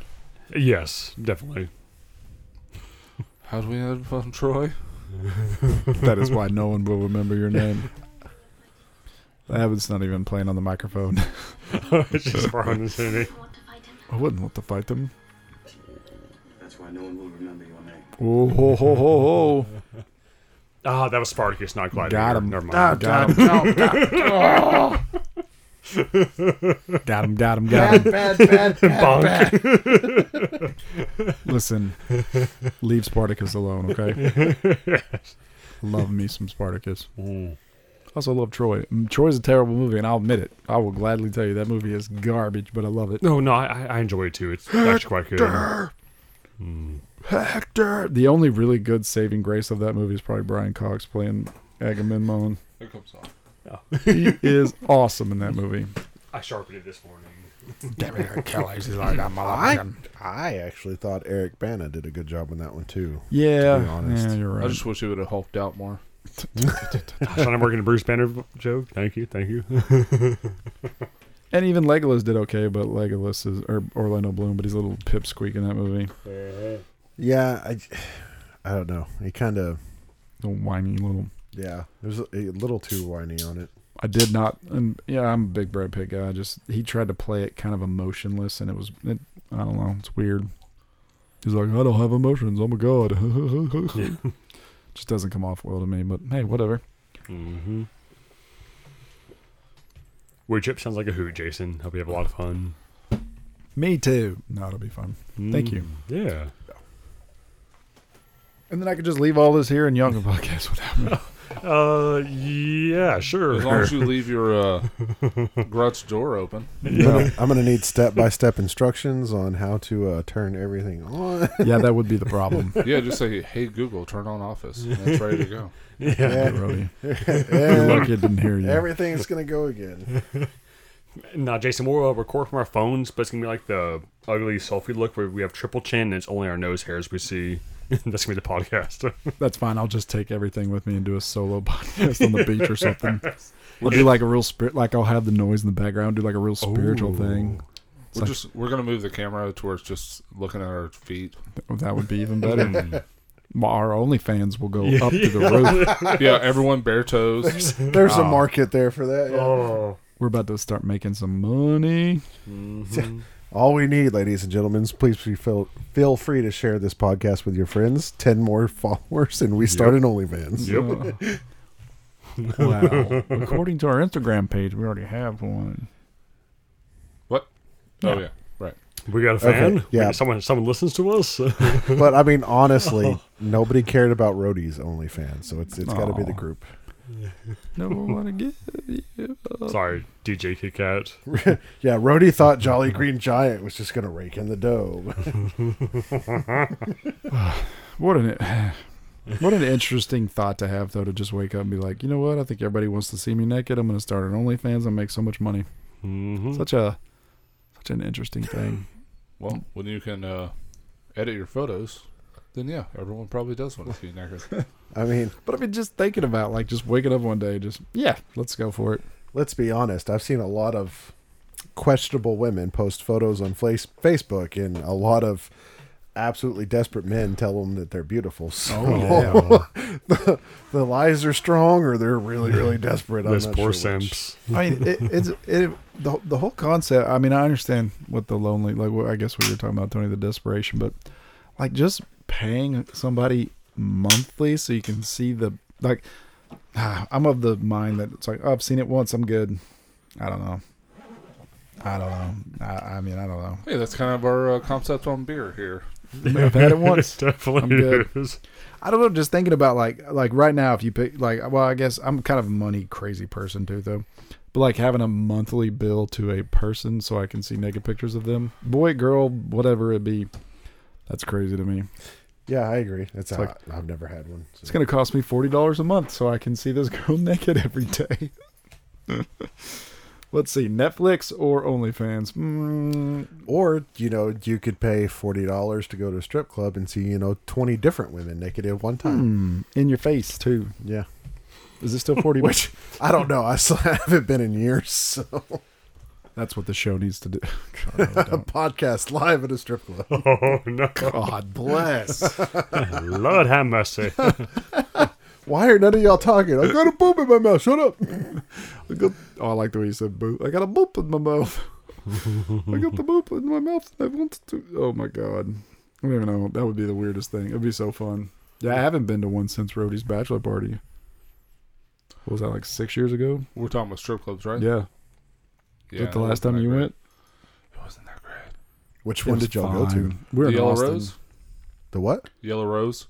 Speaker 3: Yes, definitely.
Speaker 5: How do we end up on Troy?
Speaker 2: that is why no one will remember your name. That was not even playing on the microphone.
Speaker 3: it's just wrong, isn't it?
Speaker 6: want to fight him.
Speaker 2: I wouldn't want to fight them.
Speaker 7: That's why no one will remember your name.
Speaker 2: Oh ho ho ho
Speaker 3: Ah, that was Spartacus, not Gladiator.
Speaker 2: Got him. Ah,
Speaker 3: Never mind.
Speaker 2: ho! Got him! Got him! Got him! Got him!
Speaker 4: bad, bad,
Speaker 3: Bonk.
Speaker 2: Listen, leave Spartacus alone, okay? love me some Spartacus.
Speaker 5: Mm.
Speaker 2: Also love Troy. Mm, Troy's a terrible movie, and I'll admit it. I will gladly tell you that movie is garbage, but I love it.
Speaker 3: No, no, I, I- I enjoy it too. It's actually quite good.
Speaker 2: Hector. The only really good saving grace of that movie is probably Brian Cox playing Agamemnon.
Speaker 5: Here comes off.
Speaker 2: He is awesome in that movie.
Speaker 3: I sharpened it this morning.
Speaker 4: I, I actually thought Eric Bana did a good job on that one, too.
Speaker 2: Yeah,
Speaker 4: be honest.
Speaker 2: yeah, you're right.
Speaker 5: I just wish he would have hulked out more.
Speaker 3: Gosh, I'm working a Bruce Banner v- joke. Thank you, thank you.
Speaker 2: and even Legolas did okay, but Legolas is or Orlando Bloom, but he's a little pipsqueak in that movie.
Speaker 4: Yeah, I, I don't know. He kind of,
Speaker 2: The whiny little.
Speaker 4: yeah, it was a, a little too whiny on it.
Speaker 2: I did not. And yeah, I'm a big Brad Pitt guy. I just he tried to play it kind of emotionless, and it was it, I don't know. It's weird. He's like, I don't have emotions. I'm a god. Just doesn't come off well to me. But hey, whatever.
Speaker 3: Mm-hmm. Wood chip sounds like a hoot, Jason. Hope you have a lot of fun.
Speaker 2: Me too. No, it'll be fun. Thank you.
Speaker 3: Yeah.
Speaker 2: And then I could just leave all this here, and y'all can podcast without me.
Speaker 3: Uh, yeah, sure.
Speaker 5: As long as you leave your uh, garage door open.
Speaker 4: I'm gonna- I'm going to need step by step instructions on how to uh, turn everything on.
Speaker 2: yeah, that would be the problem.
Speaker 5: Yeah, just say, hey, Google, turn on office. And it's ready to go.
Speaker 3: yeah.
Speaker 2: Brody. You're
Speaker 4: And
Speaker 2: lucky it didn't hear you.
Speaker 4: everything's going to go again.
Speaker 3: Nah, Jason, we'll uh, record from our phones, but it's gonna be like the ugly selfie look where we have triple chin and it's only our nose hairs we see. That's gonna be the podcast.
Speaker 2: That's fine. I'll just take everything with me and do a solo podcast on the beach or something. I'll do like a real spirit. Like I'll have the noise in the background. Do like a real spiritual thing.
Speaker 5: We're just we're gonna move the camera towards just looking at our feet.
Speaker 2: Oh, That would be even better. Our OnlyFans will go up to the roof.
Speaker 5: Yeah, everyone bare toes.
Speaker 4: There's a market there for that. yeah.
Speaker 3: oh,
Speaker 2: We're about to start making some money.
Speaker 4: All we need, ladies and gentlemen, is please be feel, feel free to share this podcast with your friends. 10 more followers, and we start an OnlyFans.
Speaker 3: yep.
Speaker 2: Wow. According to our Instagram page, we already have one.
Speaker 5: What? Oh yeah, right.
Speaker 3: We got a fan.
Speaker 4: Okay, yeah.
Speaker 3: We- someone someone listens to us.
Speaker 4: But I mean, honestly, nobody cared about Rhodey's OnlyFans, so it's it's got to be the
Speaker 2: Aw.
Speaker 4: group.
Speaker 2: No one to get.
Speaker 3: Sorry, DJ Kit Kat.
Speaker 4: Yeah, Rhodey thought Jolly Green Giant was just going to rake in the dough.
Speaker 2: What an what an interesting thought to have though to just wake up and be like, you know what? I think everybody wants to see me naked. I'm going to start an OnlyFans and make so much money.
Speaker 3: Mhm.
Speaker 2: Such a such an interesting thing.
Speaker 5: Well, when you can uh, edit your photos, then yeah, everyone probably does want to see you naked.
Speaker 4: I mean,
Speaker 2: but I mean, just thinking about like just waking up one day, just yeah, let's go for it.
Speaker 4: let's be honest. I've seen a lot of questionable women post photos on face, Facebook, and a lot of absolutely desperate men tell them that they're beautiful. So the, the lies are strong, or they're really, really desperate. I'm
Speaker 3: Those
Speaker 4: not
Speaker 3: poor
Speaker 4: sure which.
Speaker 3: simps.
Speaker 2: I mean, it, it's it the the whole concept. I mean, I understand what the lonely like. What, I guess what you're talking about, Tony, the desperation, but like just paying somebody monthly so you can see the like. ah, I'm of the mind that it's like, oh, I've seen it once, I'm good. I don't know. I don't know. I, I mean, I don't know.
Speaker 5: Hey, that's kind of our uh, concept on beer here.
Speaker 2: I've had it once.
Speaker 3: Definitely
Speaker 2: I'm
Speaker 3: is.
Speaker 2: I don't know. Just thinking about like like right now, if you pick like, well, I guess I'm kind of a money crazy person too, though. But like having a monthly bill to a person so I can see naked pictures of them, boy, girl, whatever it be, that's crazy to me.
Speaker 4: Yeah, I agree. It's,
Speaker 2: like-
Speaker 4: like, I've never had one. so-
Speaker 2: It's gonna cost me forty dollars a month so I can see this girl naked every day. Let's see, Netflix or OnlyFans? Mm,
Speaker 4: Or you know, you could pay forty dollars to go to a strip club and see you know twenty different women naked at one time.
Speaker 2: in your face too.
Speaker 4: Yeah,
Speaker 2: Is it still forty?
Speaker 4: which I don't know. I still haven't been in years. So
Speaker 2: That's what the show needs to do.
Speaker 4: a podcast live at a strip club.
Speaker 3: Oh no!
Speaker 2: God bless.
Speaker 3: Lord have mercy.
Speaker 4: Why are none of y'all talking? I got a boob in my mouth. Shut up.
Speaker 2: I got, oh, I like the way you said boop. I got a boop in my mouth. I got the boop in my mouth. I want to. Oh my god. I don't even know. That would be the weirdest thing. It'd be so fun. Yeah, I haven't been to one since Rhodey's bachelor party. What was that like six years ago?
Speaker 5: We're talking about strip clubs, right?
Speaker 2: Yeah. Is
Speaker 5: Yeah,
Speaker 2: that the
Speaker 5: it
Speaker 2: last
Speaker 5: wasn't
Speaker 2: time
Speaker 5: that
Speaker 2: you
Speaker 5: great.
Speaker 2: went?
Speaker 5: It wasn't that great.
Speaker 4: Which one did y'all go to?
Speaker 2: We're
Speaker 5: the
Speaker 2: in
Speaker 5: Yellow
Speaker 2: Austin.
Speaker 5: Rose.
Speaker 4: The what?
Speaker 5: Yellow Rose.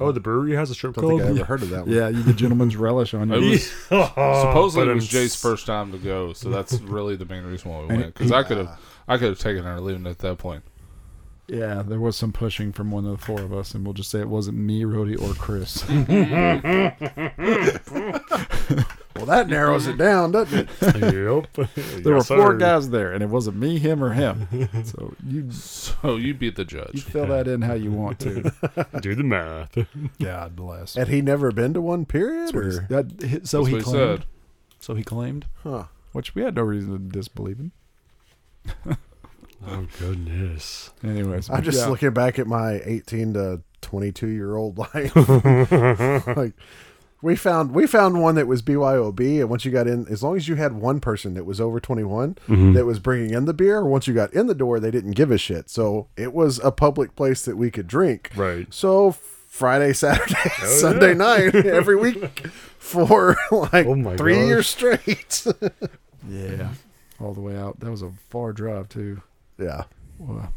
Speaker 3: Oh, the brewery has a strip
Speaker 4: I don't think I
Speaker 3: club.
Speaker 4: ever heard of that one.
Speaker 2: Oh, Yeah, you get gentleman's relish on
Speaker 5: It
Speaker 2: you.
Speaker 5: was
Speaker 2: Oh,
Speaker 5: supposedly it was
Speaker 3: but
Speaker 5: Jay's
Speaker 3: it's-
Speaker 5: first time to go, so that's really the main reason why we
Speaker 2: And
Speaker 5: went. Because I could have, I could have taken her leaving at that point.
Speaker 2: Yeah, there was some pushing from one of the four of us, and we'll just say it wasn't me, Rhodey, or Chris.
Speaker 4: Well, that narrows it down, doesn't it?
Speaker 3: yep.
Speaker 2: There were
Speaker 3: Yes,
Speaker 2: four
Speaker 3: sir.
Speaker 2: guys there, and it wasn't me, him, or him. So you
Speaker 5: So you beat the
Speaker 2: You
Speaker 5: judge.
Speaker 2: fill that in how you want to.
Speaker 3: Do the math.
Speaker 2: God bless.
Speaker 4: Had he never been to one period? Or?
Speaker 2: That, so
Speaker 5: That's
Speaker 2: Oh, he
Speaker 5: what he
Speaker 2: claimed.
Speaker 5: said.
Speaker 2: So he claimed,
Speaker 4: Huh.
Speaker 2: which we had no reason to disbelieve him.
Speaker 3: Oh goodness.
Speaker 2: Anyways,
Speaker 4: I'm just
Speaker 2: yeah.
Speaker 4: looking back at my 18 to 22 year old life. like we found we found one that was BYOB, and once you got in, as long as you had one person that was over 21
Speaker 3: Mm-hmm.
Speaker 4: that was bringing in the beer, once you got in the door, they didn't give a shit. So it was a public place that we could drink.
Speaker 3: Right. Oh,
Speaker 4: So Friday, Saturday, Sunday night every week for like
Speaker 3: Oh
Speaker 4: three
Speaker 3: my
Speaker 4: years straight.
Speaker 2: yeah, all the way out. That was a far drive too.
Speaker 4: yeah,
Speaker 2: Wow.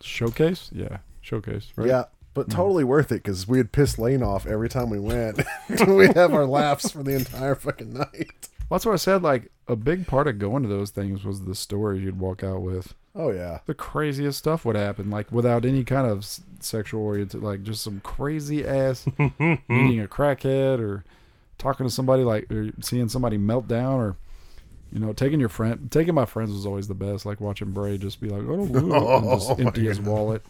Speaker 2: Showcase, yeah, showcase, right? Mm.
Speaker 4: yeah. But totally worth it because we would piss Lane off every time we went. we'd have our laughs for the entire fucking night.
Speaker 2: Well, that's what I said. Like a big part of going to those things was the stories you'd walk out with.
Speaker 4: Oh yeah.
Speaker 2: The craziest stuff would happen, like without any kind of s- sexual oriented, like just some crazy ass meeting a crackhead or talking to somebody like or seeing somebody melt down or you know taking your friend taking my friends was always the best like watching bray just be like oh, oh and just empty his wallet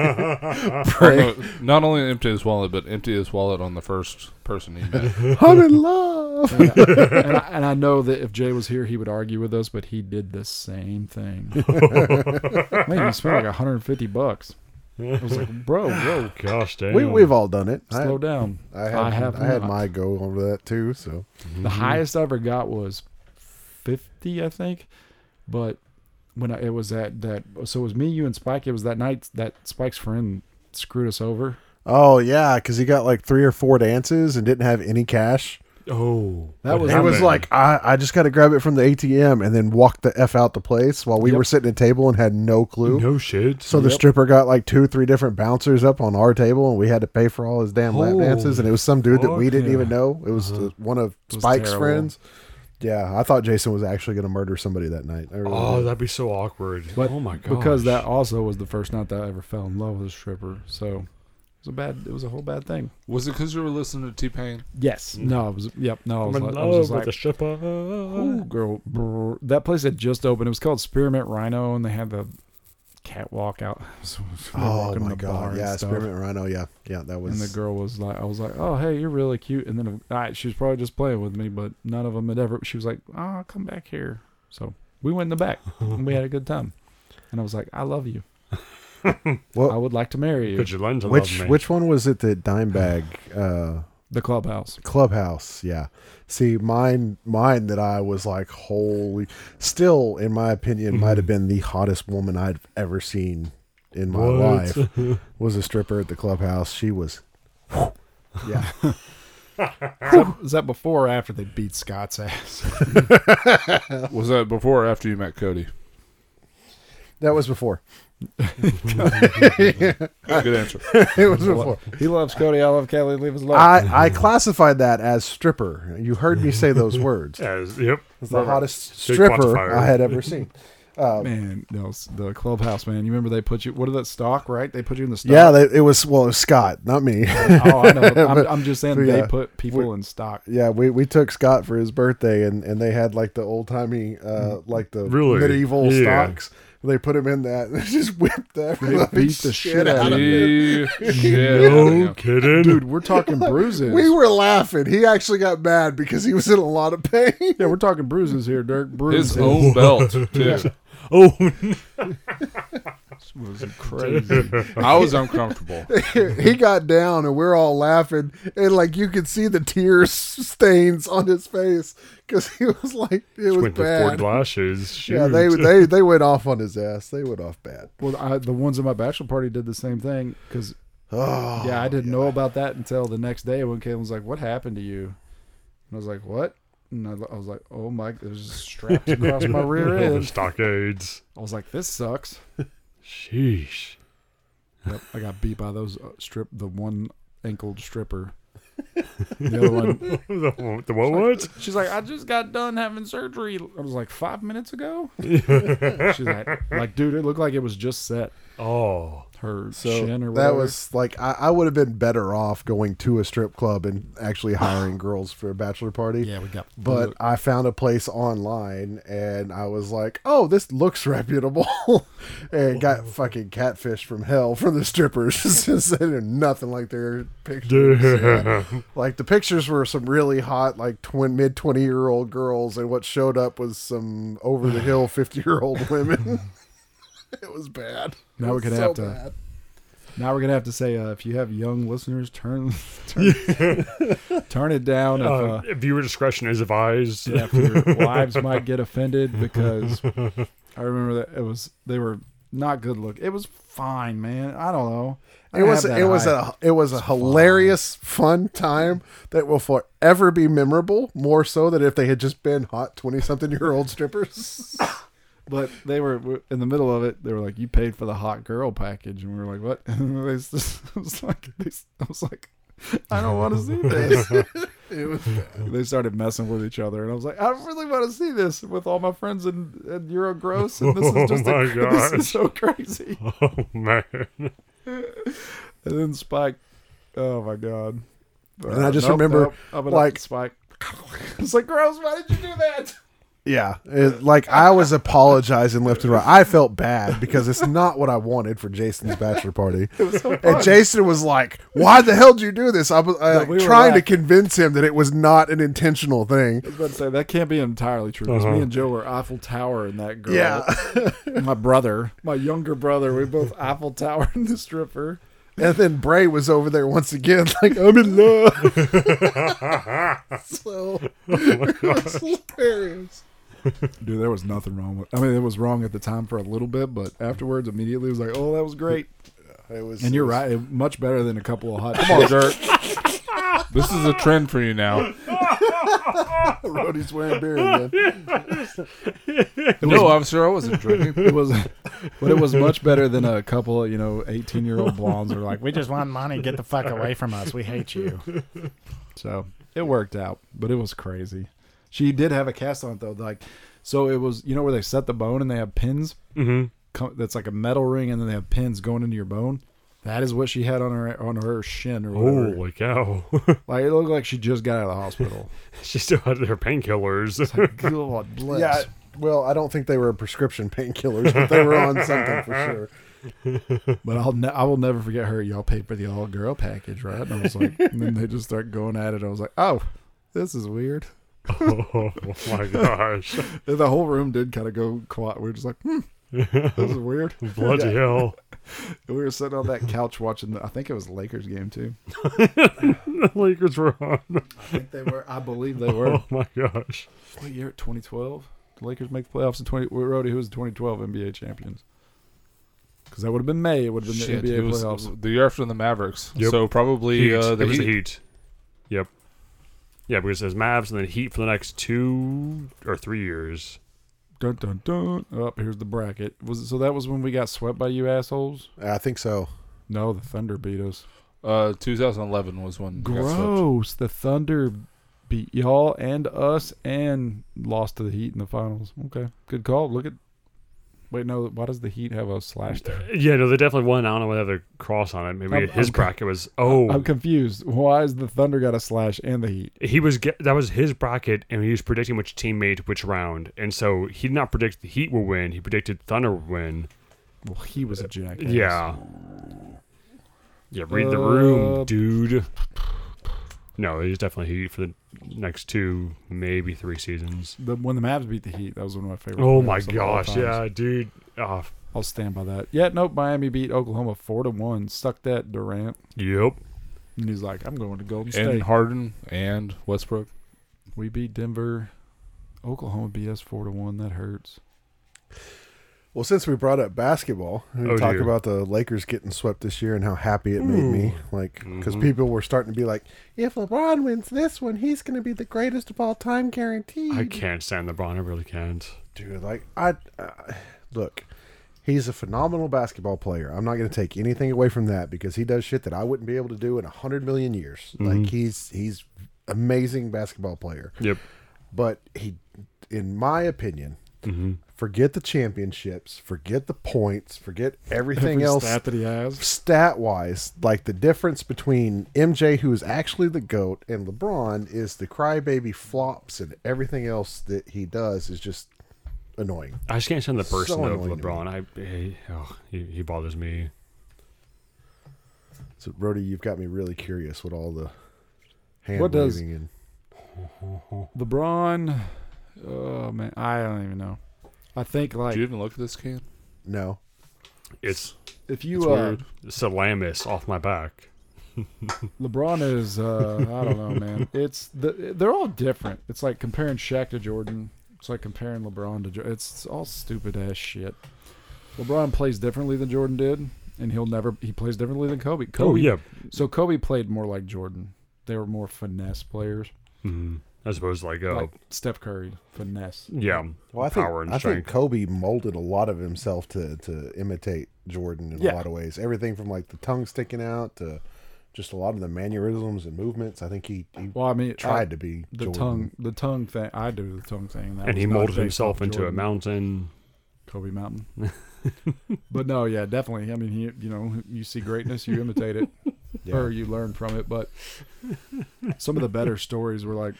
Speaker 5: Uh, Not only empty his wallet, but empty his wallet on the first person he met.
Speaker 2: i'm in love and I, and I know that if jay was here he would argue with us but he did the same thing man he spent like 150 bucks i was like bro bro
Speaker 3: Gosh dang.
Speaker 4: We we've all done it. I,
Speaker 2: slow down
Speaker 4: I had I,
Speaker 2: have
Speaker 4: had
Speaker 2: not.
Speaker 4: my go over that too. So
Speaker 2: The
Speaker 3: Mm-hmm.
Speaker 2: highest I ever got was fifty, I think. But when I, it was at that, so it was me, you, and Spike. It was that night that Spike's friend screwed us over.
Speaker 4: oh yeah, because he got like three or four dances and didn't have any cash.
Speaker 3: Oh.
Speaker 2: That was
Speaker 4: It was like I, I just got to grab it from the ATM and then walk the f out the place while we were sitting at a table and had no clue.
Speaker 3: No shit.
Speaker 4: So the stripper got like two, three different bouncers up on our table, and we had to pay for all his damn lap dances. And it was some dude that we
Speaker 3: fuck
Speaker 4: didn't
Speaker 3: yeah.
Speaker 4: even know. It was uh, one of
Speaker 2: was
Speaker 4: Spike's
Speaker 2: terrible.
Speaker 4: friends. Yeah, I thought Jason was actually going to murder somebody that night. I really
Speaker 3: Oh,
Speaker 4: did.
Speaker 3: that'd be so awkward.
Speaker 2: But
Speaker 3: oh my god.
Speaker 2: because that also was the first night that I ever fell in love with a stripper. So it was a bad, it was a whole bad thing.
Speaker 5: Was it because you were listening to T Pain?
Speaker 2: Yes. No, it was. Yep. No, I
Speaker 3: I'm
Speaker 2: was,
Speaker 3: in
Speaker 2: like, I
Speaker 3: love
Speaker 2: was just
Speaker 3: with the
Speaker 2: like,
Speaker 3: stripper.
Speaker 2: ooh, girl, brr." that place had just opened. It was called Spearmint Rhino, and they had the catwalk out. So they were
Speaker 4: Oh
Speaker 2: walking
Speaker 4: my
Speaker 2: the bar
Speaker 4: god!
Speaker 2: and
Speaker 4: Yeah,
Speaker 2: stuff.
Speaker 4: Spearmint Rhino. Yeah, yeah, that was.
Speaker 2: And the girl was like, I was like, oh, hey, you're really cute. And then all right, she was probably just playing with me, but none of them had ever. She was like, oh, I'll come back here. So we went in the back and we had a good time. And I was like, I love you.
Speaker 4: Well-
Speaker 2: I would like to marry you.
Speaker 3: Could you learn to
Speaker 4: Which
Speaker 3: love me?
Speaker 4: which one was it that Dimebag uh,
Speaker 2: The clubhouse.
Speaker 4: Clubhouse? Yeah. See, mine mine that I was like, holy. Still, in my opinion, might
Speaker 3: Mm-hmm.
Speaker 4: have been the hottest woman I've ever seen in my
Speaker 3: What?
Speaker 4: life. Was a stripper at the clubhouse. She was. Yeah.
Speaker 2: Is that before or after they beat Scott's ass?
Speaker 5: Was that before or after you met Cody?
Speaker 4: That was before.
Speaker 5: Good answer.
Speaker 4: It was before.
Speaker 2: he loves Cody. I love Kelly. Leave us alone.
Speaker 4: I, I classified that as stripper. You heard me say those words.
Speaker 3: As, yep.
Speaker 4: It's the hottest
Speaker 3: Big
Speaker 4: stripper
Speaker 3: quantifier.
Speaker 4: I had ever seen.
Speaker 2: Ah, man, no, s- the clubhouse, man. You remember they put you? What is that stock? Right? They put you in the stock.
Speaker 4: Yeah, they, it was well, it was Scott, not me.
Speaker 2: oh, I know. I'm, I'm just saying
Speaker 4: But
Speaker 2: they
Speaker 4: yeah,
Speaker 2: put people in stock.
Speaker 4: yeah, we, we took Scott for his birthday, and, and they had like the old timey, uh, like the
Speaker 3: Really?
Speaker 4: medieval
Speaker 3: Yeah.
Speaker 4: stocks. They put him in that and just whipped everybody
Speaker 2: beat the shit out of
Speaker 4: him.
Speaker 5: Gee, shit.
Speaker 3: No kidding.
Speaker 2: Dude, we're talking bruises.
Speaker 4: We were laughing. He actually got mad because he was in a lot of pain.
Speaker 2: yeah, we're talking bruises here, Dirk. Bruises
Speaker 5: His own belt, too.
Speaker 3: oh,
Speaker 2: was crazy.
Speaker 5: I was uncomfortable.
Speaker 4: he got down and we're all laughing and like you could see the tears stains on his face because he was like it was
Speaker 3: went to
Speaker 4: bad
Speaker 3: Ford lashes. Shoot.
Speaker 4: yeah they, they they went off on his ass they went off bad
Speaker 2: well, I, the ones at my bachelor party did the same thing because
Speaker 4: oh
Speaker 2: yeah, I didn't know about that until the next day when Caitlin was like, "What happened to you?" And I was like, "What?" And I, I was like, "Oh my!" There's straps across my rear
Speaker 3: Oh, the
Speaker 2: end.
Speaker 3: stockades.
Speaker 2: I was like, "This sucks."
Speaker 3: Sheesh.
Speaker 2: Yep, I got beat by those uh, strip the one ankled stripper. The other one,
Speaker 3: The, the what? What?
Speaker 2: she's like, I just got done having surgery. I was like, five minutes ago. she's like, like, dude, it looked like it was just set
Speaker 3: Oh,
Speaker 2: her
Speaker 4: so
Speaker 2: shin or whatever.
Speaker 4: that was like I, I would have been better off going to a strip club and actually hiring girls for a bachelor party
Speaker 2: yeah, we got.
Speaker 4: but I found a place online and I was like, oh, this looks reputable. and got fucking catfish from hell from the strippers since they are nothing like their pictures. Yeah. Like the pictures were some really hot, like twin mid 20 year old girls, and what showed up was some over the hill 50 year old women. it was bad. It
Speaker 2: Now we're
Speaker 4: was
Speaker 2: gonna
Speaker 4: so
Speaker 2: have to-
Speaker 4: bad.
Speaker 2: now we're gonna have to say uh, if you have young listeners, turn turn, turn it down. If,
Speaker 4: Oh.
Speaker 3: uh,
Speaker 2: uh,
Speaker 3: viewer discretion is advised.
Speaker 2: yeah, if your wives might get offended because I remember that it was they were not good look. It was fine, man. I don't know. I
Speaker 4: It
Speaker 2: didn't
Speaker 4: was
Speaker 2: have that
Speaker 4: it was
Speaker 2: high.
Speaker 4: a it was a hilarious fun time that will forever be memorable more so than if they had just been hot 20 something year old strippers.
Speaker 2: But they were were in the middle of it. They were like, "You paid for the hot girl package," and we were like, "What?" And they s- I was like, they s- "I was like, I don't want to see this." they started messing with each other, and I was like, "I don't really want to see this with all my friends in, in Euro Gross, and this
Speaker 3: Oh
Speaker 2: is just a-
Speaker 3: my
Speaker 2: this
Speaker 3: gosh.
Speaker 2: is so crazy."
Speaker 3: Oh man.
Speaker 2: And then Spike, oh my god!
Speaker 4: And I just remember,
Speaker 2: I'm gonna-
Speaker 4: like-
Speaker 2: Spike. It's like, gross! Why did you do that?
Speaker 4: yeah, it- like I was apologizing left and right. I felt bad because it's not what I wanted for Jason's bachelor party. and Jason was like, "Why the hell did you do this?" I was uh,
Speaker 2: we were
Speaker 4: trying to
Speaker 2: laughing.
Speaker 4: convince him that it was not an intentional thing.
Speaker 2: I was about to say that can't be entirely true because me and Joe were Eiffel Tower and that girl.
Speaker 4: Yeah.
Speaker 2: my brother, my younger brother, we both Eiffel Tower and the stripper.
Speaker 4: And then Bray was over there once again, like, I'm in love. so it was hilarious.
Speaker 2: Dude, there was nothing wrong with. I mean, it was wrong at the time for a little bit, but afterwards, immediately it was like, oh, that was great.
Speaker 4: It was
Speaker 2: And you're right, it, much better than a couple of hot. Come on, Dirk.
Speaker 5: This is a trend for you now.
Speaker 4: Brody's wearing beer again.
Speaker 5: No, officer, I wasn't drinking.
Speaker 2: It was, but it was much better than a couple of you know 18 year old blondes who were like, we just want money. Get the fuck away from us. We hate you. So it worked out, but it was crazy. She did have a cast on it though, like so it was you know where they set the bone and they have pins.
Speaker 3: Mhm.
Speaker 2: co- that's like a metal ring, and then they have pins going into your bone. That is what she had on her on her shin or whatever.
Speaker 3: Holy cow.
Speaker 2: Like it looked like she just got out of the hospital.
Speaker 3: she still had her painkillers.
Speaker 2: God bless.
Speaker 4: Yeah. Well, I don't think they were prescription painkillers, but they were on something for sure.
Speaker 2: But I'll ne- I will never forget her. Y'all paid for the all girl package, right? And I was like, and then they just start going at it. I was like, oh, this is weird.
Speaker 3: oh my gosh.
Speaker 2: And the whole room did kind of go quiet. We were just like, hmm, this is weird.
Speaker 3: Bloody hell.
Speaker 2: And we were sitting on that couch watching. The, I think it was Lakers game too.
Speaker 3: The Lakers were on.
Speaker 2: I think they were. I believe they were.
Speaker 3: Oh my gosh.
Speaker 2: what year? 2012. The Lakers make the playoffs in 20. We wrote it. Who was the 2012 NBA champions? Because that would have been May. It would have been
Speaker 5: Shit,
Speaker 2: the
Speaker 5: it
Speaker 2: NBA
Speaker 5: was
Speaker 2: playoffs.
Speaker 5: the year after the Mavericks.
Speaker 3: Yep.
Speaker 5: So probably
Speaker 3: Heat.
Speaker 5: uh, the,
Speaker 3: it was
Speaker 5: heat.
Speaker 3: the Heat. Yep. Yeah, because it says Mavs and then Heat for the next two or three years.
Speaker 2: Dun dun dun. Oh, here's the bracket. Was it, so that was when we got swept by you assholes?
Speaker 4: I think so.
Speaker 2: No, the Thunder beat us.
Speaker 5: Uh, 2011 was when. we got swept.
Speaker 2: Gross. The Thunder beat y'all and us and lost to the Heat in the finals. Okay. Good call. Look at. Wait, no. Why does the Heat have a slash there?
Speaker 3: Yeah, no, they definitely won. I don't know whether they have a cross on it. Maybe
Speaker 2: I'm-
Speaker 3: his
Speaker 2: I'm-
Speaker 3: bracket was. Oh,
Speaker 2: I'm confused. Why is the Thunder got a slash and the Heat?
Speaker 3: he was get, that was his bracket, and he was predicting which team made which round, and so he did not predict the Heat will win. He predicted Thunder would win.
Speaker 2: Well, he was a jackass.
Speaker 3: Uh, Yeah, yeah. Read the room,
Speaker 2: Uh,
Speaker 3: dude. No, it was definitely Heat for the next two, maybe three seasons.
Speaker 2: The, when the Mavs beat the Heat, that was one of my favorite.
Speaker 3: Oh my
Speaker 2: playoffs of all
Speaker 3: gosh,
Speaker 2: times.
Speaker 3: yeah, dude. Oh,
Speaker 2: I'll stand by that. Yeah, nope. Miami beat Oklahoma four to one. Stuck that Durant,
Speaker 3: yep.
Speaker 2: and he's like, "I'm going to Golden State."
Speaker 5: And Harden and Westbrook.
Speaker 2: we beat Denver. Oklahoma beat us four to one. That hurts.
Speaker 4: Well, since we brought up basketball, we
Speaker 3: Oh,
Speaker 4: talk
Speaker 3: dear.
Speaker 4: about the Lakers getting swept this year and how happy it made me. Like, because
Speaker 3: Mm-hmm.
Speaker 4: people were starting to be like, if LeBron wins this one, he's going to be the greatest of all time, guaranteed.
Speaker 3: I can't stand LeBron. I really can't.
Speaker 4: dude like I, I look he's a phenomenal basketball player i'm not going to take anything away from that because he does shit that i wouldn't be able to do in a hundred million years like he's he's amazing basketball player
Speaker 3: Yep.
Speaker 4: but he in my opinion
Speaker 2: Mm-hmm.
Speaker 4: forget the championships forget the points forget everything
Speaker 2: Every
Speaker 4: else
Speaker 2: stat that he has.
Speaker 4: stat wise, like the difference between MJ, who is actually the GOAT, and LeBron is the crybaby flops and everything else that he does is just annoying.
Speaker 3: I just can't stand the
Speaker 4: So
Speaker 3: person of
Speaker 4: annoying to me.
Speaker 3: LeBron. I, he, oh, he, he bothers me.
Speaker 4: So, Brody, you've got me really curious with all the hand
Speaker 2: What does-
Speaker 4: waving and
Speaker 2: LeBron. Oh man, I don't even know. I think like
Speaker 5: Did you even look at this can?
Speaker 4: no.
Speaker 3: It's
Speaker 2: if you uh,
Speaker 3: Salamis off my back.
Speaker 2: LeBron is uh, I don't know, man. It's the they're all different. It's like comparing Shaq to Jordan. It's like comparing LeBron to Jordan. It's all stupid ass shit. LeBron plays differently than Jordan did, and he'll never he plays differently than Kobe. Kobe
Speaker 3: Oh yeah,
Speaker 2: So Kobe played more like Jordan. They were more finesse players.
Speaker 3: Mhm. I suppose like oh
Speaker 2: Like Steph Curry, finesse.
Speaker 3: yeah,
Speaker 4: Well, I think,
Speaker 3: power
Speaker 4: I
Speaker 3: and
Speaker 4: think
Speaker 3: strength.
Speaker 4: Kobe molded a lot of himself to, to imitate Jordan in
Speaker 2: Yeah.
Speaker 4: a lot of ways. Everything from like the tongue sticking out to just a lot of the mannerisms and movements. I think he, he
Speaker 2: Well, I mean, I-
Speaker 4: tried to be
Speaker 2: Uh, the
Speaker 4: Jordan.
Speaker 2: tongue, the tongue thing. I do the tongue thing. That
Speaker 3: and
Speaker 2: was
Speaker 3: he
Speaker 2: not
Speaker 3: molded
Speaker 2: based
Speaker 3: himself
Speaker 2: off
Speaker 3: into a
Speaker 2: Jordan.
Speaker 3: mountain.
Speaker 2: Kobe Mountain. but no, yeah, definitely. I mean, he, you know, you see greatness, you imitate it, or you learn from it. But some of the better stories were like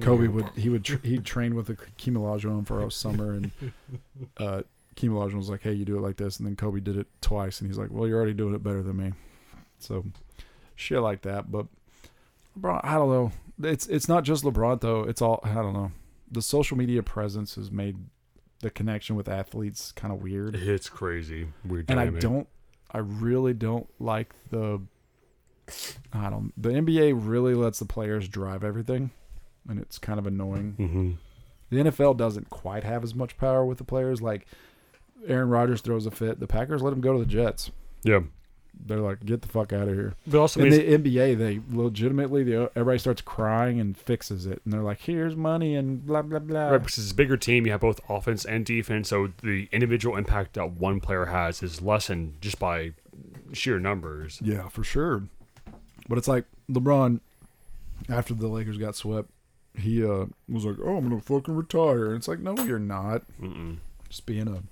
Speaker 2: Kobe would he would tr- he'd train with the Kim Olajuwon for a summer, and uh, Kim Olajuwon was like, "Hey, you do it like this," and then Kobe did it twice, and he's like, "Well, you're already doing it better than me." So shit like that. But LeBron, I don't know. It's it's not just LeBron though. It's all I don't know. The social media presence has made the connection with athletes kind of weird.
Speaker 3: It's crazy. Weird.
Speaker 2: And I
Speaker 3: dynamic.
Speaker 2: don't, I really don't like the, I don't, the NBA really lets the players drive everything. And it's kind of annoying.
Speaker 3: Mhm.
Speaker 2: The NFL doesn't quite have as much power with the players. Like Aaron Rodgers throws a fit. The Packers let him go to the Jets.
Speaker 3: Yeah,
Speaker 2: They're like, get the fuck out of here.
Speaker 3: but also
Speaker 2: In
Speaker 3: means
Speaker 2: the NBA, they legitimately, the, everybody starts crying and fixes it. And they're like, here's money and blah, blah, blah.
Speaker 3: right because it's a bigger team. You have both offense and defense, so the individual impact that one player has is lessened just by sheer numbers.
Speaker 2: Yeah, for sure. But it's like LeBron, after the Lakers got swept, he uh, was like, "Oh, I'm gonna fucking retire." And it's like, "No, you're not."
Speaker 3: Mm-mm.
Speaker 2: Just being a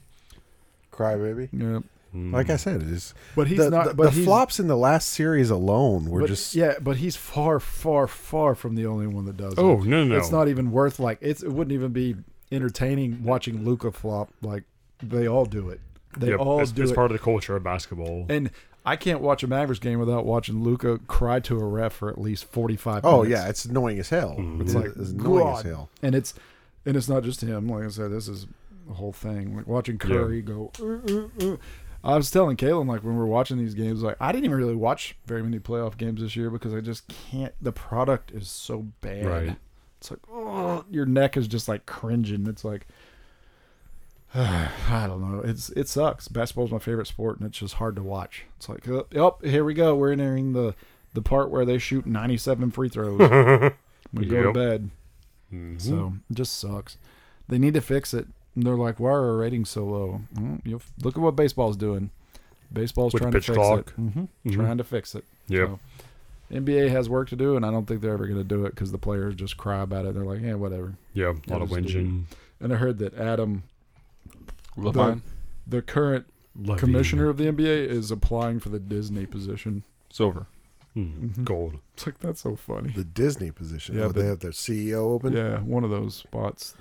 Speaker 4: crybaby.
Speaker 2: yeah.
Speaker 3: Mm.
Speaker 4: Like I said, it's
Speaker 2: But he's
Speaker 4: the,
Speaker 2: not.
Speaker 4: The,
Speaker 2: but
Speaker 4: the
Speaker 2: he's,
Speaker 4: flops in the last series alone were
Speaker 2: But,
Speaker 4: just
Speaker 2: yeah, but he's far, far, far from the only one that does.
Speaker 3: Oh
Speaker 2: it.
Speaker 3: no, no, no.
Speaker 2: it's not even worth like it's. It wouldn't even be entertaining watching Luca flop. Like they all do it. They
Speaker 3: Yep,
Speaker 2: all
Speaker 3: it's,
Speaker 2: do
Speaker 3: it's
Speaker 2: it.
Speaker 3: part of the culture of basketball.
Speaker 2: and I can't watch a Mavericks game without watching Luca cry to a ref for at least forty-five.
Speaker 4: Oh
Speaker 2: minutes.
Speaker 4: yeah, it's annoying as hell.
Speaker 3: Mm.
Speaker 4: It's like it's annoying
Speaker 2: God.
Speaker 4: as hell.
Speaker 2: And it's and it's not just him. Like I said, this is the whole thing. Like watching Curry go. "Uh, uh, uh." I was telling Caitlin like when we were watching these games, like I didn't even really watch very many playoff games this year because I just can't. The product is so bad.
Speaker 3: Right.
Speaker 2: It's like oh, your neck is just like cringing. It's like. I don't know. It's it sucks. Basketball's my favorite sport, and it's just hard to watch. It's like, oh, here we go. We're entering the the part where they shoot ninety seven free throws. We go to
Speaker 3: Yep. Mm-hmm.
Speaker 2: bed. So it just sucks. They need to fix it. And they're like, why are our ratings so low? Well, you f- look at what baseball's doing. Baseball's
Speaker 3: With
Speaker 2: trying to
Speaker 3: pitch
Speaker 2: fix
Speaker 3: clock. Mm-hmm.
Speaker 2: it. hmm Trying to fix it.
Speaker 3: Yep.
Speaker 2: So, NBA has work to do, and I don't think they're ever going to do it because the players just cry about it. They're like, yeah, whatever.
Speaker 3: Yeah, a lot of
Speaker 2: just do.
Speaker 3: whinging.
Speaker 2: And I heard that Adam,
Speaker 5: Levine.
Speaker 2: the current
Speaker 3: Levine.
Speaker 2: commissioner of the NBA, is applying for the Disney position.
Speaker 5: Silver.
Speaker 3: Mm, Gold.
Speaker 2: It's like, that's so funny.
Speaker 4: The Disney position.
Speaker 2: Yeah,
Speaker 4: Yeah,
Speaker 2: but-
Speaker 4: they have their CEO open.
Speaker 2: Yeah, one of those spots.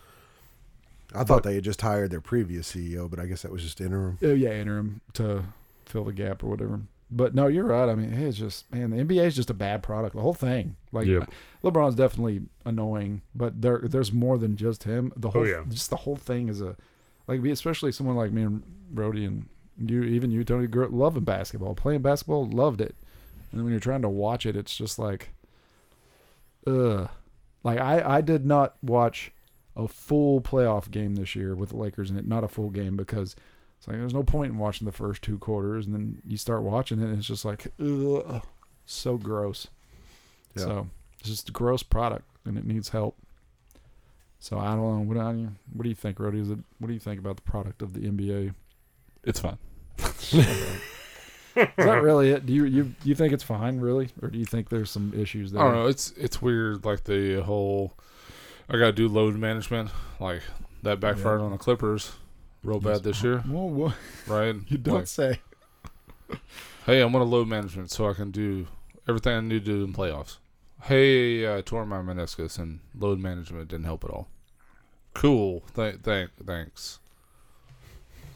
Speaker 4: I thought they had just hired their previous CEO, but I guess that was just interim.
Speaker 2: Oh, yeah, interim to fill the gap or whatever. But no, you're right. I mean, it's just man, the NBA is just a bad product. The whole thing. Like
Speaker 3: Yeah.
Speaker 2: LeBron's definitely annoying, but there there's more than just him. The whole
Speaker 3: yeah.
Speaker 2: just the whole thing is a like we especially someone like me and Brody and you even you Tony grew up loving basketball, playing basketball, loved it. And then when you're trying to watch it, it's just like ugh. Like I I did not watch a full playoff game this year with the Lakers in it, not a full game because it's like there's no point in watching the first two quarters, and then you start watching it, and it's just like, ugh, so gross.
Speaker 4: Yeah.
Speaker 2: So it's just a gross product, and it needs help. So I don't know. What do you, what do you think, Rody? Is it what do you think about the product of the NBA?
Speaker 5: It's fine.
Speaker 2: Is that really it? Do you you you think it's fine, really, or do you think there's some issues there?
Speaker 5: I don't know. It's it's weird. Like the whole, I gotta do load management. Like that backfired on the Clippers, real bad this year,
Speaker 2: Whoa, whoa,
Speaker 5: right? Like,
Speaker 2: say.
Speaker 5: hey, I'm gonna load management so I can do everything I need to do in playoffs. Hey, I tore my meniscus and load management didn't help at all. Cool. Thank, thank, thanks.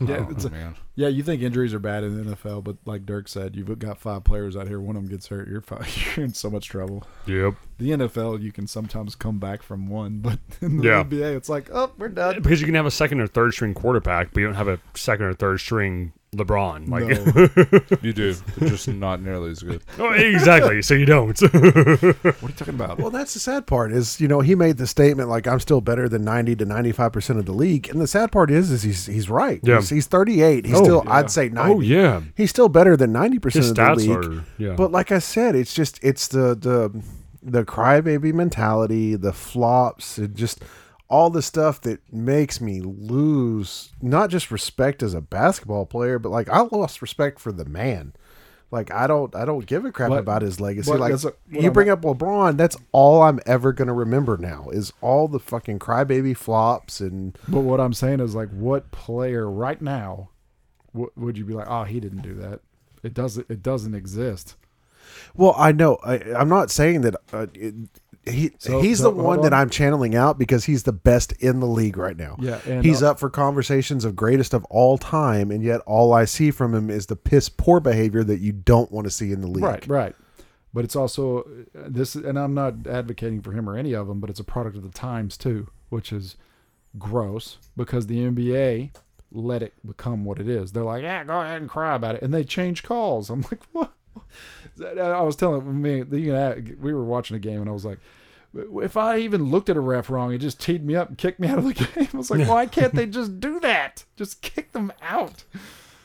Speaker 2: Yeah,
Speaker 5: Oh,
Speaker 2: it's a-
Speaker 5: man.
Speaker 2: yeah. You think injuries are bad in the NFL, but like Dirk said, you've got five players out here. One of them gets hurt, you're fi- you're in so much trouble.
Speaker 3: Yep.
Speaker 2: the NFL, you can sometimes come back from one, but in the
Speaker 3: Yeah.
Speaker 2: NBA, it's like, oh, we're done.
Speaker 3: Because you can have a second or third string quarterback, but you don't have a second or third string LeBron. Like
Speaker 2: No.
Speaker 5: You do. They're just not nearly as good.
Speaker 3: Oh, exactly. So you don't.
Speaker 2: what are you talking about?
Speaker 4: Well, that's the sad part is, you know, he made the statement like I'm still better than 90 to 95% of the league. And the sad part is is he's he's right.
Speaker 3: Yeah.
Speaker 4: He's, he's 38. He's
Speaker 3: Oh,
Speaker 4: still
Speaker 2: yeah.
Speaker 4: I'd say 90.
Speaker 3: oh yeah.
Speaker 4: He's still better than 90%
Speaker 3: His
Speaker 4: of the league.
Speaker 3: stats are yeah.
Speaker 4: But like I said, it's just it's the the the crybaby mentality, the flops, and just all the stuff that makes me lose not just respect as a basketball player, but like I lost respect for the man. Like I don't I don't give a crap
Speaker 2: What-
Speaker 4: about his legacy.
Speaker 2: what-
Speaker 4: like
Speaker 2: that's what- what
Speaker 4: you
Speaker 2: I'm-
Speaker 4: bring up LeBron, that's all I'm ever gonna remember now is all the fucking crybaby flops and
Speaker 2: But what I'm saying is, like, what player right now w- would you be like, oh, he didn't do that? It doesn't. It doesn't exist.
Speaker 4: Well, I know. I, I'm not saying that uh, it, he
Speaker 2: So,
Speaker 4: he's
Speaker 2: so,
Speaker 4: the one
Speaker 2: hold
Speaker 4: that
Speaker 2: on.
Speaker 4: I'm channeling out because he's the best in the league right now.
Speaker 2: Yeah, and,
Speaker 4: he's
Speaker 2: uh,
Speaker 4: up for conversations of greatest of all time, and yet all I see from him is the piss poor behavior that you don't want to see in the league.
Speaker 2: Right, right. But it's also uh, this, and I'm not advocating for him or any of them, but it's a product of the times too, which is gross because the NBA let it become what it is. They're like, yeah, go ahead and cry about it, and they change calls. I'm like, what? That- I was telling me you know, we were watching a game, and I was like. If I even looked at a ref wrong, it just teed me up and kicked me out of the game. I was like, why can't they just do that? Just kick them out.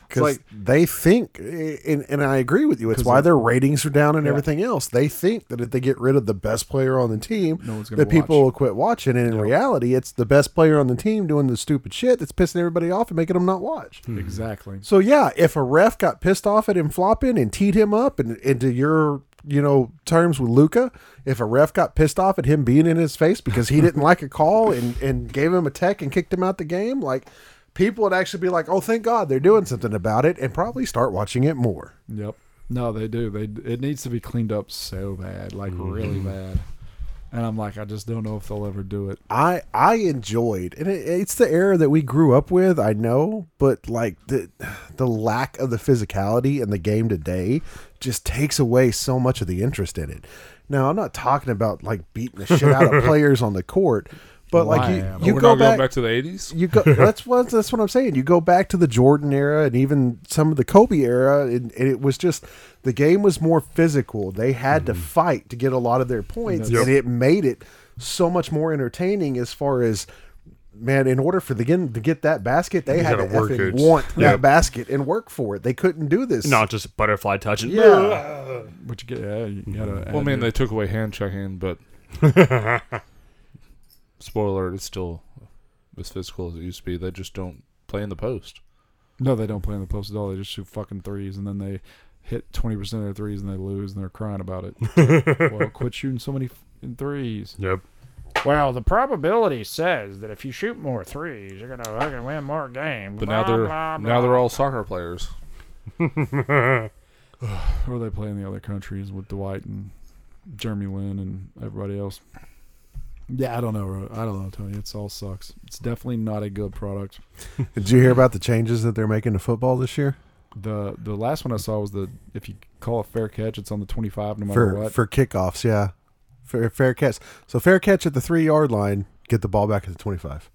Speaker 4: Because
Speaker 2: like-
Speaker 4: they think, and, and I agree with you. It's why their ratings are down and everything else. They think that if they get rid of the best player on the team,
Speaker 2: No one's gonna
Speaker 4: that people
Speaker 2: watch.
Speaker 4: will quit watching. And in reality, it's the best player on the team doing the stupid shit that's pissing everybody off and making them not watch.
Speaker 2: Exactly.
Speaker 4: So yeah, if a ref got pissed off at him flopping and teed him up, and into your you know terms with Luca, if a ref got pissed off at him being in his face because he didn't like a call and and gave him a tech and kicked him out the game, like people would actually be like, oh, thank God they're doing something about it, and probably start watching it more.
Speaker 2: Yep. No, they do. They it needs to be cleaned up so bad, like really bad. And I'm like, I just don't know if they'll ever do it.
Speaker 4: I I enjoyed, and it, it's the era that we grew up with. I know, but like the the lack of the physicality in the game today just takes away so much of the interest in it. Now, I'm not talking about like beating the shit out of players on the court, but
Speaker 2: Well, I
Speaker 4: like
Speaker 2: am.
Speaker 4: you,
Speaker 5: But
Speaker 4: you
Speaker 5: we're
Speaker 4: go
Speaker 5: not
Speaker 4: back,
Speaker 5: going back to the 80s.
Speaker 4: you go. That's what that's what I'm saying. You go back to the Jordan era and even some of the Kobe era, and, and it was just the game was more physical. They had to fight to get a lot of their points,
Speaker 3: Yep.
Speaker 4: and it made it so much more entertaining. As far as man, in order for the game to get that basket, they had to
Speaker 3: gotta work
Speaker 4: effing
Speaker 3: it.
Speaker 4: want
Speaker 3: Yeah.
Speaker 4: that basket and work for it. They couldn't do this.
Speaker 3: not just butterfly touching.
Speaker 4: yeah.
Speaker 2: But you get, yeah, you gotta.
Speaker 5: Well, I mean, they took away hand checking, but Spoiler: alert, It's still as physical as it used to be. They just don't play in the post.
Speaker 2: No, they don't play in the post at all. They just shoot fucking threes, and then they hit twenty percent of their threes, and they lose, and they're crying about it. well, quit shooting so many f- in threes.
Speaker 3: Yep.
Speaker 1: Well, the probability says that if you shoot more threes, you're gonna fucking win more games.
Speaker 5: But now
Speaker 1: Blah,
Speaker 5: they're
Speaker 1: blah,
Speaker 5: now
Speaker 1: blah.
Speaker 5: they're all soccer players.
Speaker 2: Or they play in the other countries with Dwight and Jeremy Lin and everybody else. Yeah, I don't know. Ro- I don't know, Tony. It's all sucks. It's definitely not a good product.
Speaker 4: Did you hear about the changes that they're making to football this year
Speaker 2: the The last one I saw was the if you call a fair catch, it's on the twenty five, no matter
Speaker 4: for
Speaker 2: what.
Speaker 4: for kickoffs? Yeah, fair fair catch. So fair catch at the three yard line, get the ball back at the twenty five.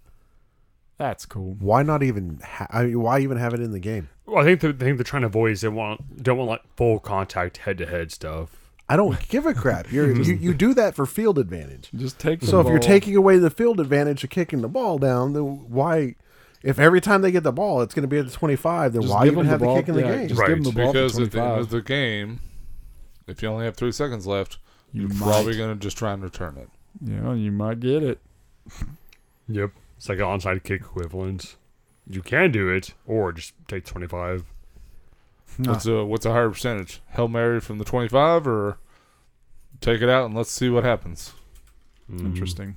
Speaker 2: That's cool.
Speaker 4: Why not even? Ha- I mean, why even have it in the game?
Speaker 3: Well, I think the, the thing they're trying to avoid is they want don't want like full contact head to head stuff.
Speaker 4: I don't give a crap. You're, you you do that for field advantage.
Speaker 2: Just take. The
Speaker 4: So if you're
Speaker 2: ball.
Speaker 4: taking away the field advantage of kicking the ball down, then why? If every time they get the ball, it's going to be at the 25, then
Speaker 2: Just
Speaker 4: why
Speaker 2: give
Speaker 4: even
Speaker 2: them
Speaker 4: have the,
Speaker 2: ball-
Speaker 4: kick in the
Speaker 2: yeah,
Speaker 4: game?
Speaker 2: Just give them the ball at the
Speaker 5: Because at the end
Speaker 2: 25.
Speaker 5: of the game, if you only have three seconds left,
Speaker 2: You
Speaker 5: you're
Speaker 2: might.
Speaker 5: probably going to just try and return it.
Speaker 2: yeah, you might get it.
Speaker 3: Yep. It's like an onside kick equivalent. You can do it, or just take twenty five.
Speaker 5: What's a what's a higher percentage? Hail Mary from the twenty five, or take it out and let's see what happens. Mm-hmm.
Speaker 2: Interesting.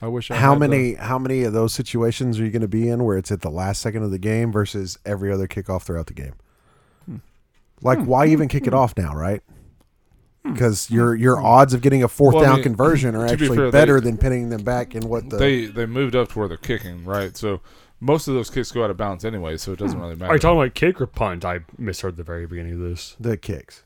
Speaker 2: I wish. I
Speaker 4: How
Speaker 2: had the-
Speaker 4: many how many of those situations are you going to be in where it's at the last second of the game versus every other kickoff throughout the game? Like, why even kick it off now, right? Because your your odds of getting a fourth
Speaker 5: Well, I
Speaker 4: down
Speaker 5: mean,
Speaker 4: conversion are
Speaker 5: to be
Speaker 4: actually
Speaker 5: fair, they-
Speaker 4: better than pinning them back in what the
Speaker 5: they they moved up to where they're kicking, right? So most of those kicks go out of bounds anyway, so it doesn't really matter.
Speaker 3: Are you talking about kick or punt? I misheard the very beginning of this.
Speaker 4: the kicks.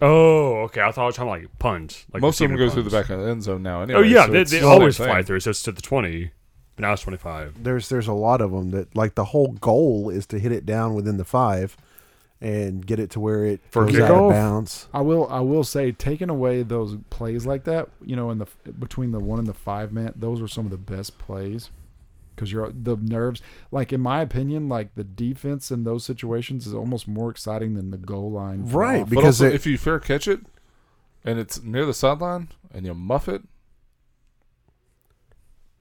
Speaker 3: Oh, okay. I thought I was talking like punt. Like
Speaker 5: most of them
Speaker 3: receiving
Speaker 5: go through the
Speaker 3: punts.
Speaker 5: back of the end zone now. Anyway,
Speaker 3: Oh yeah,
Speaker 5: so
Speaker 3: they,
Speaker 5: it's
Speaker 3: they
Speaker 5: the same
Speaker 3: always
Speaker 5: thing.
Speaker 3: fly through. So it's to the twenty, but now it's twenty five.
Speaker 4: There's there's a lot of them that like the whole goal is to hit it down within the five and get it to where it
Speaker 3: For
Speaker 4: goes out
Speaker 3: kickoff?
Speaker 4: of bounds.
Speaker 2: I will. I will say, taking away those plays like that, you know, in the between the one and the five man, those are some of the best plays because you're the nerves. Like in my opinion, like the defense in those situations is almost more exciting than the goal line. for
Speaker 4: Right,
Speaker 2: offense.
Speaker 5: But
Speaker 4: because
Speaker 5: also,
Speaker 4: it-
Speaker 5: if you fair catch it, and it's near the sideline, and you muff it,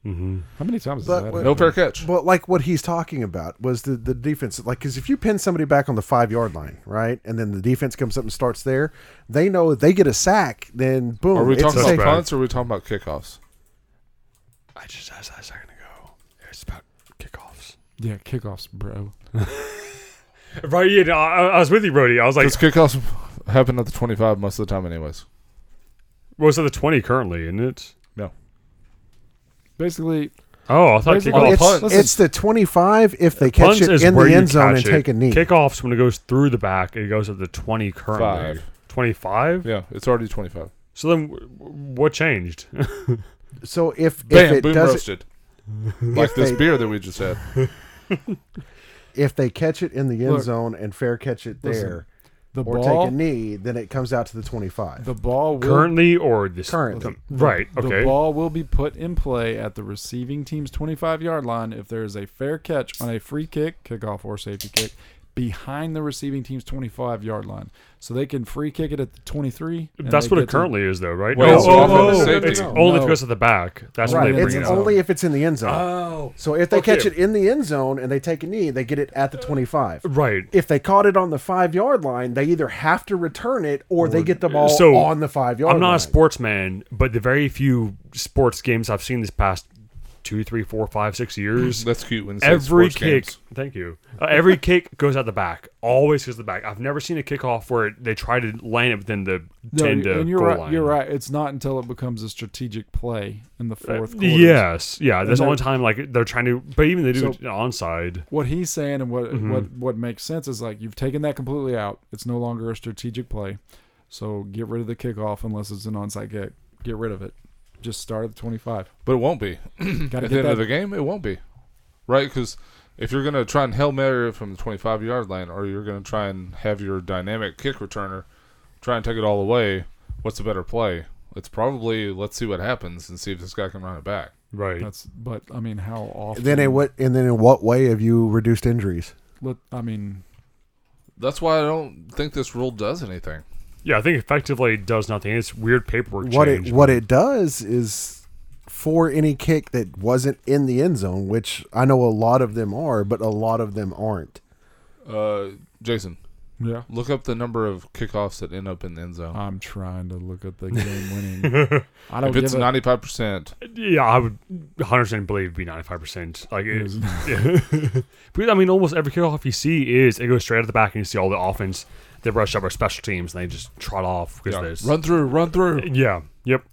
Speaker 3: Mm-hmm.
Speaker 2: How many times is
Speaker 4: But
Speaker 2: that?
Speaker 4: what-
Speaker 5: no fair catch.
Speaker 4: Well, like what he's talking about was the the defense. Like, because if you pin somebody back on the five yard line, right, and then the defense comes up and starts there, they know if they get a sack, then boom.
Speaker 5: Are we
Speaker 4: it's
Speaker 5: talking
Speaker 4: a
Speaker 5: about
Speaker 4: safe-
Speaker 3: back.
Speaker 5: punts or are we talking about kickoffs?
Speaker 3: I just asked that a second ago. It's about kickoffs.
Speaker 2: yeah, kickoffs, bro.
Speaker 3: Right? Yeah. no, I, I was with you, Brody. I was like,
Speaker 5: Because kickoffs happen at the twenty-five most of the time, anyways.
Speaker 3: well, it's at the twenty currently, isn't it?
Speaker 2: Basically,
Speaker 3: Oh, I thought
Speaker 2: Where's the-
Speaker 3: kickoffs.
Speaker 4: it's,
Speaker 5: punt.
Speaker 4: it's the twenty five if they catch
Speaker 3: Punt
Speaker 4: it
Speaker 3: is
Speaker 4: in the
Speaker 3: where you
Speaker 4: end zone
Speaker 3: catch
Speaker 4: and
Speaker 3: it.
Speaker 4: take a knee.
Speaker 3: Kickoffs when it goes through the back, it goes at the twenty currently.
Speaker 5: Five.
Speaker 3: Twenty five.
Speaker 5: Yeah, it's already twenty-five.
Speaker 3: So then, w- w- what changed?
Speaker 4: So if if
Speaker 5: Bam,
Speaker 4: it
Speaker 5: boom,
Speaker 4: does
Speaker 5: roasted. like this
Speaker 4: they-
Speaker 5: beer that we just had.
Speaker 4: if they catch it in the end
Speaker 2: Look.
Speaker 4: zone and fair catch it
Speaker 2: Listen,
Speaker 4: there
Speaker 2: the
Speaker 4: or take a
Speaker 2: ball,
Speaker 4: knee, then it comes out to the twenty five.
Speaker 2: the ball will
Speaker 3: currently or this
Speaker 4: Currently.
Speaker 3: the- right? Okay.
Speaker 2: The ball will be put in play at the receiving team's 25 yard line if there is a fair catch on a free kick, kickoff, or safety kick behind the receiving team's 25 yard line. So they can free kick it at the 23. and
Speaker 3: That's
Speaker 2: they
Speaker 3: what it
Speaker 2: get to-
Speaker 3: currently is, though, right?
Speaker 5: Wait,
Speaker 3: oh,
Speaker 5: so
Speaker 3: oh,
Speaker 5: I'm on the
Speaker 3: oh,
Speaker 5: safety.
Speaker 3: it's
Speaker 5: No.
Speaker 3: only if
Speaker 2: No.
Speaker 3: it goes to the back. That's
Speaker 2: Right,
Speaker 3: when they
Speaker 4: It's
Speaker 3: bring it up.
Speaker 4: only if it's in the end zone.
Speaker 3: Oh,
Speaker 4: so if they
Speaker 3: okay. Uh,
Speaker 4: catch it in the end zone and they take a knee, they get it at the twenty five.
Speaker 3: right.
Speaker 4: if they caught it on the five yard line, they either have to return it or they get the ball
Speaker 3: So,
Speaker 4: on the five yard line.
Speaker 3: I'm not a sportsman, but the very few sports games I've seen this past two, three, four, five, six years,
Speaker 5: That's cute. When you say
Speaker 3: every
Speaker 5: sports
Speaker 3: kick.
Speaker 5: games.
Speaker 3: Thank you. Uh, every kick goes out the back. Always goes to the back. I've never seen a kickoff where they try to land it within the
Speaker 2: No,
Speaker 3: ten to
Speaker 2: and you're
Speaker 3: goal
Speaker 2: right.
Speaker 3: line.
Speaker 2: You're right. It's not until it becomes a strategic play in the fourth quarter.
Speaker 3: Yes, yeah. That's the
Speaker 2: And
Speaker 3: only
Speaker 2: they're-
Speaker 3: time like they're trying to, but even they do
Speaker 2: So-
Speaker 3: it onside.
Speaker 2: What he's saying and what
Speaker 5: Mm-hmm.
Speaker 2: what what makes sense is like you've taken that completely out. It's no longer a strategic play. So get rid of the kickoff unless it's an onside kick. Get rid of it. Just start at the 25.
Speaker 5: But it won't be.
Speaker 2: Got to
Speaker 5: At the
Speaker 2: get
Speaker 5: end
Speaker 2: that
Speaker 5: of the game, it won't be. Right? Because if you're going to try and Hail Mary it from the 25 yard line, or you're going to try and have your dynamic kick returner try and take it all away, what's a better play? It's probably let's see what happens and see if this guy can run it back.
Speaker 3: Right.
Speaker 2: That's but I mean how often
Speaker 4: Then in what and then in what way have you reduced injuries?
Speaker 2: Let, I mean
Speaker 5: That's why I don't think this rule does anything.
Speaker 3: Yeah, I think effectively it does nothing. It's weird paperwork
Speaker 4: what
Speaker 3: change.
Speaker 4: it what it does is for any kick that wasn't in the end zone, which I know a lot of them are, but a lot of them aren't.
Speaker 5: Uh, Jason,
Speaker 2: Yeah.
Speaker 5: look up the number of kickoffs that end up in the end zone.
Speaker 2: I'm trying to look at the game winning. I don't
Speaker 5: if it's
Speaker 2: give a,
Speaker 5: ninety five percent,
Speaker 3: yeah, I would 100% believe it'd be 95%. Like, it,
Speaker 2: Is-
Speaker 3: yeah. But, I mean, almost every kickoff you see is it goes straight at the back, and you see all the offense. They rush up our special teams, and they just trot off because there's
Speaker 5: run through, run through.
Speaker 3: Yeah. Yep.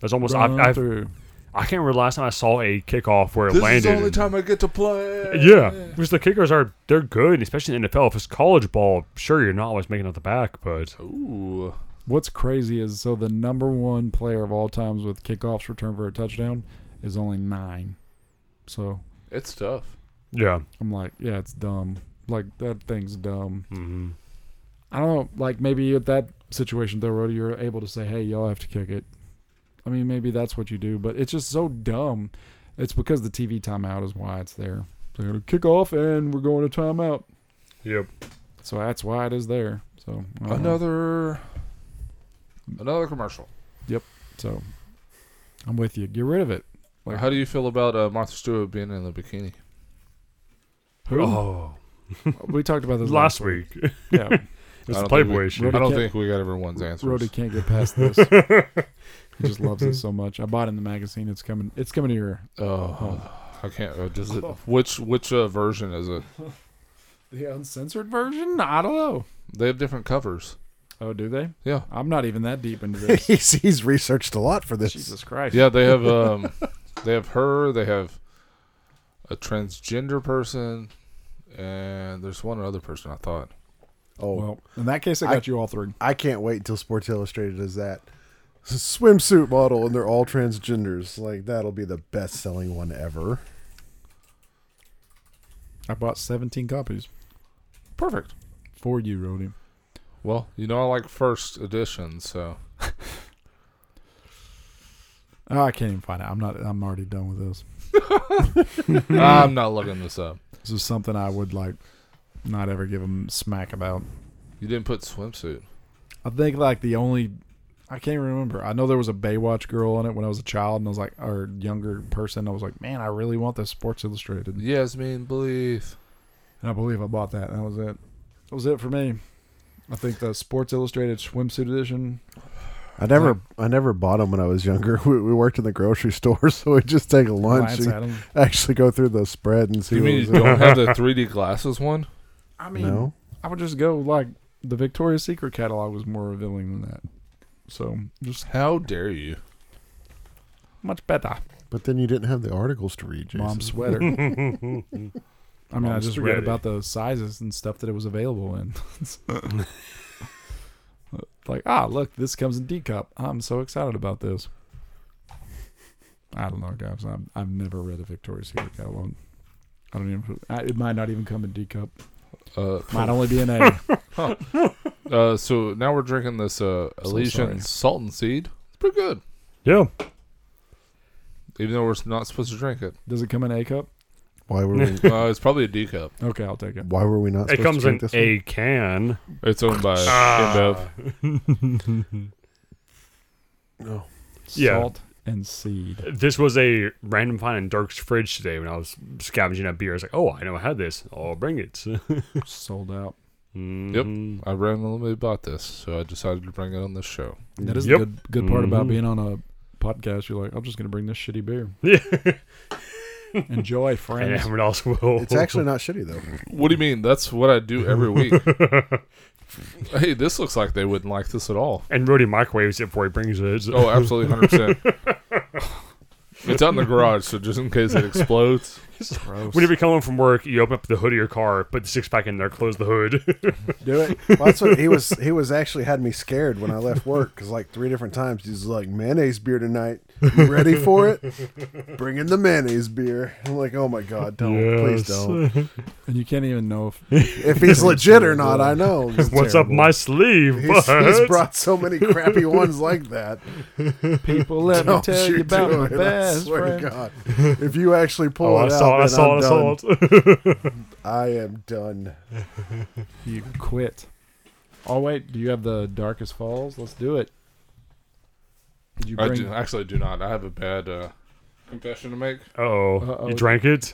Speaker 3: There's almost
Speaker 2: run
Speaker 3: I've, I've,
Speaker 2: through.
Speaker 3: I can't remember last time I saw a kickoff where it
Speaker 5: This
Speaker 3: landed.
Speaker 5: is the only
Speaker 3: and-
Speaker 5: time I get to play.
Speaker 3: yeah, because the kickers are they're good, especially in the NFL. If it's college ball, sure you're not always making it out the back, but
Speaker 5: Ooh.
Speaker 2: What's crazy is so the number one player of all times with kickoffs returned for a touchdown is only nine. So
Speaker 5: It's tough.
Speaker 3: yeah,
Speaker 2: I'm like, yeah, it's dumb. Like that thing's dumb.
Speaker 3: hmm
Speaker 2: I don't know. Like maybe at that situation though, Rody, you're able to say, "Hey, y'all have to kick it." I mean, maybe that's what you do, but it's just so dumb. It's because the TV timeout is why it's there. They're gonna kick off, and we're going to timeout,
Speaker 3: yep.
Speaker 2: so that's why it is there. So I don't know.
Speaker 5: Another, another commercial.
Speaker 2: So I'm with you. Get rid of it. Like-
Speaker 5: How do you feel about uh, Martha Stewart being in the bikini?
Speaker 3: Oh,
Speaker 2: We talked about this
Speaker 3: last week it
Speaker 2: Yeah,
Speaker 3: was the
Speaker 5: I don't think we-
Speaker 3: Playboy issue.
Speaker 5: I don't
Speaker 2: Rhoda
Speaker 5: think we got everyone's answers.
Speaker 2: Rody can't get past this. he just loves it so much. I bought it in the magazine. It's coming. It's coming to your
Speaker 5: Oh, I can't. Uh, does it, which which uh, version is it?
Speaker 2: the uncensored version. I don't know.
Speaker 5: They have different covers.
Speaker 2: Oh, do they?
Speaker 5: Yeah,
Speaker 2: I'm not even that deep into this.
Speaker 4: he's, he's researched a lot for this.
Speaker 2: Jesus Christ.
Speaker 5: yeah. They have um, they have her. They have a transgender person, and there's one other person. I thought.
Speaker 4: Oh,
Speaker 2: Well, in that case, I
Speaker 4: I-
Speaker 2: got you all three.
Speaker 4: I can't wait until Sports Illustrated does that swimsuit model, and they're all transgenders. Like that'll be the best selling one ever.
Speaker 2: I bought 17 copies
Speaker 5: Perfect.
Speaker 2: for you, Rody.
Speaker 5: Well, you know I like first edition, so
Speaker 2: Oh, I can't even find it. I'm not. I'm already done with this.
Speaker 5: I'm not looking this up.
Speaker 2: This is something I would like not ever give them smack about.
Speaker 5: You didn't put swimsuit.
Speaker 2: I think like the only I can't remember. I know there was a Baywatch girl on it when I was a child, and I was like, or younger person. I was like, man, I really want this Sports Illustrated, and
Speaker 5: Yasmin, believe.
Speaker 2: I believe I bought that. And that was it. That was it for me. I think the Sports Illustrated swimsuit edition.
Speaker 4: I never, I never bought them when I was younger. We, we worked in the grocery store, so we'd just take a lunch
Speaker 2: glance
Speaker 4: and
Speaker 2: at 'em.
Speaker 4: actually go through the spread and see
Speaker 5: You
Speaker 4: what
Speaker 5: mean you
Speaker 4: was in
Speaker 5: don't have the 3D glasses one?
Speaker 2: I
Speaker 4: it.
Speaker 2: mean,
Speaker 4: No,
Speaker 2: I would just go like the Victoria's Secret catalog was more revealing than that. So just
Speaker 5: How dare you?
Speaker 2: much better.
Speaker 4: but then you didn't have the articles to read, Jason.
Speaker 2: Mom sweater. I mean, I
Speaker 3: Mom
Speaker 2: just read
Speaker 3: spaghetti.
Speaker 2: about the sizes and stuff that it was available in. like, ah, look, this comes in D cup. I'm so excited about this. I don't know, guys. I'm, I've never read a Victoria's Secret catalog. I don't even. I, it might not even come in D cup.
Speaker 5: Uh,
Speaker 2: Might only be an A.
Speaker 5: uh, so now we're drinking this uh, Elysian
Speaker 2: sorry.
Speaker 5: salt and seed. It's pretty good,
Speaker 3: Yeah,
Speaker 5: even though we're not supposed to drink it.
Speaker 2: Does it come in A cup?
Speaker 4: Why were we?
Speaker 5: Uh, it's probably a D cup.
Speaker 2: Okay, I'll take it.
Speaker 4: Why were we not?
Speaker 3: it
Speaker 4: supposed
Speaker 3: comes
Speaker 4: to drink
Speaker 3: in
Speaker 4: this one?
Speaker 3: a can.
Speaker 5: It's owned by InBev.
Speaker 3: Yeah.
Speaker 2: Salt and seed.
Speaker 3: This was a random find in Dirk's fridge today when I was scavenging up beer. I was like, oh, I know I had this. I'll bring it.
Speaker 2: Sold out.
Speaker 3: Mhm.
Speaker 5: I randomly bought this, so I decided to bring it on this show.
Speaker 2: That is
Speaker 3: Yep.
Speaker 2: the good good part about
Speaker 4: Mm-hmm.
Speaker 3: Mhm.
Speaker 2: being on a podcast. You're like, I'm just gonna bring this shitty beer.
Speaker 3: Yeah.
Speaker 2: Enjoy,
Speaker 3: and
Speaker 2: friends.
Speaker 3: everyone else will.
Speaker 4: It's actually not shitty though.
Speaker 5: What do you mean? That's what I do every week. hey, this looks like they wouldn't like this at all.
Speaker 3: And Rody microwaves it before he brings it.
Speaker 5: Oh, absolutely, hundred percent. It's out in the garage, so just in case it explodes.
Speaker 3: Whenever you come home from work, you open up the hood of your car, put the six pack in there, close the hood.
Speaker 4: Do it. Well, that's what he was. He was actually had me scared when I left work because like three different times he's like mayonnaise beer tonight. You ready for it? Bring in the mayonnaise beer. I'm like, oh my god, don't please
Speaker 3: Yes.
Speaker 4: don't.
Speaker 2: and you can't even know if
Speaker 4: If he's legit or not, I know. It's
Speaker 3: What's up
Speaker 4: terrible.
Speaker 3: my sleeve?
Speaker 4: He's,
Speaker 3: bud?
Speaker 4: he's brought so many crappy ones like that.
Speaker 2: people let me
Speaker 4: Don't
Speaker 2: tell you
Speaker 4: you
Speaker 2: about
Speaker 4: do
Speaker 2: my
Speaker 4: it, I
Speaker 2: best
Speaker 4: swear to
Speaker 2: friend.
Speaker 4: God, if you actually
Speaker 3: oh,
Speaker 4: pull
Speaker 3: I
Speaker 4: it
Speaker 3: saw it,
Speaker 4: out,
Speaker 3: I
Speaker 4: then
Speaker 3: saw
Speaker 4: I'm
Speaker 3: it, I
Speaker 4: done.
Speaker 3: saw it.
Speaker 4: I am done.
Speaker 2: You quit. Oh wait, do you have the Darkest Falls? Let's do it. Did you
Speaker 5: I
Speaker 2: bring?
Speaker 5: do, actually do not. I have a bad uh, confession to make.
Speaker 3: Oh,
Speaker 2: Uh-oh.
Speaker 3: you drank it?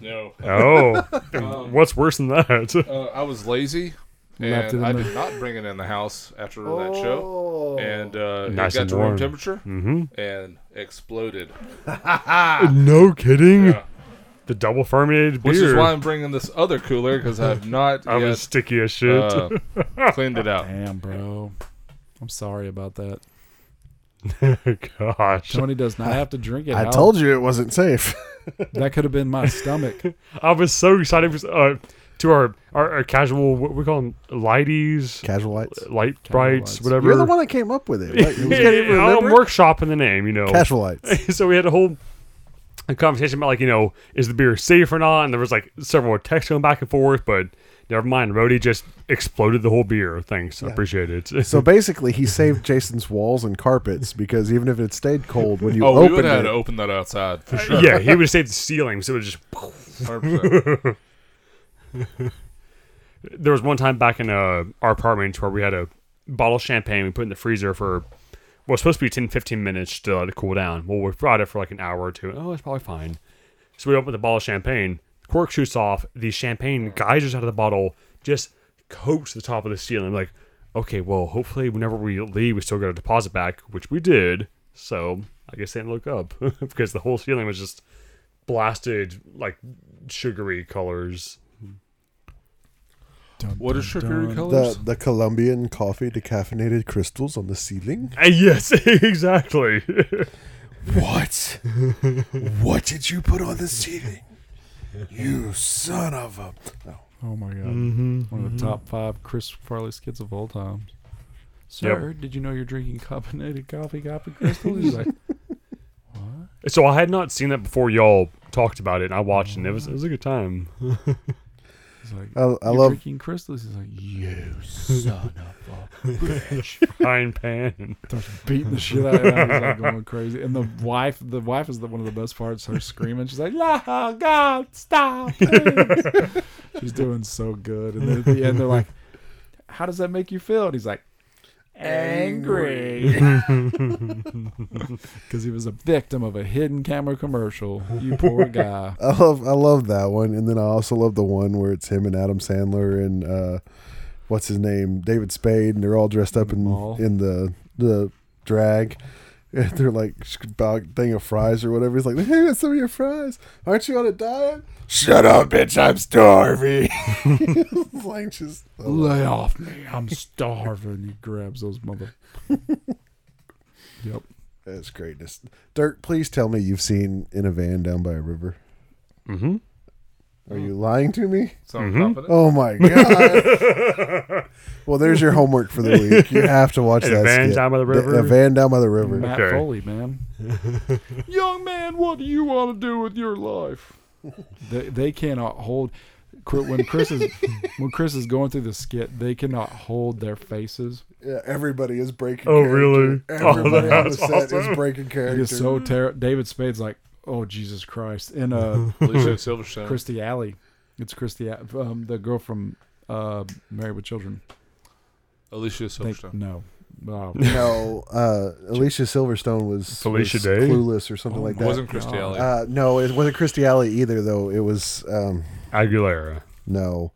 Speaker 5: no.
Speaker 3: Oh, what's worse than that?
Speaker 5: Uh, I was lazy,
Speaker 2: Left it in
Speaker 5: and I
Speaker 2: the-
Speaker 5: did not bring it in the house after that show. And uh,
Speaker 3: Nice
Speaker 5: it got
Speaker 3: and
Speaker 5: to
Speaker 3: warm. Mm-hmm.
Speaker 5: room temperature and exploded.
Speaker 3: no kidding.
Speaker 5: Yeah.
Speaker 3: The double fermented beer.
Speaker 5: Which is why I'm bringing this other cooler because I have not
Speaker 3: I was
Speaker 5: yet
Speaker 3: sticky as shit.
Speaker 5: uh, cleaned it out.
Speaker 2: Damn, bro. I'm sorry about that.
Speaker 3: Gosh,
Speaker 2: Tony does not have to drink it.
Speaker 4: I
Speaker 2: How-
Speaker 4: told you it wasn't safe.
Speaker 2: that could have been my stomach.
Speaker 3: I was so excited for uh, to our, our our casual what we call them lighties,
Speaker 4: Casual lights.
Speaker 3: light
Speaker 2: Casual
Speaker 3: brights,
Speaker 2: lights.
Speaker 3: whatever.
Speaker 4: You're the one that came up with it. Right? You can't even
Speaker 3: Yeah, I'm
Speaker 4: remember it?
Speaker 3: workshopping the name, you know.
Speaker 4: Casual lights.
Speaker 3: so we had a whole a conversation about like you know is the beer safe or not, and there was like several texts going back and forth, but never mind. Rody just exploded the whole beer. Thanks, I appreciate it.
Speaker 4: So basically, he saved Jason's walls and carpets because even if it stayed cold when you
Speaker 5: Oh, we would
Speaker 4: opened
Speaker 5: have had
Speaker 4: it,
Speaker 5: to open that outside for sure.
Speaker 3: yeah, he would have saved the ceiling, so it was just
Speaker 5: 100%.
Speaker 3: there was one time back in uh, our apartment where we had a bottle of champagne we put in the freezer for well, it's supposed to be 10, 15 minutes to let it cool down. Well, we brought it for like an hour or two. Oh, it's probably fine. So we open the bottle of champagne. Cork shoots off. The champagne geysers out of the bottle, just coats the top of the ceiling. Like, okay, well, hopefully, whenever we leave, we still get our deposit back, which we did. So I guess they didn't look up because the whole ceiling was just blasted like sugary colors.
Speaker 5: What is sugary colors?
Speaker 4: the the Colombian coffee decaffeinated crystals on the ceiling.
Speaker 3: Uh, Yes, exactly.
Speaker 4: What? what did you put on the ceiling? You son of a!
Speaker 2: Oh my god.
Speaker 4: Mm-hmm.
Speaker 2: One of the top five Chris Farley skits of all time. Sir, did you know you're drinking carbonated coffee, coffee crystals? He's like,
Speaker 3: so I had not seen that before y'all talked about it, and I watched, it, and it was it was a good time.
Speaker 2: he's like,
Speaker 4: I, Uh, I
Speaker 2: "You're
Speaker 4: love
Speaker 2: drinking crystals. He's like, you son of a
Speaker 3: Frying pan.
Speaker 2: beating the shit out of him. He's like going crazy. And the wife, the wife is the, one of the best parts. Her screaming, she's like, "No, God, stop!" please." she's doing so good. And then at the end, they're like, "How does that make you feel?" And he's like, "Angry," because he was a victim of a hidden camera commercial. You poor guy.
Speaker 4: I love I love that one, and then I also love the one where it's him and Adam Sandler and uh, what's his name, David Spade, and they're all dressed up in
Speaker 2: Mall.
Speaker 4: in the the drag. And they're like sh- about thing of fries or whatever. He's like, "Hey, that's some of your fries. Aren't you on a diet?" Shut up, bitch! I'm starving. It's like just
Speaker 2: Lay off me! I'm starving. He grabs those mother. yep.
Speaker 4: that's greatness. Dirk, please tell me you've seen in a van down by a river.
Speaker 3: Mm-hmm.
Speaker 4: Are you lying to me?
Speaker 5: Sound confident?
Speaker 4: Oh my god! well, there's your homework for the week. You have to watch
Speaker 3: In a
Speaker 4: that.
Speaker 3: van
Speaker 4: skit.
Speaker 3: down by the river?
Speaker 4: A van down by the river.
Speaker 2: Matt
Speaker 3: Okay.
Speaker 2: Foley, man. Young man, what do you want to do with your life? they, they cannot hold. Cri- When Chris is when Chris is going through the skit, they cannot hold their faces.
Speaker 4: Yeah, everybody is breaking.
Speaker 3: Oh,
Speaker 4: character.
Speaker 3: really? Oh,
Speaker 4: Everybody on the
Speaker 3: that's
Speaker 4: set
Speaker 3: awesome.
Speaker 4: is breaking
Speaker 2: It
Speaker 4: character.
Speaker 2: is so terrible. David Spade's like, "Oh Jesus Christ!" In uh,
Speaker 3: Mm-hmm.
Speaker 5: Alicia Silverstone.
Speaker 2: Christy Alley, it's Christy, A- um, the girl from uh, Married with Children.
Speaker 5: Alicia
Speaker 2: Think-
Speaker 5: Silverstone.
Speaker 2: no, oh,
Speaker 4: no, uh, Alicia Silverstone was
Speaker 3: Felicia
Speaker 4: was
Speaker 3: Day?
Speaker 4: clueless or something
Speaker 2: Oh
Speaker 4: like
Speaker 5: It
Speaker 4: that.
Speaker 5: wasn't Christy Alley.
Speaker 4: uh, no, it wasn't Christy Alley either. Though it was um,
Speaker 3: Aguilera.
Speaker 4: no.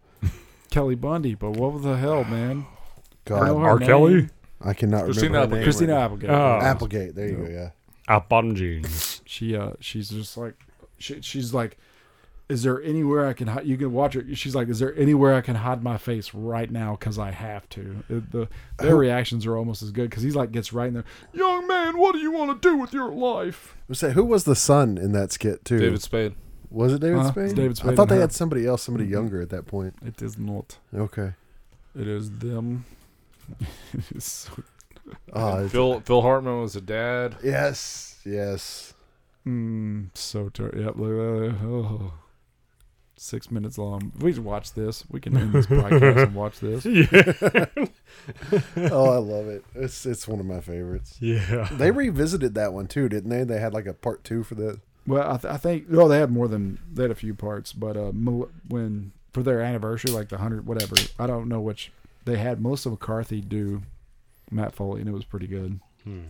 Speaker 2: Kelly Bundy. But what the hell, man? I know
Speaker 4: God,
Speaker 2: her
Speaker 3: R.
Speaker 2: name.
Speaker 3: Kelly?
Speaker 4: I cannot
Speaker 5: Christina
Speaker 4: remember. her name
Speaker 2: Christina
Speaker 4: right
Speaker 2: Applegate.
Speaker 3: Oh.
Speaker 4: now. Applegate. There you go. Yeah.
Speaker 3: Out bottom jeans.
Speaker 2: she uh she's just like she, she's like is there anywhere i can hide you can watch it she's like is there anywhere i can hide my face right now because i have to It- the their reactions are almost as good because he's like gets right in there young man what do you want to do with your life
Speaker 4: Was that- Who was the son in that skit too?
Speaker 5: David Spade.
Speaker 4: Was it David
Speaker 2: Huh?
Speaker 4: Spade?
Speaker 2: It's David Spade
Speaker 4: I thought
Speaker 2: and
Speaker 4: they
Speaker 2: her. Mm-hmm.
Speaker 4: had somebody else, somebody younger at that point.
Speaker 2: it is not
Speaker 4: Okay.
Speaker 2: it is them It's so-
Speaker 4: Ah, it's-
Speaker 5: Phil Phil Hartman was the dad.
Speaker 4: yes, yes.
Speaker 2: mm, so ter- yep, look at that. Oh. Six minutes long. We can watch this. We can end this podcast and watch this.
Speaker 3: Yeah.
Speaker 4: Oh, I love it. It's it's one of my favorites.
Speaker 3: Yeah.
Speaker 4: They revisited that one too, didn't they? They had like a part two for that.
Speaker 2: Well, I, th- I think no, they had more than they had a few parts, but uh, mil- when for their anniversary, like the hundred whatever, I don't know which they had Melissa McCarthy do Matt Foley, and it was pretty good.
Speaker 3: Hmm.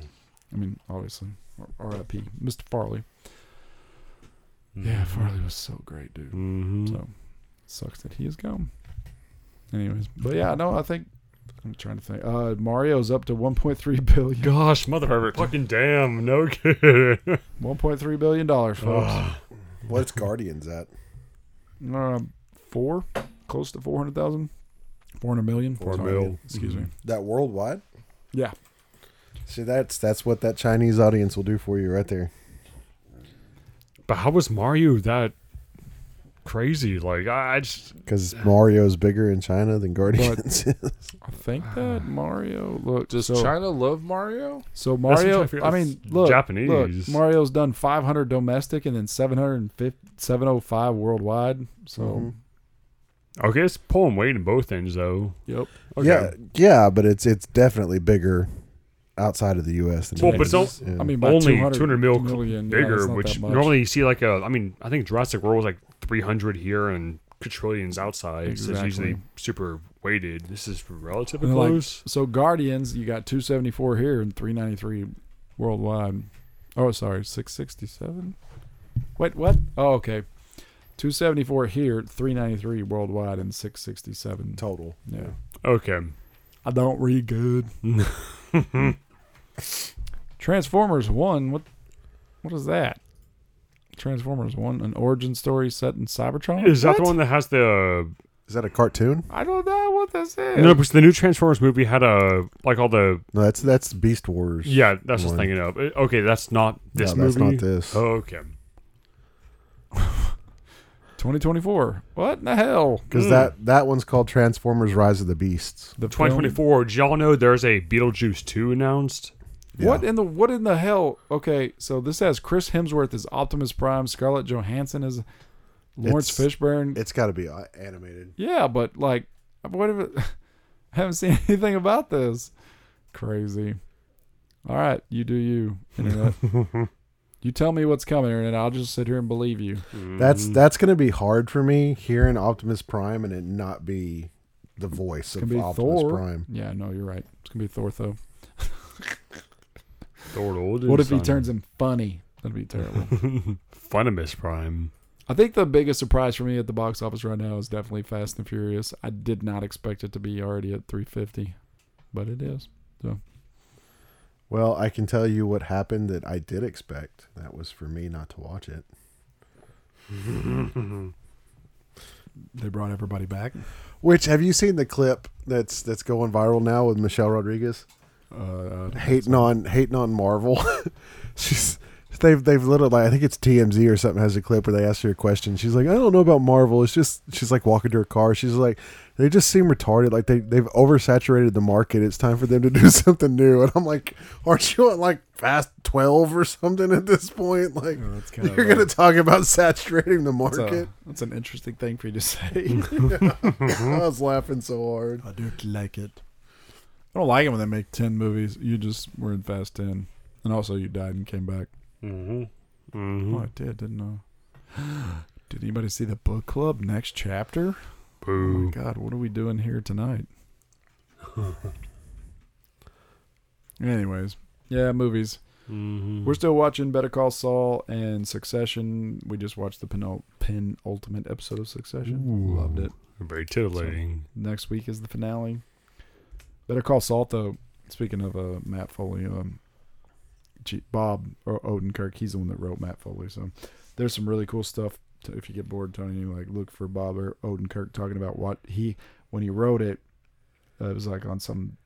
Speaker 2: I mean, obviously, R- R.I.P. Mr. Farley. Yeah, Farley was so great, dude.
Speaker 3: Mm-hmm.
Speaker 2: So sucks that he is gone. Anyways, but yeah, no, I think I'm trying to think. Uh, Mario's up to 1.3 billion.
Speaker 3: Gosh, mother fucking damn, no good.
Speaker 2: 1.3 billion dollars, folks.
Speaker 4: What's Guardians at?
Speaker 2: Uh, four, close to 400,000. 400 million.
Speaker 3: Four
Speaker 2: Sorry,
Speaker 3: mil.
Speaker 2: Excuse me.
Speaker 4: That worldwide?
Speaker 2: Yeah.
Speaker 4: See, that's that's what that Chinese audience will do for you right there.
Speaker 3: but how was Mario that crazy? Like I, I just
Speaker 4: Because Mario's bigger in China than Guardians.
Speaker 2: I think that Mario look
Speaker 5: Does
Speaker 2: so,
Speaker 5: China love Mario?
Speaker 2: so
Speaker 3: what I'm
Speaker 2: Mario
Speaker 3: trying to figure
Speaker 2: I
Speaker 3: out.
Speaker 2: mean
Speaker 3: It's
Speaker 2: look look,
Speaker 3: Japanese.
Speaker 2: Mario's done 500 domestic and then 750 705 worldwide so
Speaker 3: okay, it's pulling weight in both ends though.
Speaker 2: yep
Speaker 3: Okay.
Speaker 4: Yeah, yeah, but it's it's definitely bigger outside of the U.S. than
Speaker 3: Well,
Speaker 4: it
Speaker 3: Oh, but
Speaker 4: is
Speaker 3: it's
Speaker 4: in-
Speaker 2: I mean by
Speaker 3: Only
Speaker 2: 200,
Speaker 3: 200 mil cl-
Speaker 2: million, yeah,
Speaker 3: bigger,
Speaker 2: it's not
Speaker 3: which
Speaker 2: that much.
Speaker 3: normally you see like a. I mean, I think Jurassic World was like 300 here and quadrillions outside. So
Speaker 2: Exactly.
Speaker 3: it's usually super weighted. This is relatively
Speaker 2: And, like,
Speaker 3: close.
Speaker 2: so Guardians you got 274 here and 393 worldwide oh sorry 667 wait what oh okay 274 here 393 worldwide and 667
Speaker 4: total.
Speaker 2: yeah
Speaker 3: okay.
Speaker 2: I don't read good. Transformers One. What? What is that? Transformers One, an origin story set in Cybertron.
Speaker 3: Is that the
Speaker 2: What?
Speaker 3: one that has the?
Speaker 4: Is that a cartoon?
Speaker 2: I don't know what this is.
Speaker 3: No, because the new Transformers movie had a like all the.
Speaker 4: No, that's that's Beast Wars.
Speaker 3: Yeah, that's what I was
Speaker 4: One.
Speaker 3: thinking of. Uh, Okay, that's not
Speaker 4: No,
Speaker 3: this
Speaker 4: that's
Speaker 3: movie.
Speaker 4: not this.
Speaker 3: Oh, okay.
Speaker 2: 2024. What in the hell?
Speaker 4: Because that that one's called Transformers: Rise of the Beasts.
Speaker 2: The film-
Speaker 3: 2024. Did y'all know there's a Beetlejuice 2 announced?
Speaker 2: What in the what in the hell? Okay, so this has Chris Hemsworth as Optimus Prime, Scarlett Johansson as Lawrence
Speaker 4: It's-
Speaker 2: Fishburne.
Speaker 4: It's got to be uh, animated.
Speaker 2: yeah, but like, what if it, I haven't seen anything about this? Crazy. All right, you do you. Internet. you tell me what's coming, and I'll just sit here and believe you.
Speaker 4: That's that's going to be hard for me hearing Optimus Prime and it not be the voice
Speaker 2: It's
Speaker 4: of
Speaker 2: gonna be
Speaker 4: Optimus
Speaker 2: Thor.
Speaker 4: Prime.
Speaker 2: Yeah, no, you're right. It's gonna be Thor though.
Speaker 3: Thor Oldenson.
Speaker 2: What if he turns him funny? That'd be terrible.
Speaker 3: Funimus Prime?
Speaker 2: I think the biggest surprise for me at the box office right now is definitely Fast and Furious. I did not expect it to be already at 350, but it is. So
Speaker 4: Well, I can tell you what happened that I did expect. That was for me not to watch it.
Speaker 2: they brought everybody back.
Speaker 4: Which have you seen the clip that's that's going viral now with Michelle Rodriguez
Speaker 2: Uh,
Speaker 4: hating on hating on Marvel? She's they've they've literally I think it's TMZ or something has a clip where they ask her a question. She's like, I don't know about Marvel. It's just she's like walking to her car. She's like, they just seem retarded. Like they they've oversaturated the market. It's time for them to do something new. And I'm like, aren't you on like Fast Twelve or something at this point? Like
Speaker 2: Oh, that's kind
Speaker 4: you're gonna talk about saturating the market.
Speaker 2: that's an interesting thing for you to say.
Speaker 4: I was laughing so hard.
Speaker 2: I don't like it. I don't like it when they make 10 movies. You just were in Fast 10. And also, you died and came back.
Speaker 3: Mm-hmm.
Speaker 2: Oh, I did, didn't I? did anybody see the book club next chapter? Oh my
Speaker 3: Boo.
Speaker 2: God, what are we doing here tonight? Anyways, yeah, movies.
Speaker 3: Mm-hmm.
Speaker 2: We're still watching Better Call Saul and Succession. We just watched the penul- penultimate episode of Succession. Loved it.
Speaker 3: Very titillating.
Speaker 2: Next week is the finale. Better Call Saul, though. Speaking of uh, Matt Foley, um, G- Bob or Odenkirk, he's the one that wrote Matt Foley. So there's some really cool stuff. To, if you get bored, Tony, you like look for Bob or Odenkirk talking about what he when he wrote it. Uh, it was like on some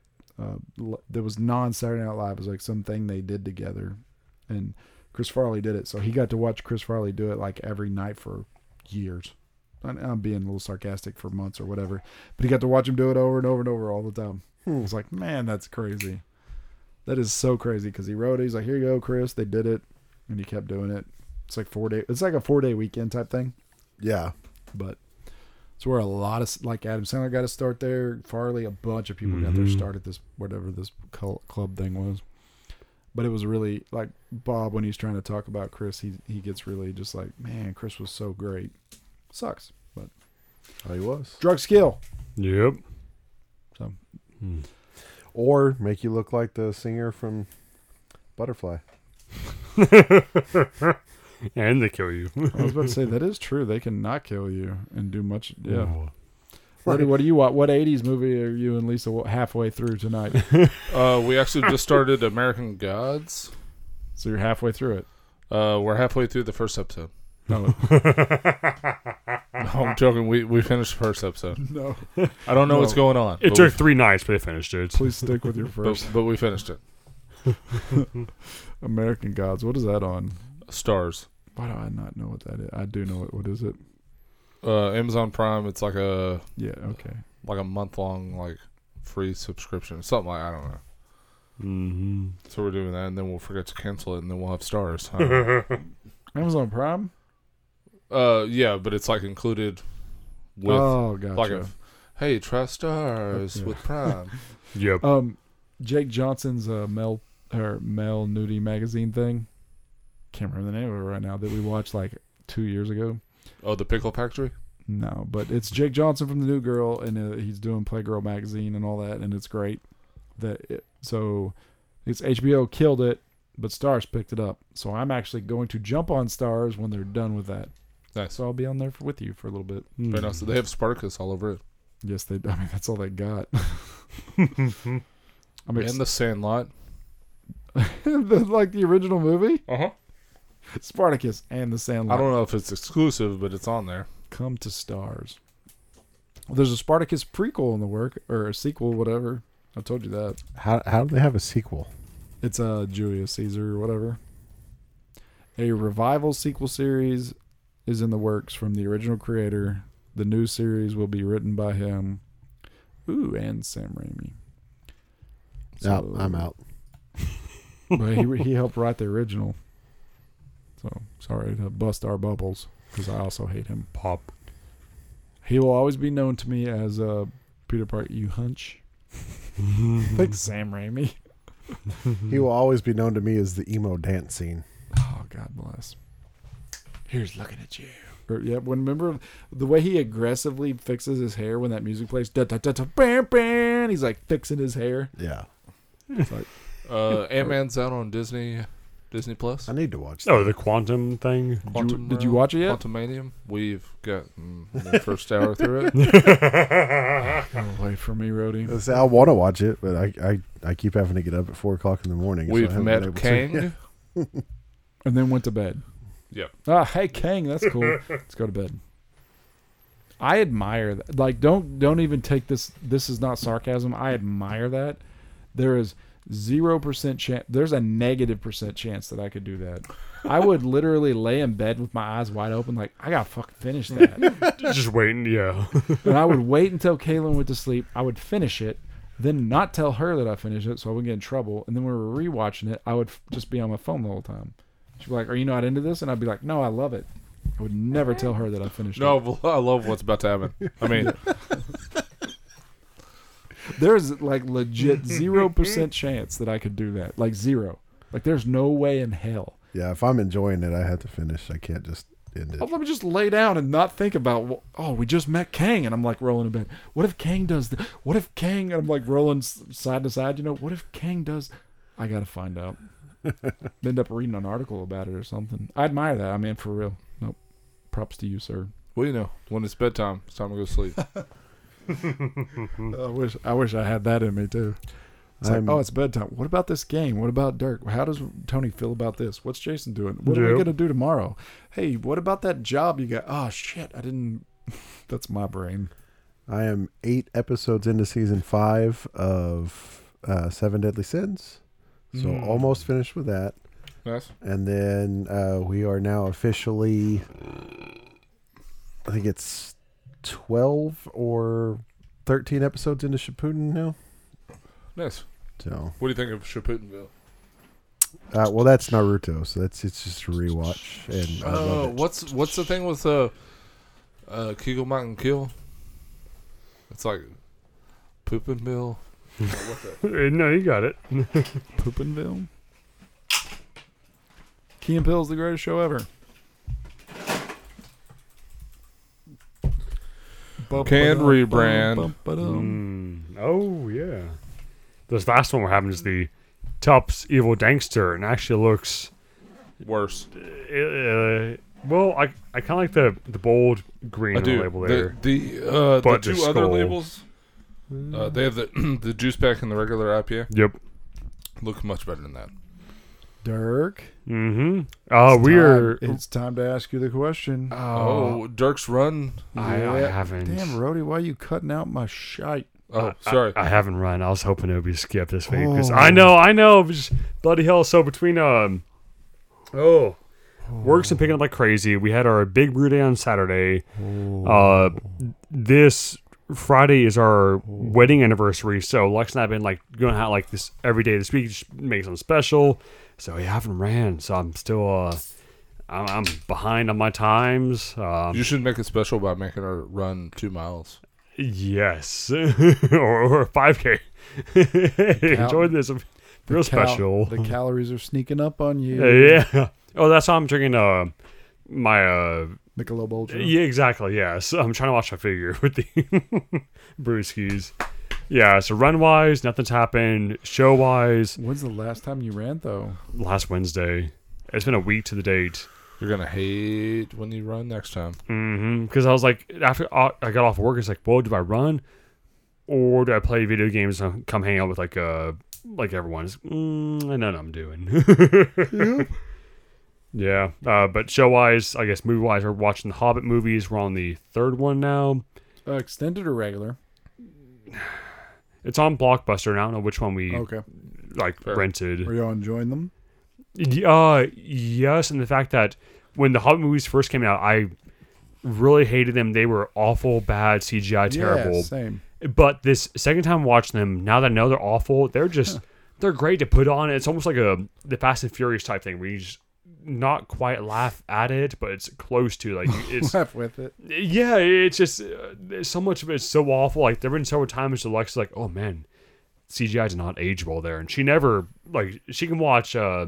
Speaker 2: uh, l- there was non Saturday Night Live. It was like something they did together, and Chris Farley did it. So he got to watch Chris Farley do it like every night for years. I'm, I'm being a little sarcastic for months or whatever, but he got to watch him do it over and over and over all the time.
Speaker 4: Hmm.
Speaker 2: I was like, man, that's crazy. That is so crazy because he wrote it. He's like, here you go, Chris. They did it, and he kept doing it. It's like four day. It's like a four day weekend type thing,
Speaker 4: Yeah.
Speaker 2: but it's where a lot of like Adam Sandler got to start there. Farley, a bunch of people got their
Speaker 4: Mm-hmm.
Speaker 2: start at this whatever this cul- club thing was. But it was really like Bob when he's trying to talk about Chris, he he gets really just like, man, Chris was so great. Sucks, but
Speaker 4: Oh, he was.
Speaker 2: drug skill.
Speaker 3: Yep.
Speaker 2: So
Speaker 8: or make you look like the singer from Butterfly.
Speaker 3: and they kill you.
Speaker 2: I was about to say that is true. They can not kill you and do much. Yeah. Freddie, what do you want? What '80s movie are you and Lisa wa- halfway through tonight?
Speaker 5: Uh, we actually just started American Gods.
Speaker 2: so you're halfway through it.
Speaker 5: Uh, we're halfway through the first episode.
Speaker 2: No,
Speaker 5: No, I'm joking. We we finished the first episode.
Speaker 2: no.
Speaker 5: I don't know what's going on.
Speaker 3: It
Speaker 5: but
Speaker 3: took
Speaker 5: we-
Speaker 3: three nights, but they finished it.
Speaker 2: Please stick with your first
Speaker 5: but, but we finished it.
Speaker 2: American Gods. What is that on?
Speaker 5: Stars.
Speaker 2: Why do I not know what that is? I do know it. What is it?
Speaker 5: Uh, Amazon Prime. It's like a
Speaker 2: Yeah. Okay.
Speaker 5: like a month long like free subscription. Something like I don't know.
Speaker 3: Mm-hmm.
Speaker 5: So we're doing that, and then we'll forget to cancel it, and then we'll have stars. I don't
Speaker 2: Amazon Prime.
Speaker 5: know. uh, yeah, but it's like included with
Speaker 2: oh,
Speaker 5: like
Speaker 2: gotcha.
Speaker 5: a hey, try stars with Prime.
Speaker 3: Yep.
Speaker 2: um, Jake Johnson's uh, Mel or Mel Nudie magazine thing. Can't remember the name of it right now. That we watched like two years ago.
Speaker 5: oh, the Pickle Factory.
Speaker 2: No, but it's Jake Johnson from the New Girl, and uh, he's doing Playgirl magazine and all that, and it's great. That it, so, it's HBO killed it, but Stars picked it up. So I'm actually going to jump on Stars when they're done with that.
Speaker 5: Nice.
Speaker 2: So I'll be on there for, with you for a little bit.
Speaker 5: Very nice. They have Spartacus all over it,
Speaker 2: Yes, they. I mean, that's all they got. I mean,
Speaker 5: and the Sandlot.
Speaker 2: the- like the original movie,
Speaker 5: Uh huh.
Speaker 2: Spartacus and the Sandlot.
Speaker 5: I don't know if it's exclusive, but it's on there.
Speaker 2: come to stars. There's a Spartacus prequel in the work or a sequel, whatever. I told you that.
Speaker 8: How how do they have a sequel?
Speaker 2: It's uh, Julius Caesar or whatever. A revival sequel series is in the works from the original creator. The new series will be written by him. Ooh, and Sam Raimi.
Speaker 8: No, I'm out.
Speaker 2: but he he helped write the original. So sorry to bust our bubbles because I also hate him.
Speaker 3: Pop.
Speaker 2: He will always be known to me as uh, Peter Parker. You hunch. like Sam Raimi.
Speaker 8: He will always be known to me as the emo dance scene.
Speaker 2: Oh God bless. Here's looking at you. Or, yeah, when remember the way he aggressively fixes his hair when that music plays. Da da da da. Bam bam. He's like fixing his hair.
Speaker 8: Yeah,
Speaker 2: It's like
Speaker 5: Uh, Ant Man's out on Disney, Disney Plus.
Speaker 8: I need to watch. that.
Speaker 3: Oh, the quantum thing.
Speaker 2: did, you,
Speaker 5: Quantum
Speaker 2: did you
Speaker 5: Realm,
Speaker 2: watch it yet?
Speaker 5: Quantumanium. We've gotten the first hour through it.
Speaker 2: Go away from me, Rhodey.
Speaker 8: I say I want to watch it, but I, I I keep having to get up at four o'clock in the morning. so I
Speaker 5: We've
Speaker 8: haven't been
Speaker 5: met
Speaker 8: able to-
Speaker 5: Kang.
Speaker 2: And then went to bed.
Speaker 5: Yep.
Speaker 2: Ah, hey Kang, that's cool. Let's go to bed. I admire that. Like, don't don't even take this. This is not sarcasm. I admire that. There is zero percent chance. There's a negative percent chance that I could do that. I would literally lay in bed with my eyes wide open, like I gotta fucking finish that.
Speaker 3: Just waiting. Yeah.
Speaker 2: and I would wait until Kaylin went to sleep. I would finish it, then not tell her that I finished it, so I wouldn't get in trouble. And then when we were rewatching it, I would f- just be on my phone the whole time. She'd be like, "Are you not into this?" And I'd be like, "No, I love it." I would never tell her that I finished it.
Speaker 5: No, but I love what's about to happen. I mean,
Speaker 2: There's like legit zero percent chance that I could do that. Like zero. Like there's no way in hell.
Speaker 8: Yeah, if I'm enjoying it, I have to finish. I can't just end
Speaker 2: Oh,
Speaker 8: it.
Speaker 2: let me just lay down and not think about. wh- Oh, we just met Kang, and I'm like rolling in bed. What if Kang does? Th- what if Kang? And I'm like rolling s- side to side. You know, what if Kang does? I gotta find out. End up reading an article about it or something. I admire that. I mean, for real. Nope. Props to you, sir.
Speaker 5: well, you know, when it's bedtime, it's time to go to sleep.
Speaker 2: I wish I wish I had that in me too. It's like,
Speaker 8: I'm-
Speaker 2: oh, it's bedtime. What about this game? What about Dirk? How does Tony feel about this? What's Jason doing? What are we
Speaker 3: Yeah.
Speaker 2: gonna do tomorrow? Hey, what about that job you got? Oh shit, I didn't. That's my brain.
Speaker 8: I am eight episodes into season five of uh, Seven Deadly Sins, so
Speaker 5: Hmm.
Speaker 8: almost finished with that.
Speaker 5: Nice.
Speaker 8: And then uh, we are now officially, I think it's 12 or 13 episodes into Shippuden now.
Speaker 5: Nice.
Speaker 8: So,
Speaker 5: What do you think of Shipputinville?
Speaker 8: uh, well, that's Naruto, so that's it's just a rewatch. And I
Speaker 5: Oh,
Speaker 8: love it.
Speaker 5: what's what's the thing with uh, uh, Kegel Mountain Kill? It's like pooping bill.
Speaker 3: no, you got it.
Speaker 2: Poopinville. Key and Peele's the greatest show ever.
Speaker 5: Can rebrand.
Speaker 3: Mm, oh yeah. This last one we're having is the Tups Evil Dankster, and actually looks.
Speaker 5: Worse.
Speaker 3: Uh, well, I I kind of like the the bold green
Speaker 5: I
Speaker 3: on the
Speaker 5: do.
Speaker 3: label
Speaker 5: The
Speaker 3: there.
Speaker 5: the, uh, the
Speaker 3: But
Speaker 5: two
Speaker 3: the
Speaker 5: other
Speaker 3: skull.
Speaker 5: labels, uh, they have the the juice pack and the regular IPA.
Speaker 3: yep.
Speaker 5: Look much better than that.
Speaker 2: Dirk.
Speaker 3: Mm-hmm. Uh, we are.
Speaker 2: Time- It's time to ask you the question.
Speaker 5: oh, Dirk's Run.
Speaker 3: I, I
Speaker 2: Yeah.
Speaker 3: haven't.
Speaker 2: Damn, Rody, why are you cutting out my shite?
Speaker 5: Oh,
Speaker 3: I-
Speaker 5: sorry.
Speaker 3: I, haven't run. I was hoping it would be skipped this week because I know, I know, it was bloody hell. So between um, oh, works and picking up like crazy. We had our big brew day on Saturday. Uh, this Friday is our wedding anniversary, so Lex and I've been like going out like this every day this week, just make something special. So yeah, I haven't ran, so I'm still uh, I'm, I'm behind on my times. Um,
Speaker 5: you should make it special by making her run two miles.
Speaker 3: Yes, or, or 5K. Enjoy this. Real
Speaker 2: Cal-
Speaker 3: special.
Speaker 2: the calories are sneaking up on you.
Speaker 3: yeah. Oh, that's why I'm drinking uh, my. Uh,
Speaker 2: Michelob Ultra.
Speaker 3: yeah, exactly. Yeah. So I'm trying to watch my figure with the brewskis. Yeah. So run wise, nothing's happened. Show wise,
Speaker 2: When's the last time you ran though?
Speaker 3: last Wednesday. It's been a week to the date.
Speaker 5: You're gonna hate when you run next time.
Speaker 3: Mm-hmm. Because I was like, after I I got off work, it's like, well, do I run or do I play video games and come hang out with like uh like everyone? It's, mm, I know what I'm doing. yeah. Uh, but show wise, I guess movie wise, we're watching the Hobbit movies. We're on the third one now.
Speaker 2: Uh, extended or regular?
Speaker 3: It's on Blockbuster, and I don't know which one we
Speaker 2: Okay.
Speaker 3: like rented.
Speaker 2: Are y'all enjoying them?
Speaker 3: Y- Uh, yes, and the fact that when the Hobbit movies first came out, I really hated them. They were awful, bad CGI, terrible.
Speaker 2: Yeah, same.
Speaker 3: but this second time watching them, now that I know they're awful, they're just they're great to put on. It's almost like a the Fast and Furious type thing where you just not quite laugh at it, but it's close to like it's
Speaker 2: Left with it.
Speaker 3: yeah, it's just uh, there's so much of it's so awful. Like there've been several times where Alexa's like, "Oh man, CGI did not age well there," and she never like she can watch uh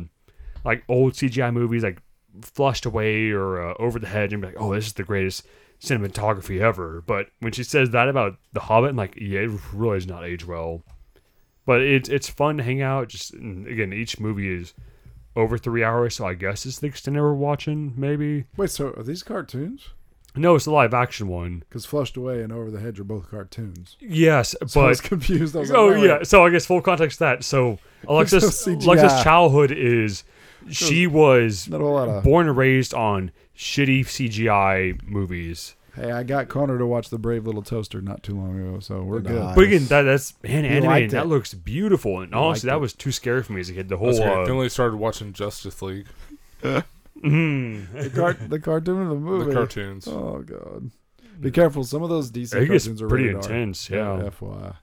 Speaker 3: like old CGI movies like Flushed Away or uh, Over the Hedge and be like, "Oh, this is the greatest cinematography ever." But when she says that about The Hobbit, I'm like, "Yeah, it really does not age well." But it's it's fun to hang out. Just and again, each movie is over three hours, so I guess it's the extent we're watching. Maybe
Speaker 2: Wait, so are these cartoons?
Speaker 3: no, it's a live action one.
Speaker 2: Because Flushed Away and Over the Hedge are both cartoons.
Speaker 3: Yes,
Speaker 2: So I was
Speaker 3: but
Speaker 2: confused. I was like,
Speaker 3: oh
Speaker 2: wait, wait.
Speaker 3: yeah. So I guess full context to that. So Alexis,
Speaker 2: So CGI.
Speaker 3: Alexis' childhood is she was
Speaker 2: Not a whole lot of-
Speaker 3: born and raised on shitty CGI movies.
Speaker 2: Hey, I got Connor to watch The Brave Little Toaster not too long ago, so we're good.
Speaker 3: But again, that, that's man animated.
Speaker 2: liked
Speaker 3: That
Speaker 2: it.
Speaker 3: looks beautiful, and honestly,
Speaker 2: liked
Speaker 3: that
Speaker 2: it.
Speaker 3: was too scary for me as a kid. The
Speaker 5: That's
Speaker 3: whole
Speaker 5: great.
Speaker 3: uh,
Speaker 5: Finally started watching Justice League,
Speaker 3: hmm.
Speaker 2: The, car- the cartoon of the
Speaker 5: the
Speaker 2: movie.
Speaker 5: cartoons.
Speaker 2: Oh god. Be careful. Some of those DC
Speaker 3: it gets
Speaker 2: cartoons are
Speaker 3: pretty
Speaker 2: rated R.
Speaker 3: intense. Yeah,
Speaker 2: FYI.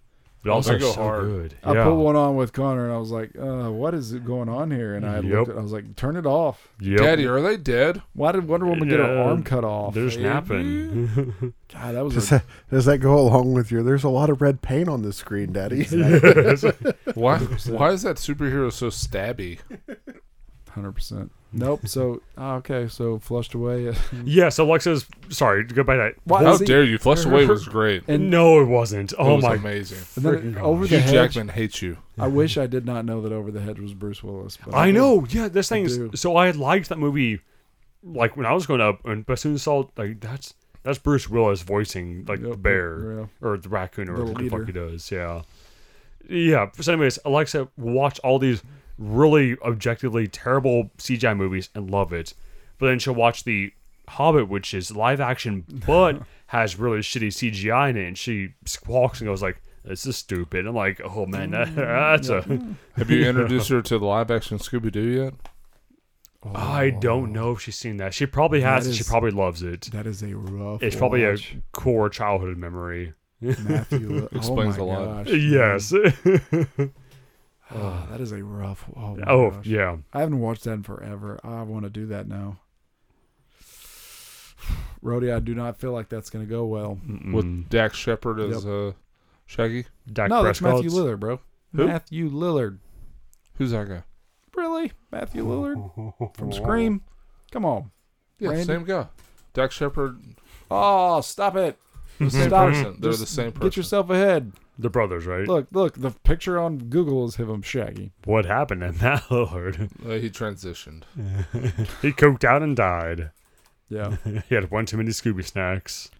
Speaker 3: but also
Speaker 5: go
Speaker 3: so
Speaker 5: hard.
Speaker 3: good.
Speaker 2: I
Speaker 3: yeah.
Speaker 2: put one on with Connor, and I was like, uh, "What is going on here?" And I
Speaker 3: Yep.
Speaker 2: looked at, I was like, "Turn it off."
Speaker 3: Yep.
Speaker 5: Daddy, are they dead?
Speaker 2: Why did Wonder Woman get her
Speaker 3: Yeah,
Speaker 2: arm cut off?
Speaker 3: They're snapping.
Speaker 2: God, that was
Speaker 8: Does
Speaker 2: a,
Speaker 8: that, does that go along with your? There's a lot of red paint on the screen, Daddy.
Speaker 5: Why? Why is that superhero so stabby?
Speaker 2: hundred percent. Nope. So ah, okay, so flushed away.
Speaker 3: yeah. So Alexis, sorry to go by that.
Speaker 2: Why
Speaker 5: How
Speaker 2: is he-
Speaker 5: dare you? Flushed Away was great. It
Speaker 2: And-
Speaker 3: no, it wasn't. Oh
Speaker 5: was
Speaker 3: my.
Speaker 5: amazing.
Speaker 2: And then
Speaker 3: Freaking
Speaker 2: over
Speaker 5: Hugh
Speaker 2: the hedge.
Speaker 5: Jackman hates you.
Speaker 2: I wish I did not know that over the hedge was Bruce Willis. But
Speaker 3: I
Speaker 2: did.
Speaker 3: know. Yeah, this thing. is
Speaker 2: do.
Speaker 3: So I liked that movie, like when I was growing up, and but as soon as I saw like that's that's Bruce Willis voicing like the
Speaker 2: Yep,
Speaker 3: bear
Speaker 2: yeah.
Speaker 3: or the raccoon or
Speaker 2: The
Speaker 3: what the fuck
Speaker 2: leader.
Speaker 3: he does. Yeah, yeah. So, anyways, Alexa watch all these really objectively terrible CGI movies and love it, but then she'll watch the Hobbit, which is live action but has really shitty CGI in it, and she squawks and goes like. This is stupid. I'm like, oh man,
Speaker 2: Mm,
Speaker 3: that, that's a
Speaker 5: Have you introduced her to the live action Scooby Doo yet?
Speaker 3: I don't know if she's seen that. She probably
Speaker 2: Oh.
Speaker 3: has.
Speaker 2: That
Speaker 3: and she
Speaker 2: is-
Speaker 3: probably loves it.
Speaker 2: That is a rough.
Speaker 3: It's probably a
Speaker 2: watch.
Speaker 3: core childhood memory.
Speaker 2: Matthew.
Speaker 5: Explains
Speaker 2: oh
Speaker 5: a
Speaker 2: my
Speaker 5: lot.
Speaker 2: Gosh,
Speaker 3: Yes.
Speaker 2: Mm. Oh, that is a rough. Oh, my
Speaker 3: oh
Speaker 2: gosh.
Speaker 3: yeah.
Speaker 2: I haven't watched that in forever. I want to do that now. Rody, I do not feel like that's going to go well.
Speaker 5: With Dax Shepard as uh, Shaggy?
Speaker 3: Dak
Speaker 2: no, that's
Speaker 3: Prescott's.
Speaker 2: Matthew Lillard, bro.
Speaker 5: Who?
Speaker 2: Matthew Lillard.
Speaker 5: Who's that guy?
Speaker 2: Really?
Speaker 3: Oh.
Speaker 2: Matthew Lillard from Scream? Come on.
Speaker 5: Yeah,
Speaker 2: Randy?
Speaker 5: same guy. Dax Shepard.
Speaker 2: Oh, stop it.
Speaker 5: The same
Speaker 2: Stop.
Speaker 5: person. They're the
Speaker 2: Just
Speaker 5: same person.
Speaker 2: Get yourself ahead.
Speaker 3: The brothers, right?
Speaker 2: Look, look. The picture on Google is him shaggy.
Speaker 3: What happened in that lord?
Speaker 5: Uh, he transitioned.
Speaker 3: He coked out and died.
Speaker 2: Yeah.
Speaker 3: He had one too many Scooby snacks.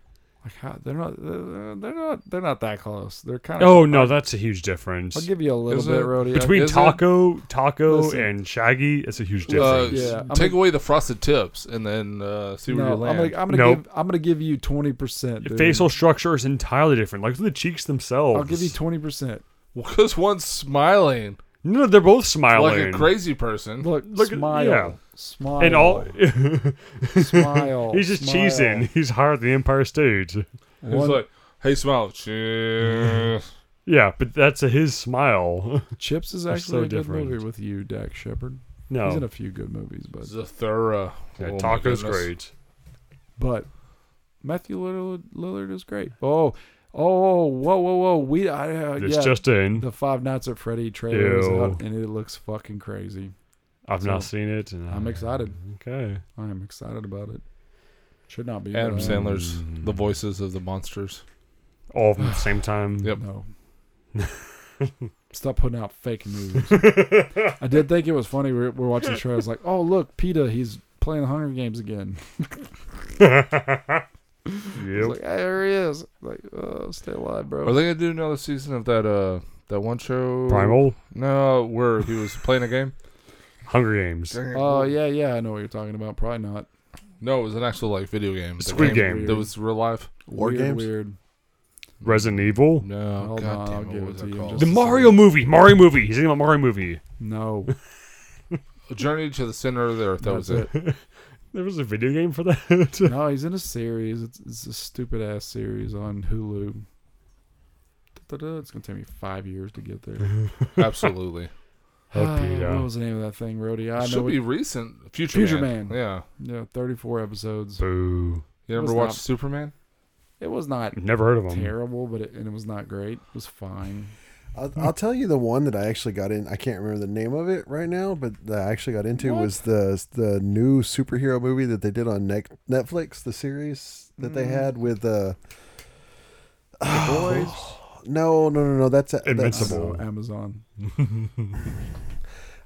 Speaker 2: Like how, they're not they're they're not they're not that close. They're kind of.
Speaker 3: Oh no, that's a huge difference.
Speaker 2: I'll give you a little
Speaker 5: Is
Speaker 2: bit,
Speaker 5: it
Speaker 2: Rodeo.
Speaker 3: Between
Speaker 5: Is it?
Speaker 3: Taco, Taco,
Speaker 2: Listen.
Speaker 3: and Shaggy, it's a huge
Speaker 5: Uh,
Speaker 3: difference.
Speaker 2: Yeah, I'm
Speaker 5: take
Speaker 2: a-
Speaker 5: away the frosted tips and then uh, see where
Speaker 2: no,
Speaker 5: you
Speaker 2: I'm
Speaker 5: land.
Speaker 2: gonna, I'm gonna
Speaker 3: Nope.
Speaker 2: give I'm gonna give you twenty percent.
Speaker 3: Facial structure is entirely different. Like the cheeks themselves.
Speaker 2: I'll give you twenty percent.
Speaker 5: Because one's smiling
Speaker 3: no, they're both smiling.
Speaker 5: like a crazy person.
Speaker 2: Look,
Speaker 3: Look at-
Speaker 2: smile,
Speaker 3: yeah.
Speaker 2: smile,
Speaker 3: and all
Speaker 2: smile.
Speaker 3: he's just
Speaker 2: smile.
Speaker 3: cheesing. He's higher than the Empire State.
Speaker 5: He's like, hey, smile. Cheers.
Speaker 3: Yeah, but that's a, his smile.
Speaker 2: Chips is
Speaker 3: They're
Speaker 2: actually
Speaker 3: so
Speaker 2: a good
Speaker 3: different.
Speaker 2: movie with you, Dak Shepard.
Speaker 3: No,
Speaker 2: He's in a few good movies, but
Speaker 5: Zathura.
Speaker 3: Yeah,
Speaker 5: Oh my
Speaker 3: Taco's
Speaker 5: goodness.
Speaker 3: great.
Speaker 2: but Matthew Lillard, Lillard is great. Oh, oh, whoa, whoa, whoa. We, I, uh,
Speaker 3: It's
Speaker 2: yeah,
Speaker 3: just in.
Speaker 2: the Five Nights at Freddy trailer is
Speaker 3: Ew.
Speaker 2: out, and it looks fucking crazy.
Speaker 3: I've not
Speaker 2: so-
Speaker 3: seen it. and
Speaker 2: I'm
Speaker 3: I-
Speaker 2: excited.
Speaker 3: Okay.
Speaker 2: I am excited about it. Should not be.
Speaker 5: Adam
Speaker 2: but I am.
Speaker 5: Sandler's
Speaker 3: Mm.
Speaker 5: The Voices of the Monsters.
Speaker 3: All of them at the same time.
Speaker 5: Yep.
Speaker 2: No. um, Stop putting out fake movies. I did think it was funny. We're, we're watching the show. I was like, oh, look, PETA, he's playing the Hunger Games again. I was
Speaker 3: Yep.
Speaker 2: like, "Hey, there he is. Like, oh, stay alive,
Speaker 5: Are
Speaker 2: bro.
Speaker 5: they gonna do another season of that uh that one show?
Speaker 3: Primal
Speaker 5: No, where he was playing a game.
Speaker 3: Hunger Games.
Speaker 2: Oh, yeah, yeah. I know what you're talking about. Probably not.
Speaker 5: No, it was an actual like video game. The
Speaker 3: Squid Game.
Speaker 5: that was real life.
Speaker 9: War
Speaker 2: weird,
Speaker 9: games?
Speaker 2: Weird.
Speaker 3: Resident Evil.
Speaker 5: No,
Speaker 2: Hold
Speaker 5: god
Speaker 2: on, Oh, I'll
Speaker 5: damn
Speaker 2: give
Speaker 5: it, what
Speaker 2: it
Speaker 5: was
Speaker 2: to
Speaker 5: that
Speaker 2: you in
Speaker 5: called?
Speaker 2: just
Speaker 3: The
Speaker 2: a
Speaker 3: Mario movie. Mario movie. He's thinking about Mario movie.
Speaker 2: No.
Speaker 5: Journey to the Center of the Earth. That was
Speaker 2: That's
Speaker 5: it.
Speaker 3: There was a video game for that.
Speaker 2: No, he's in a series. It's, it's a stupid ass series on Hulu. Da-da-da, It's gonna take me five years to get
Speaker 5: Mm-hmm.
Speaker 2: there.
Speaker 5: Absolutely.
Speaker 3: Oh, Peter.
Speaker 2: what was the name of that thing, Rodeo? I
Speaker 5: It
Speaker 2: know.
Speaker 5: should
Speaker 2: What,
Speaker 5: be recent. Future,
Speaker 2: Future Man.
Speaker 5: Yeah.
Speaker 2: yeah, thirty-four episodes.
Speaker 3: Boo.
Speaker 5: You
Speaker 2: It was
Speaker 5: ever watched
Speaker 2: not-
Speaker 5: Superman?
Speaker 2: It was not
Speaker 3: Never heard
Speaker 5: Um,
Speaker 3: of him.
Speaker 2: terrible, but it, and it was not great. It was fine.
Speaker 4: I'll, I'll tell you the one that I actually got in. I can't remember the name of it right now, but that I actually got into was the the new superhero movie that they did on Nec- Netflix, the series that they had with uh,
Speaker 3: Boys.
Speaker 4: no, no, no, no. That's a,
Speaker 2: I
Speaker 3: Invincible.
Speaker 4: That's,
Speaker 2: know,
Speaker 3: Possible.
Speaker 2: Amazon.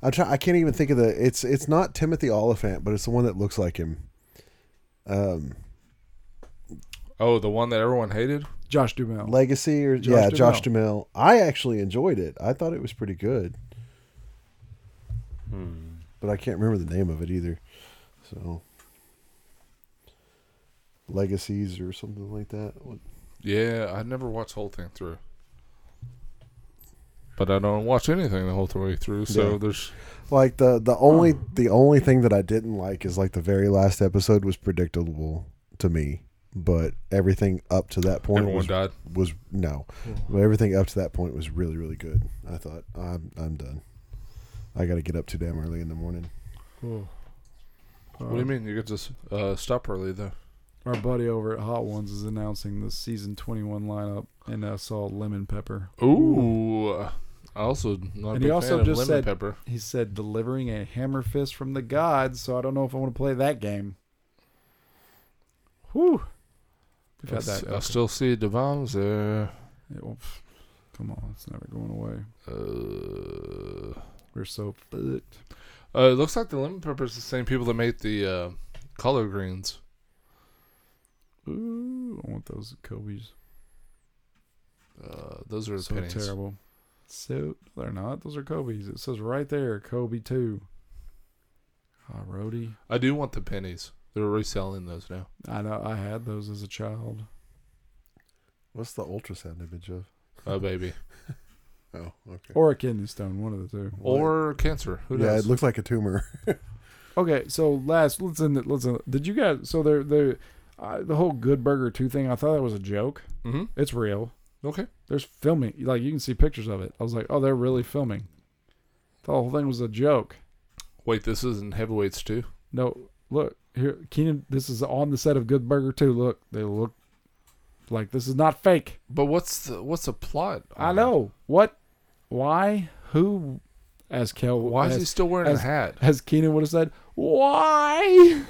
Speaker 4: I'm trying. I can't even think of the. It's it's not Timothy Oliphant, but it's the one that looks like him. Um,
Speaker 5: Oh, the one that everyone hated.
Speaker 2: Josh Dumel.
Speaker 4: Legacy or
Speaker 2: Josh
Speaker 4: yeah, Josh
Speaker 2: Duhamel.
Speaker 4: Duhamel. I actually enjoyed it. I thought it was pretty good,
Speaker 2: Hmm.
Speaker 4: but I can't remember the name of it either. So, Legacies or something like that. What-
Speaker 5: Yeah, I never watched the whole thing through. But I don't watch anything the whole way through, so
Speaker 4: Yeah.
Speaker 5: there's
Speaker 4: Like the the only the only thing that I didn't like is like the very last episode was predictable to me, but everything up to that point
Speaker 5: everyone
Speaker 4: was
Speaker 5: died.
Speaker 4: was no, but everything up to that point was really really good. I thought I'm I'm done. I got to get up too damn early in the morning.
Speaker 2: Oh.
Speaker 5: What do you mean? You get to s- uh, stop early though.
Speaker 2: Our buddy over at Hot Ones is announcing the season 21 lineup, and I saw Lemon Pepper.
Speaker 5: Ooh, I also not a
Speaker 2: And
Speaker 5: big
Speaker 2: he also
Speaker 5: fan of
Speaker 2: just
Speaker 5: lemon
Speaker 2: said-
Speaker 5: pepper.
Speaker 2: He said, delivering a hammer fist from the gods, so I don't know if I want to play that game. Whew. We've
Speaker 5: I,
Speaker 2: had
Speaker 5: s-
Speaker 2: that.
Speaker 5: I still see the bombs there.
Speaker 2: It won't- come on, it's never going away.
Speaker 5: Uh,
Speaker 2: We're so fucked.
Speaker 5: uh, it looks like the lemon pepper is the same people that made the uh, collard greens.
Speaker 2: Ooh, I want those Kobe's.
Speaker 5: Uh, those are
Speaker 2: So
Speaker 5: pennies.
Speaker 2: terrible. So they're not. Those are Kobe's. It says right there, Kobe two. Ah, Rhodey.
Speaker 5: I do want the pennies. They're reselling those now.
Speaker 2: I know. I had those as a child.
Speaker 4: What's the ultrasound image of?
Speaker 5: Oh baby,
Speaker 4: Oh, okay.
Speaker 2: Or a kidney stone, one of the two.
Speaker 5: or cancer. Who
Speaker 4: yeah,
Speaker 5: knows?
Speaker 4: it looks like a tumor.
Speaker 2: Okay, so last let's end it. Let's end it. Did you guys? So they're they, uh, the whole Good Burger two thing. I thought that was a joke.
Speaker 5: mm-hmm.
Speaker 2: It's real.
Speaker 5: Okay.
Speaker 2: There's filming. Like you can see pictures of it. I was like, oh, they're really filming. The whole thing was a joke.
Speaker 5: Wait, this isn't heavyweights too.
Speaker 2: No, look here, Keenan. This is on the set of Good Burger too. Look, they look like this is not fake.
Speaker 5: But what's the what's the plot?
Speaker 2: I know what, why, who, as Kel.
Speaker 5: Why is
Speaker 2: as,
Speaker 5: he still wearing
Speaker 2: as-
Speaker 5: a hat?
Speaker 2: As Keenan would have said, why?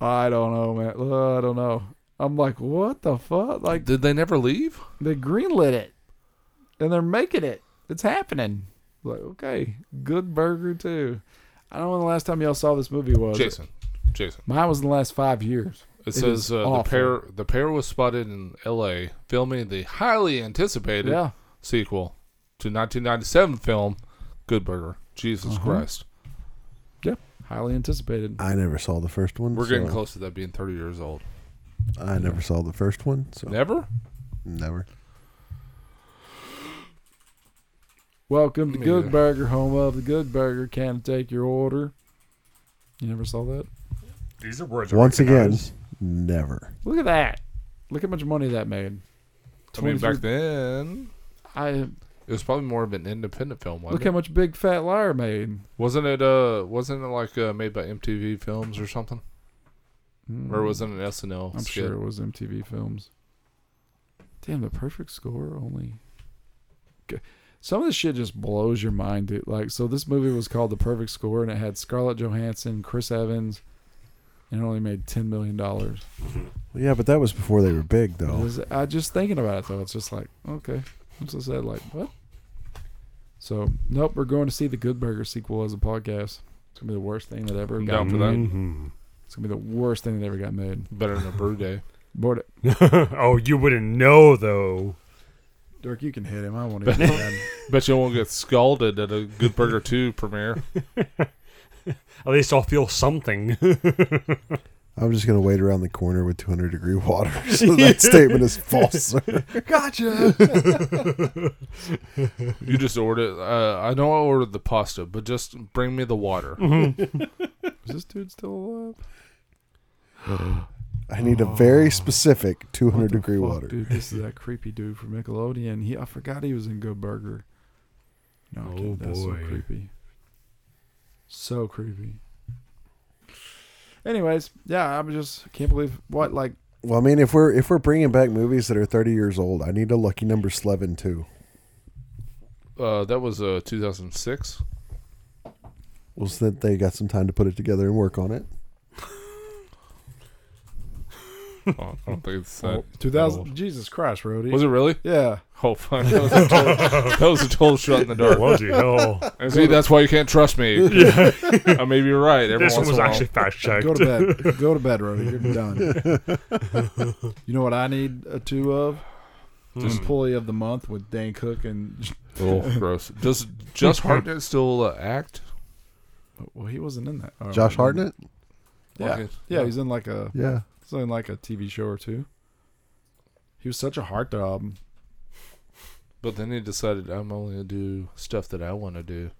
Speaker 2: I don't know, man. I don't know. I'm like, what the fuck? Like
Speaker 5: Did they never leave?
Speaker 2: they greenlit it, and they're making it. It's happening. Like, okay, good burger too. I don't know when the last time y'all saw this movie was.
Speaker 5: Jason. Jason.
Speaker 2: Mine was in the last five years.
Speaker 5: It,
Speaker 2: is
Speaker 5: says uh, the
Speaker 2: awful.
Speaker 5: pair the pair was spotted in L.A. filming the highly anticipated
Speaker 2: Yeah.
Speaker 5: sequel to 1997 film Good Burger. Jesus
Speaker 2: Uh-huh.
Speaker 5: Christ,
Speaker 2: Yep. Highly anticipated.
Speaker 4: I never saw the first one.
Speaker 5: we're getting
Speaker 4: so
Speaker 5: close to that being 30 years old.
Speaker 4: I never saw the first one, so
Speaker 5: Never.
Speaker 4: never.
Speaker 2: Welcome to
Speaker 5: Me
Speaker 2: Good
Speaker 5: neither.
Speaker 2: Burger, home of the Good Burger. Can take your order. You never saw that?
Speaker 3: These are words. I
Speaker 4: Once again,
Speaker 3: recognize.
Speaker 4: never.
Speaker 2: Look at that. Look how much money that made.
Speaker 5: I mean, back
Speaker 2: 23
Speaker 5: then
Speaker 2: I
Speaker 5: it was probably more of an independent film. Wasn't
Speaker 2: look
Speaker 5: it?
Speaker 2: how much Big Fat Liar made.
Speaker 5: Wasn't it uh wasn't it like uh, made by MTV Films or something? Or was it an SNL?
Speaker 2: Hmm. I'm
Speaker 5: skit?
Speaker 2: sure it was MTV Films. Damn, the perfect score only. G- Some of this shit just blows your mind, dude. Like, so this movie was called The Perfect Score, and it had Scarlett Johansson, Chris Evans, and it only made ten million dollars.
Speaker 4: Well, yeah, but that was before they were big,
Speaker 2: It
Speaker 4: though.
Speaker 2: was- I just thinking about it though, it's just like okay, I'm so sad. Like what? So nope, we're going to see the Good Burger sequel as a podcast. It's gonna be the worst thing that ever
Speaker 5: I'm
Speaker 2: got
Speaker 5: down for
Speaker 2: made.
Speaker 5: that.
Speaker 2: It's gonna be the worst thing that ever got made.
Speaker 5: Better than a brew day.
Speaker 2: Board it,
Speaker 3: oh, you wouldn't know though.
Speaker 2: Dirk. You can hit him. I won't even. man.
Speaker 5: Bet you won't get scalded at a Good Burger 2 premiere.
Speaker 3: At least I'll feel something.
Speaker 4: I'm just gonna wait around the corner with 200 degree water. So that statement is false. sir.
Speaker 5: You just ordered. Uh, I know I ordered the pasta, but just bring me the water.
Speaker 2: Mm-hmm. Is this dude still alive?
Speaker 4: I need a very specific 200
Speaker 2: What the
Speaker 4: degree
Speaker 2: fuck,
Speaker 4: water.
Speaker 2: Dude, this is that creepy dude from Nickelodeon. He, I forgot he was in Good Burger. No, I'm
Speaker 3: Oh,
Speaker 2: kidding. that's so
Speaker 3: boy.
Speaker 2: creepy. So creepy. Anyways, yeah, I'm just can't believe what like
Speaker 4: Well, I mean, if we're if we're bringing back movies that are 30 years old, I need a Lucky Number 11 too.
Speaker 5: Uh, that was uh, 2006.
Speaker 4: Well, so that they got some time to put it together and work on it.
Speaker 5: Oh, I don't think it's that.
Speaker 2: 2000. Jesus Christ, Rody.
Speaker 5: Was it really?
Speaker 2: Yeah,
Speaker 5: Oh, fuck. That was a total, that was a total shot in the dark.
Speaker 3: Bloody hell!
Speaker 5: And see, that's why you can't trust me. I may be right. Every
Speaker 3: this one was
Speaker 5: once in a while.
Speaker 3: actually fact checked.
Speaker 2: go to bed. go to bed, Rody. You're done. you know what I need a two of?
Speaker 3: Hmm.
Speaker 2: Employee of the month with Dan Cook and
Speaker 5: Oh, gross. Does Just Hartnett still uh, act?
Speaker 2: well, he wasn't in that. Oh,
Speaker 4: Josh
Speaker 2: well,
Speaker 4: Hartnett?
Speaker 2: Yeah,
Speaker 5: Like,
Speaker 2: yeah, he's in like a
Speaker 4: Yeah.
Speaker 2: It's in like a TV show or two. He was such a heartthrob.
Speaker 5: But then he decided I'm only gonna do stuff that I want to do.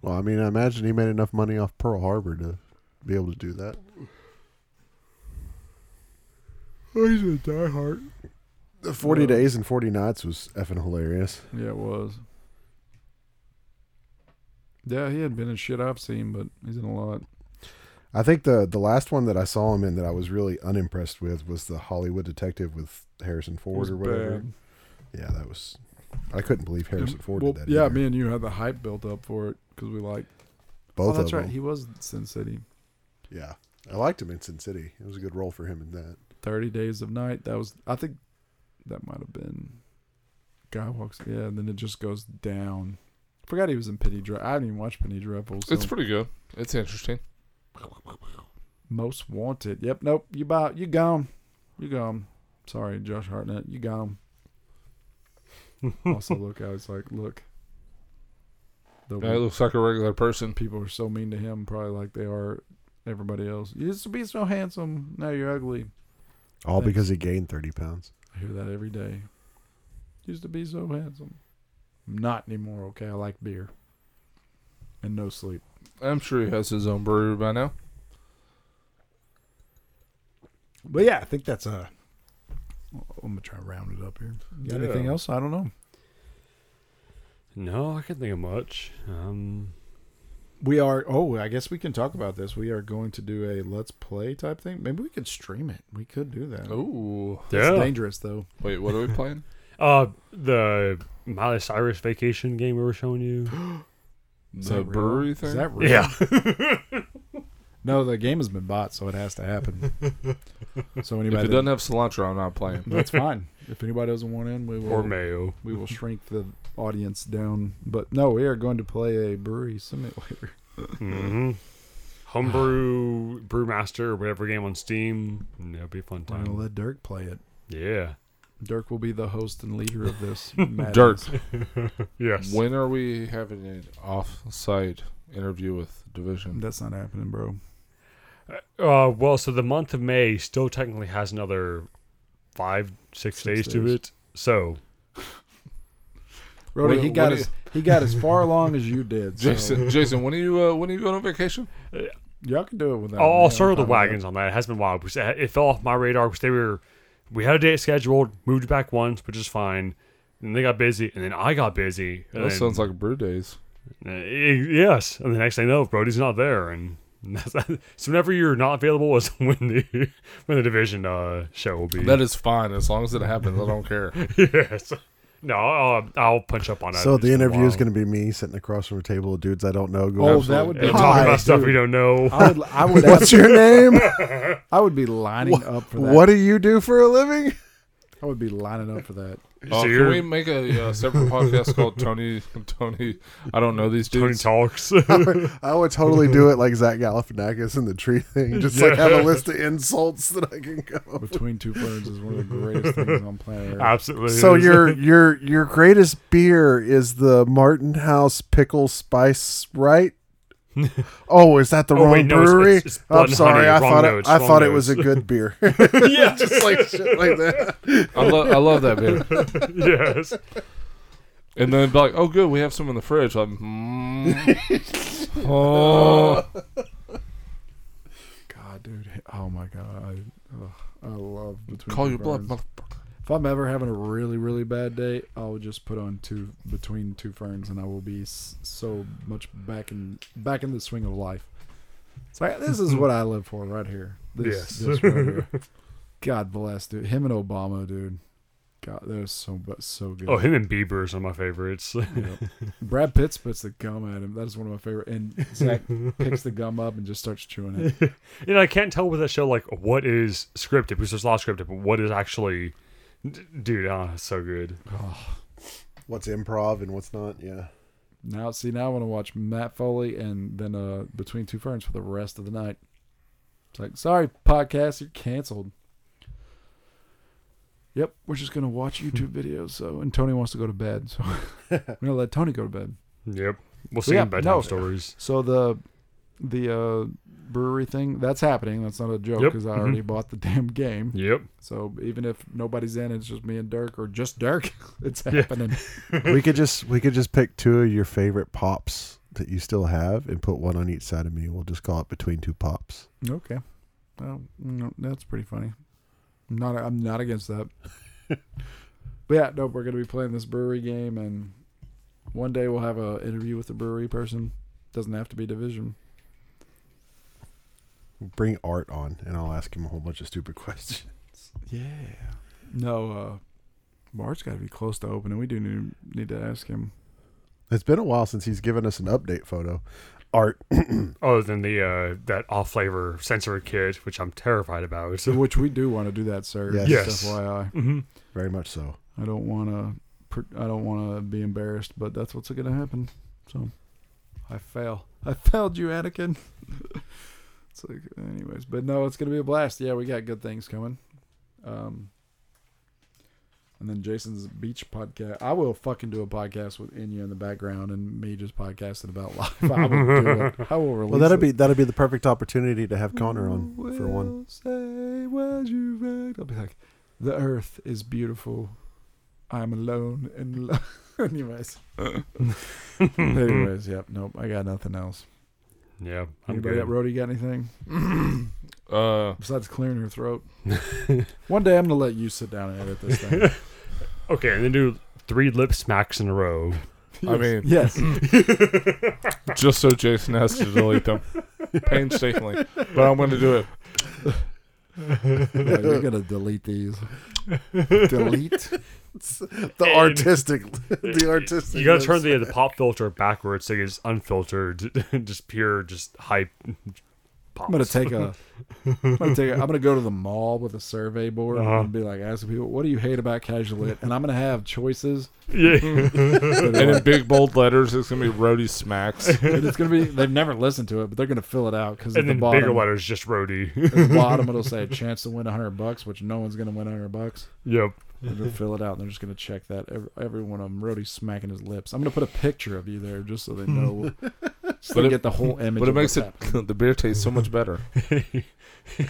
Speaker 4: Well, I mean, I imagine he made enough money off Pearl Harbor to be able to do that.
Speaker 2: Oh, he's a diehard.
Speaker 4: The 40 Days and 40 Nights was effing hilarious.
Speaker 2: Yeah, it was. Yeah, he had been in shit I've seen, but he's in a lot.
Speaker 4: I think the the last one that I saw him in that I was really unimpressed with was the Hollywood Detective with Harrison
Speaker 2: It
Speaker 4: Ford
Speaker 2: was
Speaker 4: or whatever.
Speaker 2: bad.
Speaker 4: Yeah, that was. I couldn't believe Harrison Ford
Speaker 2: Well,
Speaker 4: did that.
Speaker 2: yeah,
Speaker 4: either.
Speaker 2: me and you had the hype built up for it because we like.
Speaker 4: both
Speaker 2: oh, that's
Speaker 4: of
Speaker 2: right.
Speaker 4: them.
Speaker 2: He was Sin City.
Speaker 4: Yeah, I liked him in Sin City. It was a good role for him in that.
Speaker 2: Thirty Days of Night. That was. I think that might have been. Guy walks. Yeah, and then it just goes down. Forgot he was in Penny Dreadful. I didn't even watch Penny Dreadful. So.
Speaker 5: It's pretty good. It's interesting.
Speaker 2: Most wanted. Yep. Nope. You buy. You gone. You gone. Sorry, Josh Hartnett. You gone. also, look out. It's like, look. The
Speaker 5: Yeah, it looks like a regular person.
Speaker 2: people are so mean to him, probably like they are everybody else. You used to be so handsome. Now you're ugly.
Speaker 4: All
Speaker 2: Thanks.
Speaker 4: because he gained thirty pounds.
Speaker 2: I hear that every day. Used to be so handsome. Not anymore. Okay. I like beer. And no sleep.
Speaker 5: I'm sure he has his own brewery by now.
Speaker 2: But yeah, I think that's a. I'm gonna try to round it up here. You got Anything
Speaker 3: Yeah.
Speaker 2: else? I don't know.
Speaker 3: No, I can't think of much. Um,
Speaker 2: We are. Oh, I guess we can talk about this. We are going to do a let's play type thing. Maybe we could stream it. We could do that.
Speaker 5: Oh, Ooh.
Speaker 2: It's
Speaker 3: yeah.
Speaker 2: dangerous though.
Speaker 5: Wait, what are we playing?
Speaker 3: Uh, the Miley Cyrus vacation game we were showing you.
Speaker 2: Is
Speaker 5: the
Speaker 2: that real?
Speaker 5: brewery thing?
Speaker 2: Is that real? No, the game has been bought, so it has to happen. So
Speaker 5: If
Speaker 2: anybody
Speaker 5: it doesn't have cilantro, I'm not playing.
Speaker 2: that's fine. If anybody doesn't want in, we will
Speaker 3: or mayo.
Speaker 2: we will shrink the audience down. But no, we are going to play a brewery simulator.
Speaker 3: Mm-hmm. Homebrew, Brewmaster, whatever game on Steam. That'll be a fun
Speaker 2: I'm gonna
Speaker 3: time.
Speaker 2: let Dirk play it.
Speaker 3: Yeah.
Speaker 2: Dirk will be the host and leader of this. madness.
Speaker 5: Dirk.
Speaker 3: Yes.
Speaker 5: When are we having an off-site interview with Division?
Speaker 2: that's not happening, bro.
Speaker 3: Uh, well, so the month of May still technically has another five, six days,
Speaker 2: Six
Speaker 3: to
Speaker 2: days.
Speaker 3: it. So
Speaker 2: Brody,
Speaker 5: What-
Speaker 2: he got
Speaker 5: what
Speaker 2: as he got as far along as you did. So
Speaker 5: Jason, Jason, when are you uh, when are you going on vacation?
Speaker 2: y'all can do it without.
Speaker 3: Oh, I'll,
Speaker 2: me.
Speaker 3: I'll
Speaker 2: I'm
Speaker 3: circle the
Speaker 2: fine with
Speaker 3: wagons on that. It has been wild. because It it fell off my radar because they were, we had a date scheduled, moved it back once, which is fine. And they got busy, and then I got busy. And
Speaker 5: That
Speaker 3: then-
Speaker 5: sounds like brew days.
Speaker 3: Uh, y- yes, and the next thing I know, Brody's not there, and that's, so whenever you're not available is when the when the division uh, show will be.
Speaker 5: That is fine as long as it happens. I don't care.
Speaker 3: yes. No, I'll, I'll punch up on it.
Speaker 8: So
Speaker 3: It's
Speaker 8: the
Speaker 3: been a
Speaker 8: interview is
Speaker 3: while.
Speaker 8: going to be me sitting across from a table of dudes I don't know.
Speaker 2: that. Oh,
Speaker 8: Going,
Speaker 2: that would be.
Speaker 3: and talk
Speaker 8: Hi,
Speaker 3: about stuff we
Speaker 2: dude.
Speaker 3: don't know.
Speaker 2: I would. I would.
Speaker 8: what's your name?
Speaker 2: I would be lining up for that.
Speaker 8: what do you do for a living?
Speaker 2: I would be lining up for that.
Speaker 5: Uh, can
Speaker 3: you're-
Speaker 5: we make a uh, separate podcast called Tony? Tony, I don't know these
Speaker 3: Tony
Speaker 5: dudes.
Speaker 3: talks.
Speaker 8: I would totally do it like Zach Galifianakis in the tree thing. Just like have a list of insults that I can go.
Speaker 2: Between two ferns is one of the greatest things on planet Earth.
Speaker 3: Absolutely.
Speaker 8: So
Speaker 3: is.
Speaker 8: your your your greatest beer is the Martin House pickle spice, right? Oh, is that the
Speaker 3: Oh,
Speaker 8: wrong
Speaker 3: wait, no, it's-
Speaker 8: brewery?
Speaker 3: it's- it's Blood
Speaker 8: I'm
Speaker 3: and
Speaker 8: sorry,
Speaker 3: Honey,
Speaker 8: I
Speaker 3: wrong
Speaker 8: thought
Speaker 3: notes,
Speaker 8: it, I
Speaker 3: wrong
Speaker 8: thought it was a
Speaker 3: notes.
Speaker 8: good beer.
Speaker 3: yeah,
Speaker 8: Just like shit like that.
Speaker 5: I, lo- I love that bit.
Speaker 3: yes.
Speaker 5: And then be like, oh, good, we have some in the fridge. Like, mm. oh,
Speaker 2: God, dude. Oh my god. I, ugh, I love between.
Speaker 5: call
Speaker 2: two
Speaker 5: your bluff,
Speaker 2: ferns.
Speaker 5: motherfucker.
Speaker 2: If I'm ever having a really really bad day, I'll just put on two between two ferns, and I will be s- so much back in back in the swing of life. It's like this is what I live for right here. This,
Speaker 3: Yes.
Speaker 2: this right here. God bless, dude. Him and Obama, dude. God, that is so bu- so good.
Speaker 3: Oh, him and Bieber is one of my favorites.
Speaker 2: Brad Pitt spits the gum at him. That is one of my favorite. And Zach picks the gum up and just starts chewing it.
Speaker 3: you know, I can't tell with that show like what is scripted because there's a lot of scripted, but what is actually, d- dude, ah, it's so good.
Speaker 8: What's improv and what's not? Yeah.
Speaker 2: Now, see, now I want to watch Matt Foley and then uh, Between Two Ferns for the rest of the night. It's like, sorry, podcast, you're canceled. Yep, we're just gonna watch YouTube videos. So, and Tony wants to go to bed, so we're gonna let Tony go to bed.
Speaker 3: Yep. We'll see
Speaker 2: Yeah,
Speaker 3: in bedtime
Speaker 2: no.
Speaker 3: stories.
Speaker 2: So the the uh, brewery thing that's happening. That's not a joke
Speaker 3: Yep,
Speaker 2: because I
Speaker 3: mhm.
Speaker 2: already bought the damn game.
Speaker 3: Yep.
Speaker 2: So even if nobody's in, it's just me and Dirk or just Dirk. It's happening.
Speaker 8: we could just we could just pick two of your favorite pops that you still have and put one on each side of me. We'll just call it between two pops.
Speaker 2: Okay. Well, no, that's pretty funny. I'm not I'm not against that. but yeah, no, we're gonna be playing this brewery game, and one day we'll have a interview with the brewery person. Doesn't have to be division.
Speaker 8: Bring Art on, and I'll ask him a whole bunch of stupid questions.
Speaker 2: Yeah. No, uh, March got to be close to opening. We do need, need to ask him.
Speaker 8: It's been a while since he's given us an update photo. Art,
Speaker 3: Other than the uh, that off flavor sensory kit, which I'm terrified about.
Speaker 2: Which we do want to do that, sir.
Speaker 8: Yes.
Speaker 2: Just
Speaker 3: Yes.
Speaker 2: FYI,
Speaker 3: Mhm.
Speaker 8: very much so.
Speaker 2: I don't want to. I don't want to be embarrassed, but that's what's gonna happen. So, I fail. I failed you, Anakin. it's like, anyways, but no, it's gonna be a blast. Yeah, we got good things coming. Um, and then Jason's beach podcast. I will fucking do a podcast with Inya in the background and me just podcasting about life. I will do it. I will release.
Speaker 8: Well, that'd
Speaker 2: it.
Speaker 8: be that'd be the perfect opportunity to have Connor on for one.
Speaker 2: We'll Say what you read. I'll be like, the earth is beautiful. I'm alone and lo-" anyways. anyways, yep. Nope. I got nothing else.
Speaker 3: Yeah. I'm
Speaker 2: Anybody
Speaker 3: good.
Speaker 2: got Rody got anything
Speaker 5: Uh,
Speaker 2: besides clearing her throat? one day I'm gonna let you sit down and edit this thing.
Speaker 3: Okay, and then do three lip smacks in a row.
Speaker 5: I mean,
Speaker 2: yes.
Speaker 5: just so Jason has to delete them painstakingly, but I'm going to do it.
Speaker 2: Yeah, you're gonna delete these.
Speaker 8: Delete the artistic, the artistic.
Speaker 3: You gotta turn the, the pop filter backwards so it's unfiltered, just pure, just hype pops.
Speaker 2: I'm gonna take a. I'm gonna take. A, I'm gonna go to the mall with a survey board
Speaker 3: Uh-huh.
Speaker 2: and be like, asking people, "What do you hate about casual lit?" And I'm gonna have choices.
Speaker 3: yeah.
Speaker 2: that are
Speaker 5: And in
Speaker 2: like-
Speaker 5: big bold letters, it's gonna be Roadie Smacks.
Speaker 2: and it's gonna be. They've never listened to it, but they're gonna fill it out because at
Speaker 3: and
Speaker 2: the
Speaker 3: then bigger
Speaker 2: bottom,
Speaker 3: letters, just Rody.
Speaker 2: at the bottom, it'll say chance to win 100 bucks, which no one's gonna win 100 bucks.
Speaker 3: yep.
Speaker 2: They're gonna fill it out, and they're just gonna check that. Every, every one of them, Rody smacking his lips. I'm gonna put a picture of you there just so they know. so
Speaker 5: But
Speaker 2: they
Speaker 5: it-
Speaker 2: get the whole image.
Speaker 5: But it
Speaker 2: of
Speaker 5: makes
Speaker 2: what's
Speaker 5: it the beer tastes so much better.
Speaker 2: happening.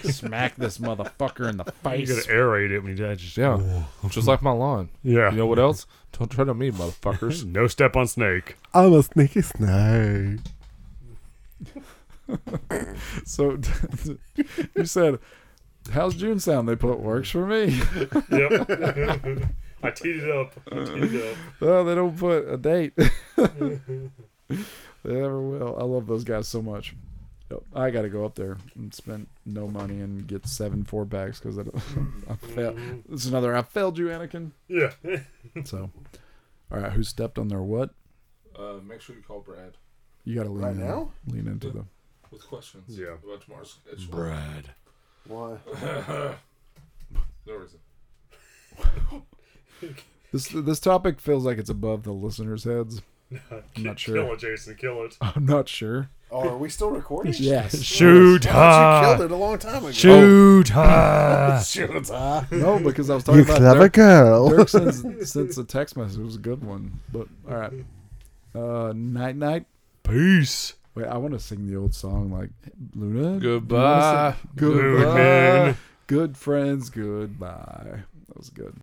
Speaker 2: smack this motherfucker in the
Speaker 3: You
Speaker 2: face.
Speaker 3: gotta aerate it when you digest.
Speaker 5: Yeah, just like my lawn.
Speaker 3: Yeah.
Speaker 5: You know what else? Don't tread on me, motherfuckers.
Speaker 3: no step on snake.
Speaker 8: I'm a sneaky snake.
Speaker 2: So you said, "How's June sound?" They put works for me.
Speaker 3: Yep. I teed it up. I teed it up.
Speaker 2: Oh, they don't put a date. they never will. I love those guys so much. Yep, I got to go up there and spend no money and get seven four packs because I, don't- I fail.
Speaker 4: Mm-hmm.
Speaker 2: This is another I failed you, Anakin.
Speaker 3: Yeah.
Speaker 2: So, all right, who stepped on their what?
Speaker 5: Uh, make sure you call Brad
Speaker 2: You got to lean
Speaker 4: Right
Speaker 2: in,
Speaker 4: now?
Speaker 2: lean into them.
Speaker 5: with questions.
Speaker 3: Yeah.
Speaker 5: about tomorrow's schedule.
Speaker 2: Brad.
Speaker 4: Why?
Speaker 5: No reason.
Speaker 2: This this topic feels like it's above the listeners' heads. I'm not
Speaker 3: Kill
Speaker 2: sure.
Speaker 3: it, Jason. Kill it.
Speaker 2: I'm not sure.
Speaker 4: Oh, are we still recording?
Speaker 2: Yes.
Speaker 3: Shoot.
Speaker 4: I thought you killed it a long time ago.
Speaker 3: Shoot. ha.
Speaker 4: Shoot, huh?
Speaker 2: No, because I was talking
Speaker 8: You
Speaker 2: about
Speaker 8: clever
Speaker 2: Dirk-
Speaker 8: girl.
Speaker 2: Dirk sends, sends a text message. It was a good one. But all right. Uh, night night.
Speaker 3: Peace.
Speaker 2: Wait, I want to sing the old song like Luna.
Speaker 5: Goodbye.
Speaker 2: Good,
Speaker 3: Good man.
Speaker 2: good friends. Goodbye. That was good.